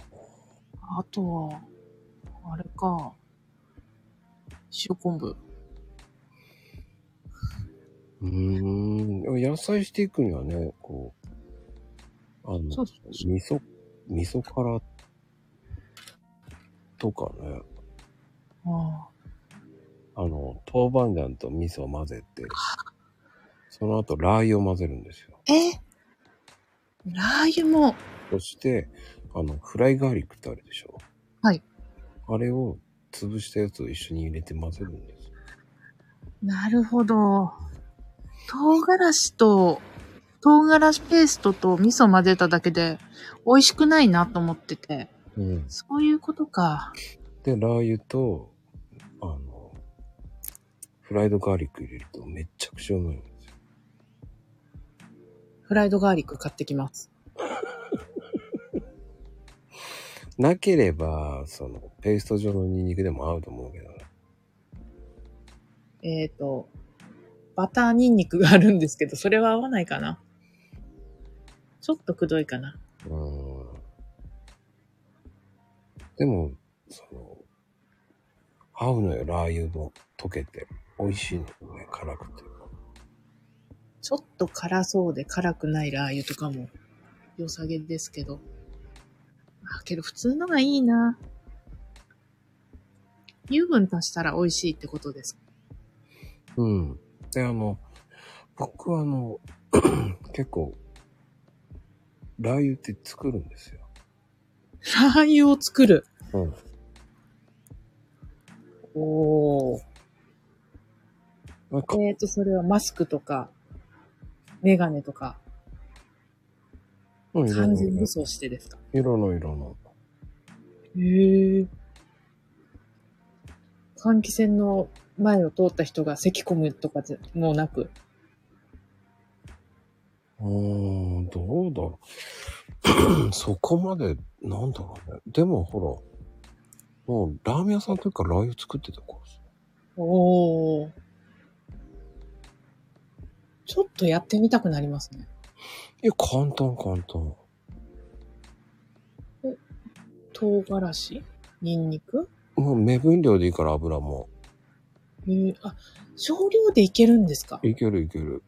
A: あ。
C: あとは、あれか、塩昆布。
A: うーん。でも野菜していくにはね、こう、あ
C: そ
A: の
C: う、そうそう。
A: 味噌、味噌辛とかね、
C: あ
A: あの、豆板醤と味噌を混ぜて、その後ラー油を混ぜるんですよ。
C: ーえラー油も、
A: そして、あの、フライガーリックってあるでしょ
C: はい。
A: あれを潰したやつを一緒に入れて混ぜるんですよ。
C: なるほど。唐辛子と、唐辛子ペーストと味噌混ぜただけで美味しくないなと思ってて。
A: うん。
C: そういうことか。
A: で、ラー油と、あの、フライドガーリック入れるとめっちゃくちゃうまいんですよ。
C: フライドガーリック買ってきます。
A: なければ、その、ペースト状のニンニクでも合うと思うけどな。
C: えっ、と、バターニンニクがあるんですけど、それは合わないかな。ちょっとくどいかな。
A: うーん。でも、その、合うのよ、ラー油も溶けて。美味しいのよね、辛くて。
C: ちょっと辛そうで辛くないラー油とかも良さげですけど。あ、けど普通のがいいな。油分足したら美味しいってことです。
A: うん。で、あの、僕はあの、 結構、ラー油って作るんですよ。
C: ラー油を作る。
A: うん。
C: おー。
A: なんか、
C: えっ、と、それはマスクとか、メガネとか、
A: うん、いろ
C: 完
A: の
C: 全武装してですか。
A: 色の色の。
C: へえ。換気扇の前を通った人が咳込むとかじゃもうなく。
A: うーん、どうだろう。 そこまで、なんだろうね。でもほら、もうラーメン屋さんというかラー油作ってたからさ。
C: おお。ちょっとやってみたくなりますね。
A: いや、簡単簡単。
C: 唐辛子ニンニク
A: もう目分量でいいから油も。
C: えーあ、少量でいけるんですか
A: いけるいける。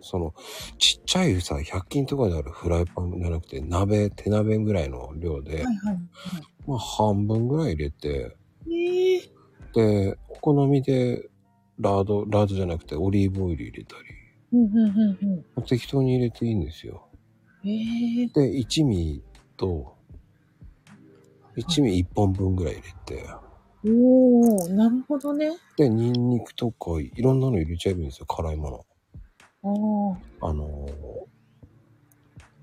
A: その、ちっちゃいさ、100均とかであるフライパンじゃなくて、鍋、手鍋ぐらいの量で、
C: はいはい。
A: まあ半分ぐらい入れて、
C: ええ
A: で、お好みで、ラード、ラードじゃなくてオリーブオイル入れたり、
C: うんうんうん
A: 適当に入れていいんですよ。
C: うん。ええ
A: で、一味と、一味一本分ぐらい入れて、
C: おおなるほどね。
A: で、ニンニクとかいろんなの入れちゃえばいいんですよ、辛いもの。
C: ああ。
A: あの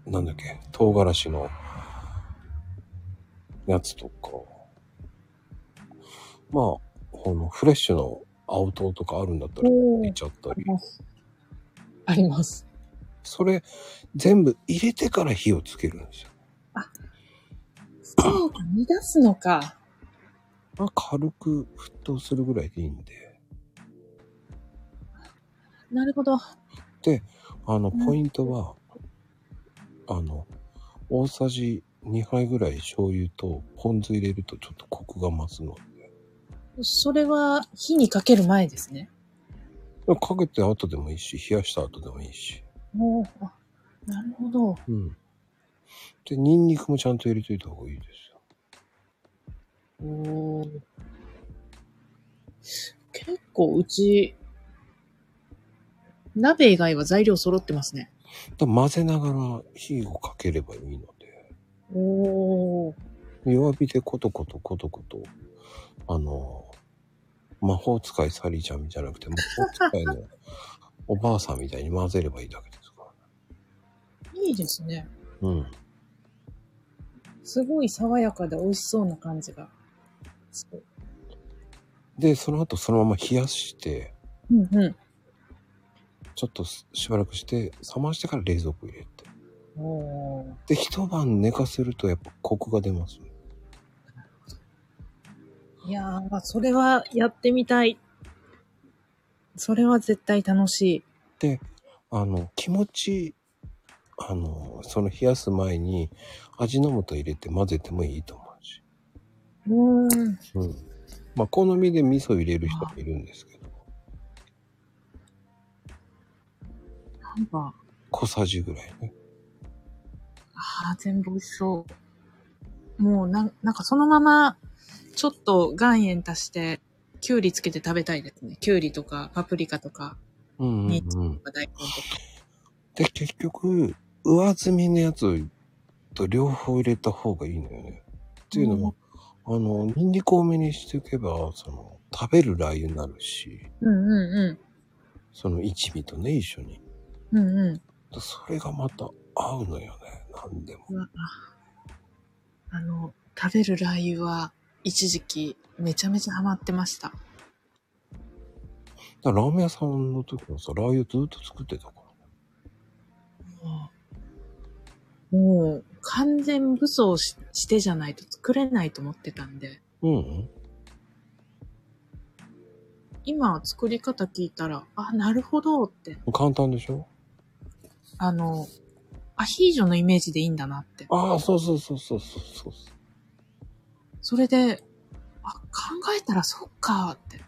A: ーなんだっけ、唐辛子のやつとか、まあ、このフレッシュの青唐とかあるんだったら
C: お
A: 入
C: ー
A: れちゃった
C: あり
A: り、
C: ます。あり ます。
A: それ全部入れてから火をつけるんですよ。
C: そうか、煮出すのか。
A: まあ、軽く沸騰するぐらいでいいんで、
C: なるほど。
A: あの、
C: うん
A: ポイントは、あの、大さじ2杯ぐらい醤油とポン酢入れるとちょっとコクが増すの。
C: それは火にかける前ですね。
A: かけて後でもいいし、冷やした後でもいいし。
C: おお。あなるほど。
A: うん。で、ニンニクもちゃんと入れといた方がいいですよ。
C: おー結構うち、鍋以外は材料揃ってますね。
A: だ混ぜながら火をかければいいので、
C: おお。
A: 弱火でコトコトコトコト、あの、魔法使いサリーちゃんじゃなくて、魔法使いのおばあさんみたいに混ぜればいいだけですか
C: いいですね。
A: ら。うん。
C: すごい爽やかで美味しそうな感じが。そう
A: で、その後そのまま冷やして、
C: うんう
A: ちょっとすしばらくして、冷ましてから冷蔵庫入れて。
C: ん。おお。
A: で、一晩寝かせるとやっぱコクが出ます。
C: いやー、それはやってみたい。それは絶対楽し
A: あの、気持ち、あの、その冷やす前に味の素入れて混ぜてもいいと思うし。
C: い。うーん。
A: うん。まあ、好みで味噌入れる人もいるんですけど、
C: なんか、
A: 小さじぐらいね。
C: ああ、全部美味しそう。もうなん、なんかそのまま、ちょっと岩塩足して、きゅうりつけて食べたいですね。きゅうりとか、パプリカとか、
A: うんうん
C: ね
A: うん。
C: 大根とか。
A: で、結局、上積みのやつと両方入れた方がいいのよね。っていうのも、あの、ニンニク多めにしておけば、その、食べるラー油になるし、
C: うんう
A: その一味とね、一緒に。
C: んうん。うんう
A: それがまた合うのよね。なんでも。
C: ん。うわああの、食べるラー油は、一時期めちゃめちゃハマってました。
A: だからラーメン屋さんの時もさ、ラー油ずっと作ってたから。
C: もう完全武装ししてじゃないと作れないと思ってたんで、
A: うんうん。
C: 今作り方聞いたら、あ、なるほどって、
A: 簡単でしょ
C: あの、アヒージョのイメージでいいんだなって。
A: ああ、そうそうそうそうそうそう。
C: それで、あ、考えたらそっかーって、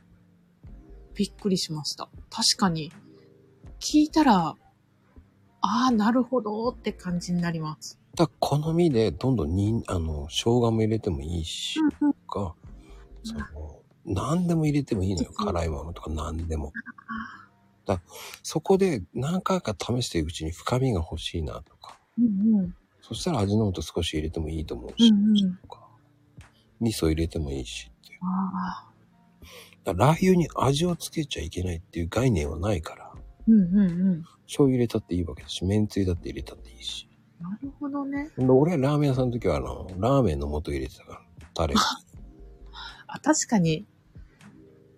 C: びっくりしました。確かに、聞いたら、ああ、なるほどーって感じになります。
A: だから好みでどんどんにあの生姜も入れてもいいし、とか、その何でも入れてもいいのよ辛いものとか何でも。だからそこで何回か試していくうちに深みが欲しいなとか
C: うんうん。
A: そしたら味の素少し入れてもいいと思う
C: う
A: し、
C: んうん。
A: とか味噌入れてもいいしっていう
C: ああ。
A: だからラー油に味をつけちゃいけないっていう概念はないから
C: うんうんうん。
A: 醤油入れたっていいわけだしめんつゆだって入れたっていいし
C: なるほどね。
A: で俺はラーメン屋さんの時はあのラーメンの素入れてたからタレ
C: あ、確かに、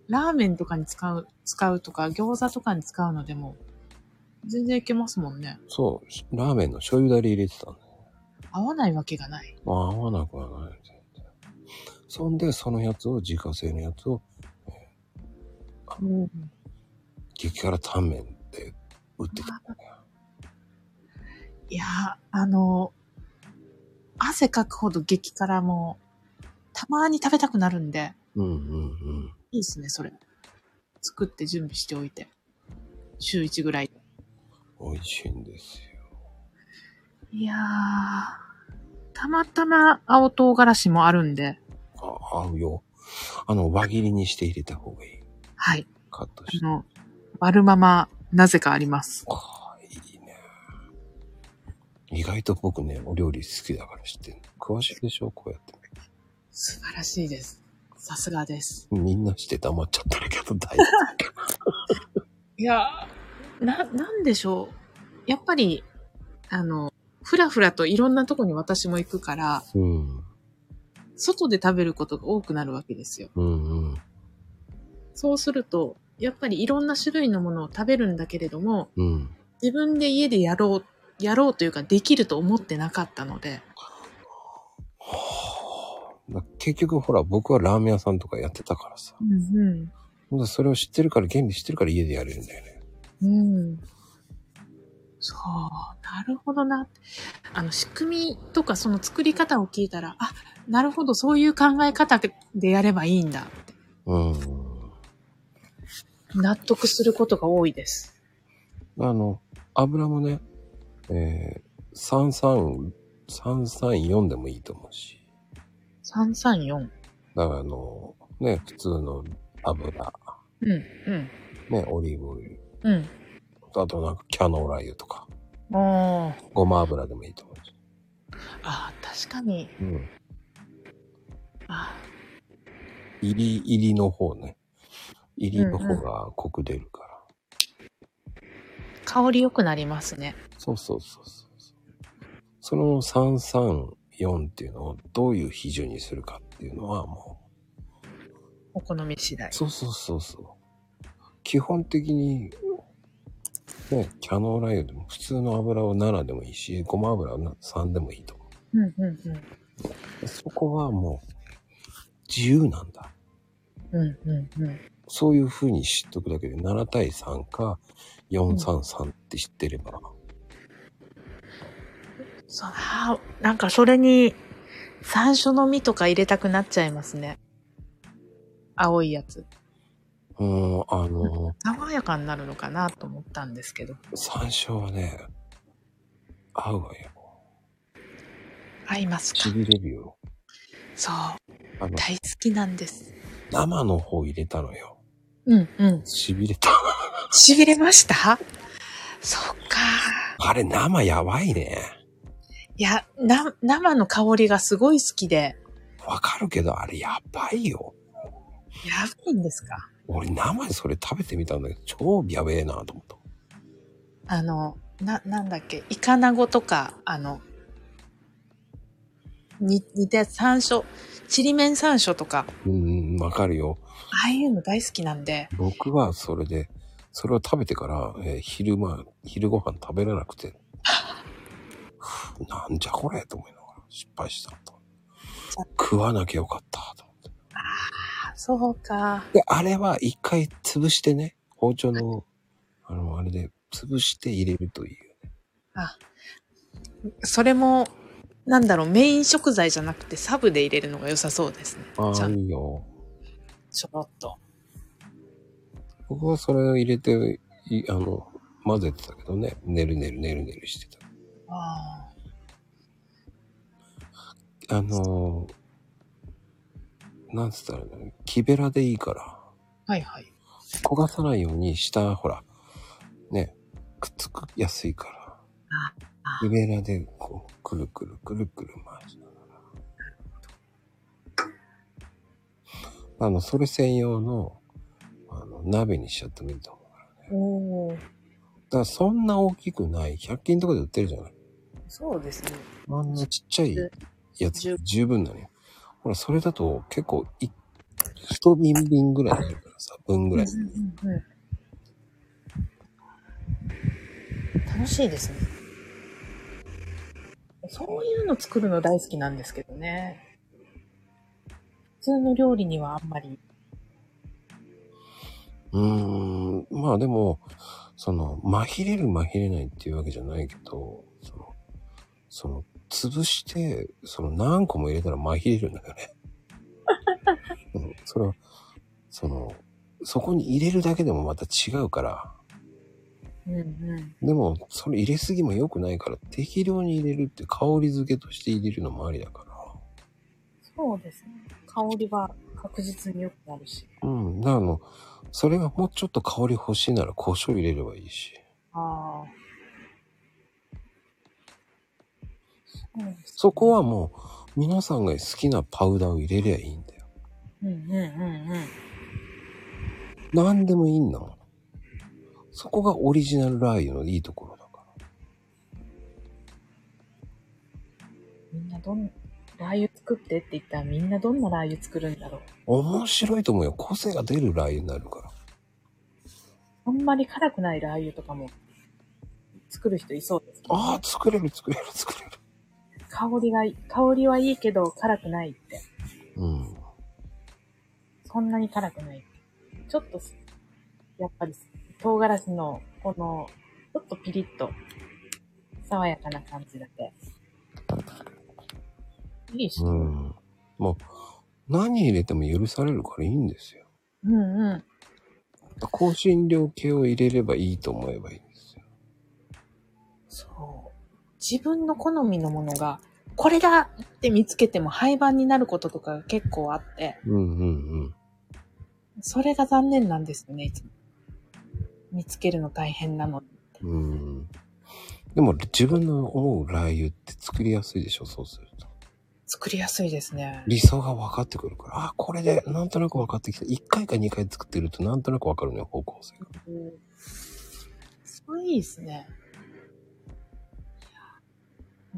C: ラーメンとかに使う、使うとか、餃子とかに使うのでも、全然いけますもんね。
A: そうラーメンの醤油だれ入れてたんだよ
C: 合わないわけがない。
A: まあ合わなくはない全然そんでそのやつを自家製のやつを
C: うん、
A: 激辛タンメンって売ってたんだよ
C: いやー、あの、汗かくほど激辛も、たまに食べたくなるんで、
A: うんうんうん
C: いいですね、それ。作って準備しておいて。週1ぐらい。
A: 美味しいんですよ。
C: いやー、たまたま青唐辛子もあるんで、
A: あ、合うよ。あの、輪切りにして入れた方がいい。
C: はい。
A: カットし
C: あ
A: て。
C: の、丸まま、なぜかあります。
A: ああ、いいね。意外と僕ね、お料理好きだから知ってんの。詳しいでしょこうやって。
C: 素晴らしいです。さすがです。
A: みんなして黙っちゃってるけど大丈
C: いやー、な、なんでしょう。やっぱり、あの、ふらふらといろんなとこに私も行くから、
A: 夫。 うん。
C: 外で食べることが多くなるわけですよ。
A: うんうん。
C: そうすると、やっぱりいろんな種類のものを食べるんだけれども、
A: うん。
C: 自分で家でやろう、やろうというかできると思ってなかったので、
A: だ結局ほら、僕はラーメン屋さんとかやってたからさ。
C: うん
A: だそれを知ってるから、原理知ってるから家でやれるんだよね。
C: うん。うん。そう、なるほどなって。あの、仕組みとかその作り方を聞いたら、あ、なるほど、そういう考え方でやればいいんだって。
A: うん。
C: 納得することが多いです。
A: あの、油もね、えー、33、334でもいいと思うし。
C: 334。
A: だからあの、ね、普通の油、
C: うん、うん、
A: ね、オリーブオイル、
C: うん。
A: あとなんかキャノーラ油とか、
C: あ
A: ごま油でもいいと思うし。
C: あ、確かに。
A: うん。
C: あ
A: 入り、入りの方ね。入りの方が濃く出るから。
C: 香り良くなりますね。
A: そうそうそうそうそう。その334っていうのをどういう比重にするかっていうのはも
C: お好み次第
A: う、。そうそうそうそう。基本的に、ね、キャノーラ油でも普通の油を7でもいいし、ごま油は3でもいいと思
C: うんうんうん。
A: う。そこはもう、自由なんだ。
C: うんうんうん。
A: そういう風に知っとくだけで7対3か433って知ってれば、
C: そう、あーなんかそれに、山椒の実とか入れたくなっちゃいますね。青いやつ。
A: うん、あの、
C: 爽やかになるのかなと思ったんですけど。
A: 山椒はね、合うわよ。
C: 合いますか
A: ちぎれるよ。
C: そう。
A: あの、
C: 大好きなんです。
A: 生の方入れたのよ。
C: うんうん。
A: 痺れた。
C: 痺れましたそっか。
A: あれ、生やばいね。
C: いや、な、生の香りがすごい好きで。
A: わかるけど、あれやばいよ。
C: やばいんですか
A: 俺、生でそれ食べてみたんだけど、超やべえなと思った。
C: あの、な、なんだっけ、イカナゴとか、あの、
D: に似たやつ山椒、ちりめん山椒とか、
A: うん、わかるよ。
D: ああいうの大好きなんで、
A: 僕はそれで、それを食べてから、えー昼間、昼ご飯食べれなくて、なんじゃこれと思いながら失敗したと。食わなきゃよかったと思って。
D: あ、そうか。
A: で、あれは一回潰してね、包丁の、あの、あれで潰して入れるという。
D: それも、なんだろう、メイン食材じゃなくてサブで入れるのが良さそうですね。
A: あ
D: じゃ
A: あ、
D: あ
A: いいよ。
D: ちょろっと。
A: 僕はそれを入れて、いあの、混ぜてたけどね、ねるねるねるねるして
D: あ
A: た。あのー、なんつったらいいの、木べらでいいから、
D: あ。はいはい。
A: 焦がさないように下、ほら、ね、くっつくやすいから
D: ああ、
A: 木べらでこう、くるくるくるくる回しながら。あの、それ専用の、あの、鍋にしちゃってもいいと
D: お
A: 思う。
D: お。
A: だからそんな大きくない、100均とかで売ってるじゃない。
C: そうですね。
A: あんなちっちゃいやつ
C: 十
A: 十分なのよ。ほら、それだと結構い、一瓶瓶ぐらいになるからさ、分ぐらい。
C: 楽しいですね。そういうの作るの大好きなんですけどね。普通の料理にはあんまり。
A: うーん、まあでも、その、紛れる紛れないっていうわけじゃないけど、その、その、潰して、その何個も入れたら紛れるんだよね。うん、それは、その、そこに入れるだけでもまた違うから、
D: うんうん。
A: でも、それ入れすぎも良くないから、適量に入れるって香り付けとして入れるのもありだから。
C: そうですね。香りは確実に良くなるし。
A: うん。だからあの、それがもうちょっと香り欲しいなら胡椒入れればいいし。
C: ああ。うん
A: そこはもう、皆さんが好きなパウダーを入れりゃいいんだよ。
C: うんうんうんうん。
A: 何でもいいんだもん。そこがオリジナルラー油のいいところだか
C: みんなどん、ラー油作ってって言ったらみんなどんなラー油作るんだろう。
A: ら。面白いと思うよ。個性が出るラー油になるから。
C: あんまり辛くないラー油とかも作る人いそうですけどね、
A: ああ、作れる作れる作れる。
C: 香りがいい、香りはいいけど辛くないって。
A: うん。
C: そんなに辛くない。ちょっとす、やっぱりす、唐辛子の、この、ちょっとピリッと、爽やかな感じだけ。いいし、
A: う
C: うん、
A: ん。もう、何入れても許されるからいいんですよ。
C: うんうん
A: 香辛料系を入れればいいと思えばいいんですよ。
C: そう。自分の好みのものが、これだって見つけても廃盤になることとかが結構あって、
A: うんうんうん。
C: それが残念なんですよね、いつも。見つけるの大変なの。
A: うん。でも自分の思うラー油って作りやすいでしょ、そうすると。
C: 作りやすいですね。
A: 理想が分かってくるから、あ、これでなんとなく分かってきた。1回か2回作ってるとなんとなく分かるのよ、方向性が。
C: すごいいですね。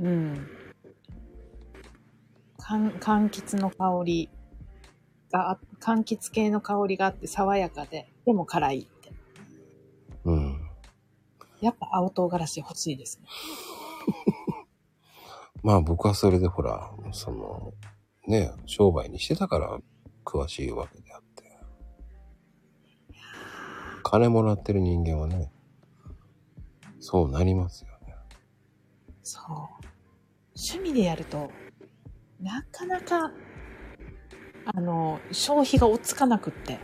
C: うん。かん柑橘の香りがあ、柑橘系の香りがあって爽やかで、でも辛いって。
A: うん。
C: やっぱ青唐辛子欲しいですね。
A: まあ僕はそれでほら、その、ね、商売にしてたから詳しいわけであって。金もらってる人間はね、そうなりますよね。
C: そう。趣味でやると、なかなか、あの、消費が追っつかなくって。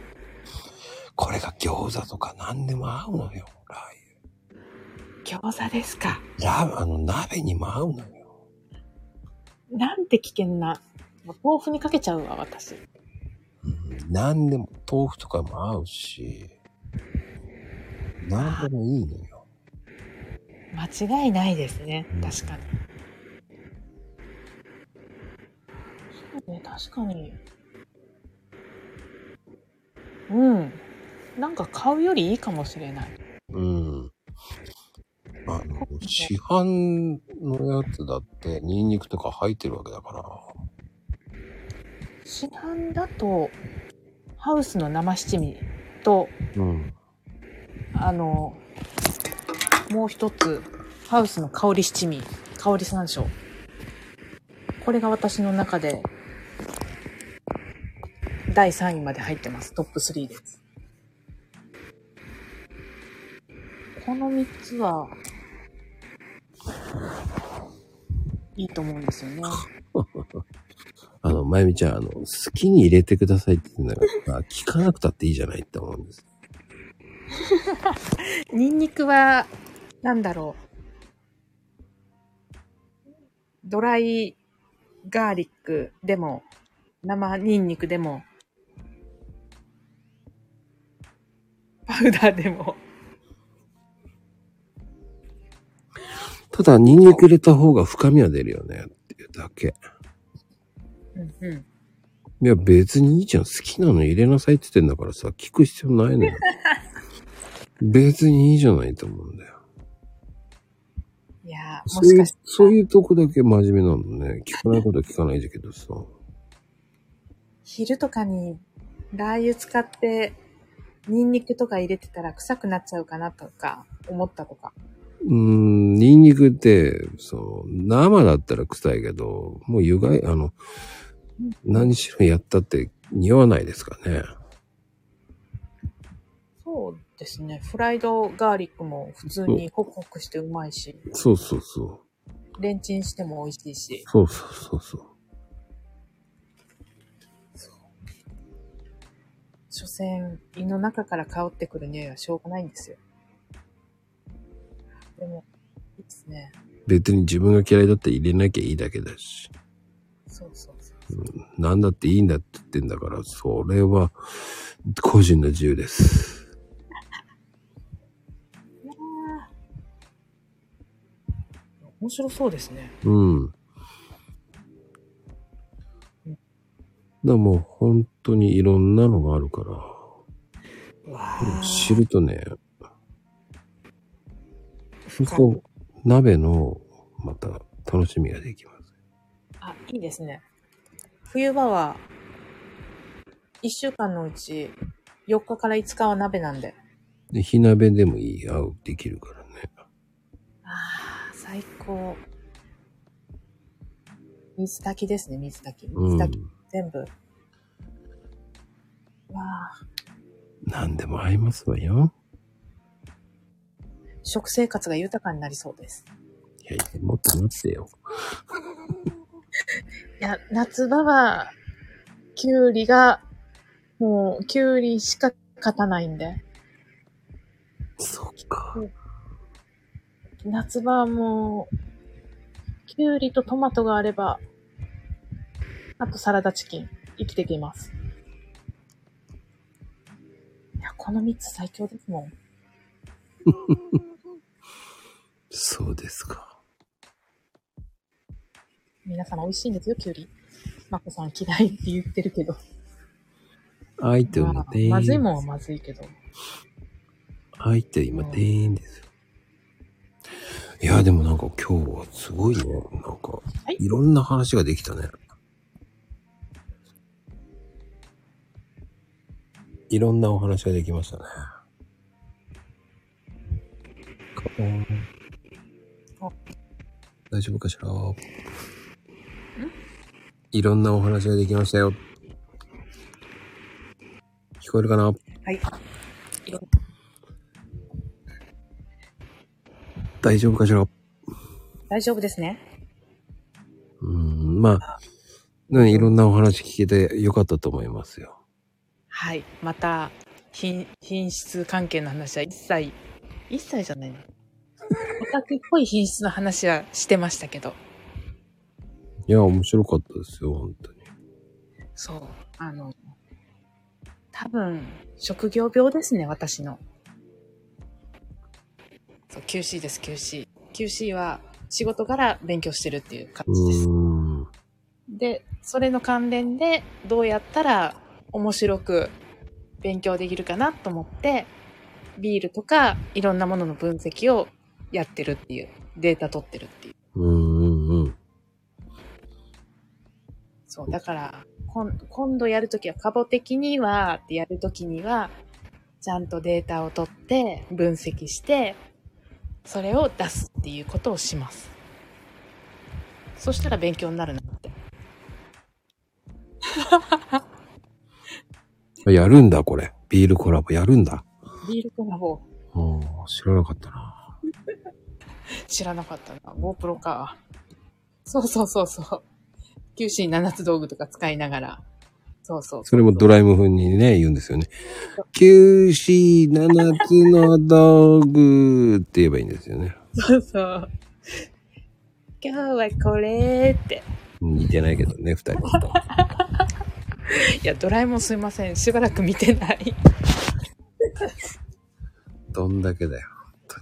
A: これが餃子とか何でも合うのよ、ラー油。
C: 餃子ですか。
A: ラーあの、鍋にも合うのよ。
C: なんて危険な。豆腐にかけちゃうわ、
A: う
C: 私。
A: ん何でも、豆腐とかも合うし、何でもいいのよ。
C: 間違いないですね
A: うん
C: 確かに、そうね確かにうんなんか買うよりいいかもしれない
A: うん。あの、市販のやつだって、ニンニクとか入ってるわけだから。
C: 市販だと、ハウスの生七味と、
A: うん。
C: あの、もう一つ、ハウスの香り七味、香り山椒。これが私の中で、第3位まで入ってます。トップ3です。この3つは、いいと思うんですよね。
A: あの、まゆみちゃん、あの、好きに入れてくださいって言うんだ から、聞かなくたっていいじゃないって思うんです。
C: ニンニクは、なんだろう。ドライガーリックでも、生ニンニクでも、パウダーでも。
A: ただ、ニンニク入れた方が深みは出るよねっていうだけ。
C: うんうん。
A: いや、別にいいじゃん。好きなの入れなさいって言ってんだからさ、聞く必要ない のよ。別にいいじゃないと思うんだよ。
C: いやー、
A: そ
C: も
A: う
C: し
A: い
C: か
A: う
C: し、
A: そういうとこだけ真面目なのね。聞かないことは聞かないんだけどさ。
C: 昼とかにラー油使って、ニンニクとか入れてたら臭くなっちゃうかなとか、思ったとか。
A: うーん、ニンニクって、そう、生だったら臭いけど、もう湯がい、あの、何しろやったって匂わないですかね。
C: そうですね。フライドガーリックも普通にホクホクしてうまいし、
A: そうそうそう。
C: レンチンしても美味しいし。
A: そうそうそうそう。
C: 所詮、胃の中から香ってくる匂いはしょうがないんですよ。でも、いいですね。
A: 別に自分が嫌いだったら入れなきゃいいだけだし。
C: そうそうそう。
A: なんだっていいんだって言ってんだから、それは個人の自由です。
C: 面白そうですね。
A: うん。だからもう本当にいろんなのがあるから、
C: わ
A: 知るとね、そう
C: 深い
A: 鍋のまた楽しみができます。
C: あ、いいですね。冬場は、1週間のうち、4日から5日は鍋なんで。
A: で、火鍋でもいい、合う、できるからね。
C: ああ、最高。水炊きですね、水炊き。
A: う
C: 水
A: ん。
C: 炊き、全部。わあ。
A: 何でも合いますわよ。
C: 食生活が豊かになりそうです。
A: いやいや、もっと待ってよ。
C: いや、夏場は、きゅうりが、もう、きゅうりしか勝たないんで、
A: そっか。
C: 夏場はもう、きゅうりとトマトがあれば、あとサラダチキン、生きていけます。いや、この3つ最強ですもん。
A: そうですか。
C: 皆様美味しいんですよ、きゅうり。まこさん嫌いって言ってるけど。
A: あいても
C: まあ
A: てーん。
C: まずいもんはまずいけど。
A: 入って今、
C: うん
A: 店員ですよ。いや、でもなんか今日はすごいね。なんか、
C: い
A: いろんな話ができたね。いろんなお話ができましたね。カポン
C: あ
A: 大丈夫かしらいろんなお話ができましたよ。聞こえるかな
C: はい。
A: 大丈夫かしら
C: 大丈夫ですね。
A: うん、まあ、ね、いろんなお話聞けてよかったと思いますよ。
C: はい。また、品、品質関係の話は一切、一切じゃないの。オタクっぽい品質の話はしてましたけど、
A: いや、面白かったですよ、本当に。
C: そう。あの、多分、職業病ですね、私の。そう、QC です、QC。QC は仕事から勉強してるっていう感じで
A: う
C: す。
A: ーん。
C: で、それの関連で、どうやったら面白く勉強できるかなと思って、ビールとかいろんなものの分析をやってるっていう、データ取ってるっていう。
A: う
C: そう、だから、今今度やるときは、カボ的には、ってやるときには、ちゃんとデータを取って、分析して、それを出すっていうことをします。そしたら勉強になるなって。
A: やるんだ、これ。ビールコラボやるんだ。
C: ビールコラボ
A: うん、知らなかったな。
C: 知らなかったな。GoPro か。そうそうそうそう。九死に七つ道具とか使いながら。そうそう
A: それもドラえもん風にね、言うんですよね。九四七つの道具って言えばいいんですよね。
C: そうそう。今日はこれって。
A: 似てないけどね、二人とも。
C: いや、ドラえもんすいません。しばらく見てない。
A: どんだけだよ、本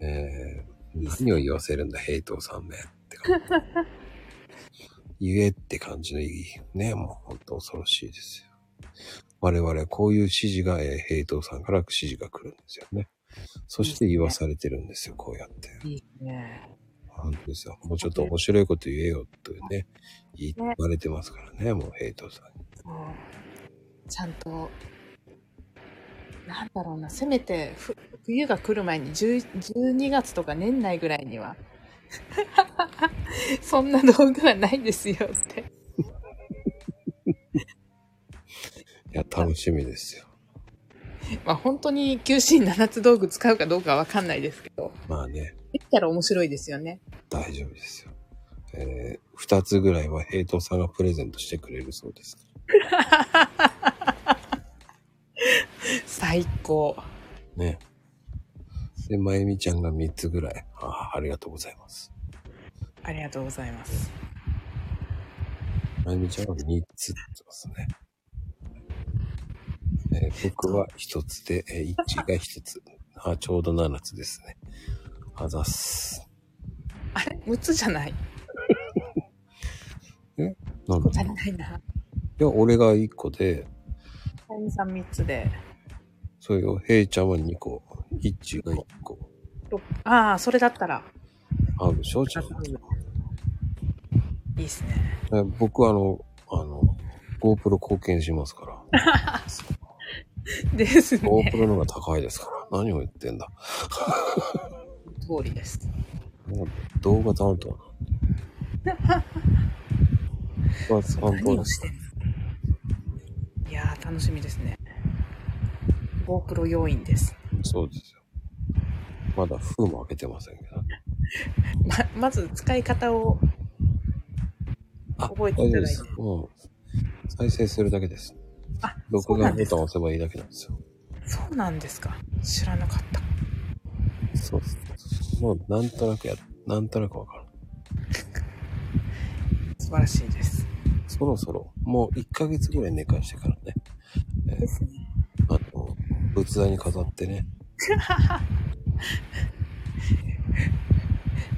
A: 当に。えー、何を言わせるんだ、平等さんめって感じ。 言えって感じの意義。ね、もう本当恐ろしいですよ。我々、こういう指示が、えー平等さんから指示が来るんですよね。そして言わされてるんですよ、こうやって。
C: いいね。
A: 本当ですよ。もうちょっと面白いこと言えよというね、言われてますからね、もう平等さんに。
C: そうちゃんと、なんだろうな、せめてふ冬が来る前に10 12月とか年内ぐらいには、 そんな道具はないですよって。
A: いや、楽しみですよ。
C: まあ本当に九死に七つ道具使うかどうかはわかんないですけど、
A: まあね、
C: できたら面白いですよね。
A: 大丈夫ですよ。えー、二つぐらいは平等さんがプレゼントしてくれるそうです。
C: 最高。
A: ね。で、まゆみちゃんが三つぐらい。ああ、ありがとうございます。
C: ありがとうございます。
A: まゆみちゃんは三つって言ってますね。えー僕は一つで、えー、一が一つ。あーちょうど七つですね。あざっす。
C: あれ ?6 つじゃない
A: なんだ
C: 足りないな。
A: いや、俺が1個で、
C: タイムさん3つで。
A: それを平ちゃんは2個、一が1個。
C: ろああ、それだったら。
A: あ、正直。
C: いいっすね。
A: え僕はあの、あの、GoPro 貢献しますから。
C: ですね。
A: GoPro の方が高いですから。 何を言ってんだ。
C: 通りです。
A: もう動画担当なん で。まあ、担当
C: 何を
A: で
C: し
A: す
C: てんのいやー、楽しみですね。GoPro 要員です。
A: そうですよ。まだ封も開けてませんけど。
C: ま、まず使い方を
A: あ
C: 覚えて
A: 大
C: い
A: 丈夫で
C: ただいて
A: す。。うん。再生するだけです。
C: あ、そ
A: 録
C: うな
A: 画
C: ん
A: ボ
C: です
A: タン
C: か
A: を。押せばいいだけなんですよ。
C: そうなんですか。知らなかった。
A: そうです。もうなんとなくや、なんとなくわかる。
C: 素晴らしいです。
A: そろそろ、もう1ヶ月ぐらい寝かしてからね、
C: ですね。
A: あの、仏壇に飾ってね、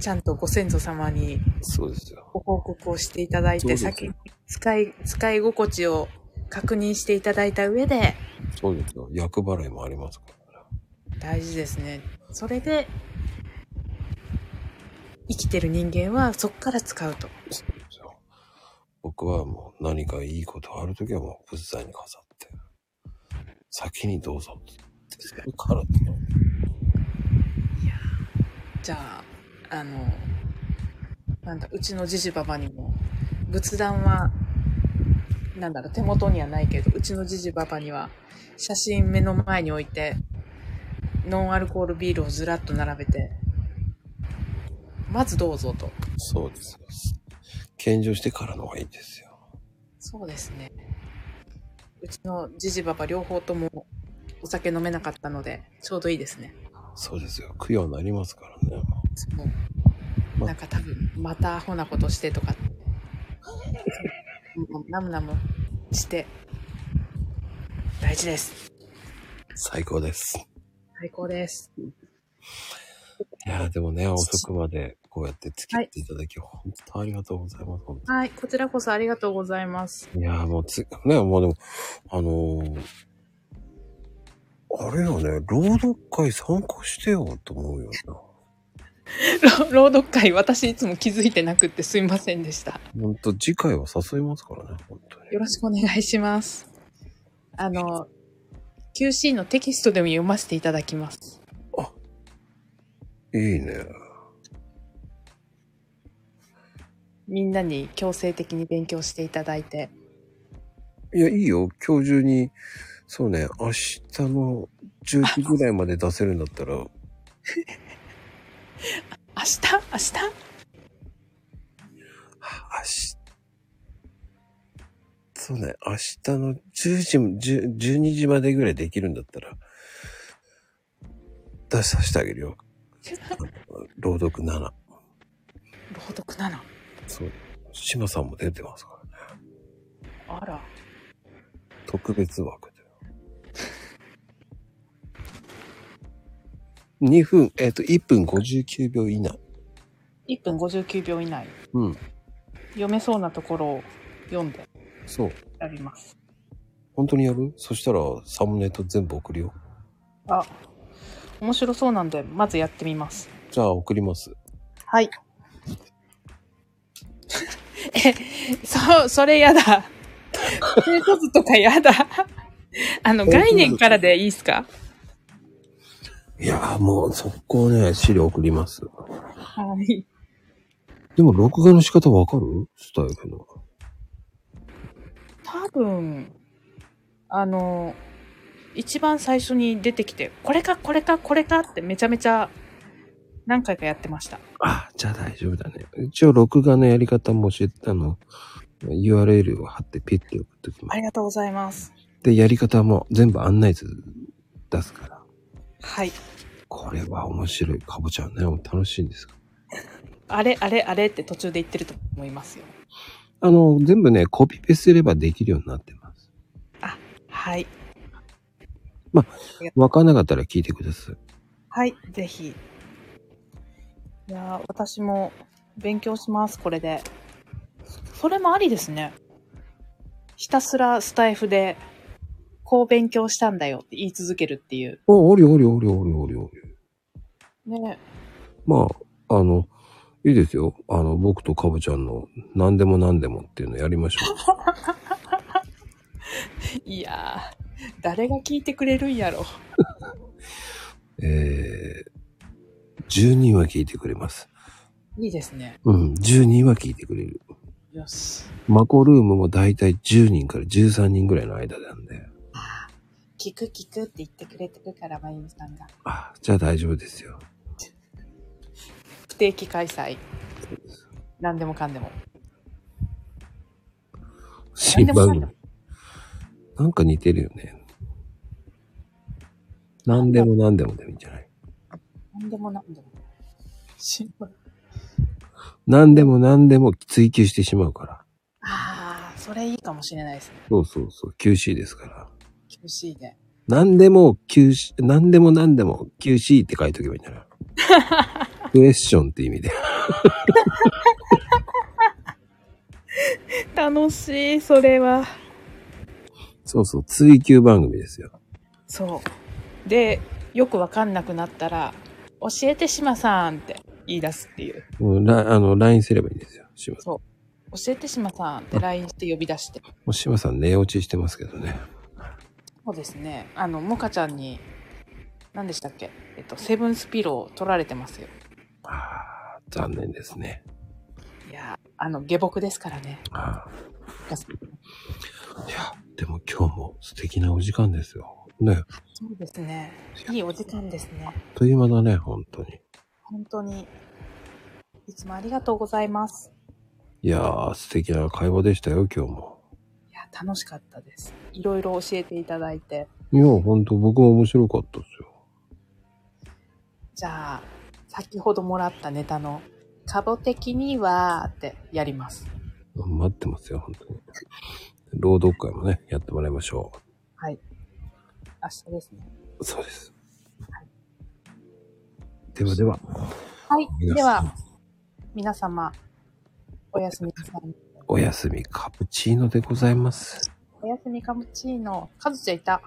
C: ちゃんとご先祖様に
A: そうですよ。
C: ご報告をしていただい
A: そうで
C: て、
A: す
C: 先に使い、使い心地を確認していただいた上で、
A: そうですよ。厄払いもありますからね。
C: 大事ですね。それで、生きてる人間はそこから使うと。
A: そうですよ。僕はもう何かいいことあるときはもう仏壇に飾って、先にどうぞって言って、それからですよ
C: じゃあ、あの、なんだ、うちのじじばばにも、仏壇は、なんだろう、手元にはないけど、うちのじじばばには、写真目の前に置いて、ノンアルコールビールをずらっと並べて、まずどうぞと。
A: そうですよ。献上してからの方がいいですよ。
C: そうですね。うちのじじばば両方ともお酒飲めなかったので、ちょうどいいですね。
A: そうですよ。供養になりますからね。
C: もう、
A: ま
C: なんか多分、またアホなことしてとか、 もうナムナムして、大事です。
A: 最高です。
C: 最高です。
A: いやーでもね、遅くまでこうやって付き合っていただき、本当ありがとうございます。本当
C: はい、こちらこそありがとうございます。
A: いやーもうつ、ね、もうでも、あのー、あれよね、朗読会参加してよと思うよな。
C: 朗ろ 朗読会、私いつも気づいてなくってすいませんでした。
A: ほんと、次回は誘いますからね、本当に。
C: よろしくお願いします。あの、QC のテキストでも読ませていただきます。
A: いいね。
C: みんなに強制的に勉強していただいて。
A: いや、いいよ。今日中に、そうね、明日の10時ぐらいまで出せるんだったら、
C: 明日明日
A: 明日、そうね、明日の10時、10 12時までぐらいできるんだったら、出させてあげるよ。朗読7。
C: 朗読なの
A: そう。島さんも出てますからね。
C: あら。
A: 特別 枠で。2分、えっ、と、1分59秒以内。
C: 1分59秒以内。
A: うん。
C: 読めそうなところを読んで
A: そう。
C: 選びます。
A: 本当にやるそしたらサムネと全部送るよ。
C: あ、面白そうなんで、まずやってみます。
A: じゃあ送ります。
C: はい。え、そ、それやだ。そういうこととかやだ。あの、概念からでいいですか
A: いやーもう速攻ね、資料送ります。
C: はい。
A: でも録画の仕方わかるスタイルの。
C: 多分、あの、一番最初に出てきて、これか、これか、これかってめちゃめちゃ何回かやってました。
A: あ、じゃあ大丈夫だね。一応録画のやり方も教えて、あの、URL を貼ってピッて送っときます
C: あり。がとうございます。
A: で、やり方も全部案内図出すから。
C: はい。
A: これは面白い。かぼちゃはね、楽しいんですよ
C: あれ、あれ、あれって途中で言ってると思いますよ。
A: あの、全部ね、コピペすればできるようになってます。
C: はい。
A: わかんなかったら聞いてください。
C: はい、ぜひ。いやー私も勉強します、これで。それもありですね。ひたすらスタイフで、こう勉強したんだよって言い続けるっていう。
A: あ、おりおりおりおりおりおり。
C: ね
A: まあ、あの、いいですよ。あの、僕とかぼちゃんの何でも何でもっていうのやりましょう。
C: いやー、誰が聞いてくれるんやろ。
A: えー、10人は聞いてくれます。
C: いいですね。
A: うん、10人は聞いてくれる。
C: よし。
A: マコルームもだいたい10人から13人ぐらいの間なんで。
C: 聞く聞くって言ってくれてるから、まゆみさんが。
A: あ、じゃあ大丈夫ですよ。
C: 不定期開催。何でもかんでも。
A: 新番組。なんか似てるよね。何でも何でもでもいいんじゃない
C: 何でも何でも。心配。
A: 何でも何でも追求してしまうから。
C: ああ、それいいかもしれないですね。
A: そうそうそう、QC ですから。
C: QC で。
A: 何でも QC、何でも何でも QC って書いとけばいいんじゃない クエスチョンって意味で。
C: 楽しい、それは。
A: そうそう、追求番組ですよ。
C: そう。で、よくわかんなくなったら、教えてしまさんって言い出すっていう。
A: うん、ラあの、LINE すればいいんですよ。島さん。
C: 教えてしまさんって LINE して呼び出して。
A: もう島さん寝落ちしてますけどね。
C: そうですね。あの、もかちゃんに、何でしたっけえっと、セブンスピロー取られてますよ。
A: ああ、残念ですね。
C: いやー、あの、下僕ですからね。
A: ああ。いや、でも今日も素敵なお時間ですよ。ね。
C: そうですね。いいお時間ですね。
A: あっという間だね、本当に。
C: 本当に。いつもありがとうございます。
A: いやー、素敵な会話でしたよ、今日も。
C: いや、楽しかったです。いろいろ教えていただいて。
A: いや、本当僕も面白かったですよ。
C: じゃあ、先ほどもらったネタの、カボ的には、ってやります。
A: 待ってますよ、本当に。朗読会もね、やってもらいましょ
C: 明日ですね。
A: う。そうです。ではでは、
C: はい。
A: 皆
C: で
A: さん
C: は、皆様、おやすみなさい。
A: おやすみカプチーノでございます。
C: おやすみカムチーノ。カズちゃんいた。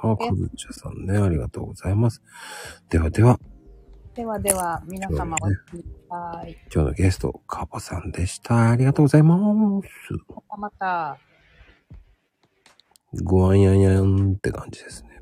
A: あ、かずちゃさんね、ありがとうございます。ではでは、
C: ではでは、皆様おやすみなさい。
A: 今日のゲスト、カボさんでした。ありがとうございます。
C: またまた。
A: ごあんやんやんって感じですね。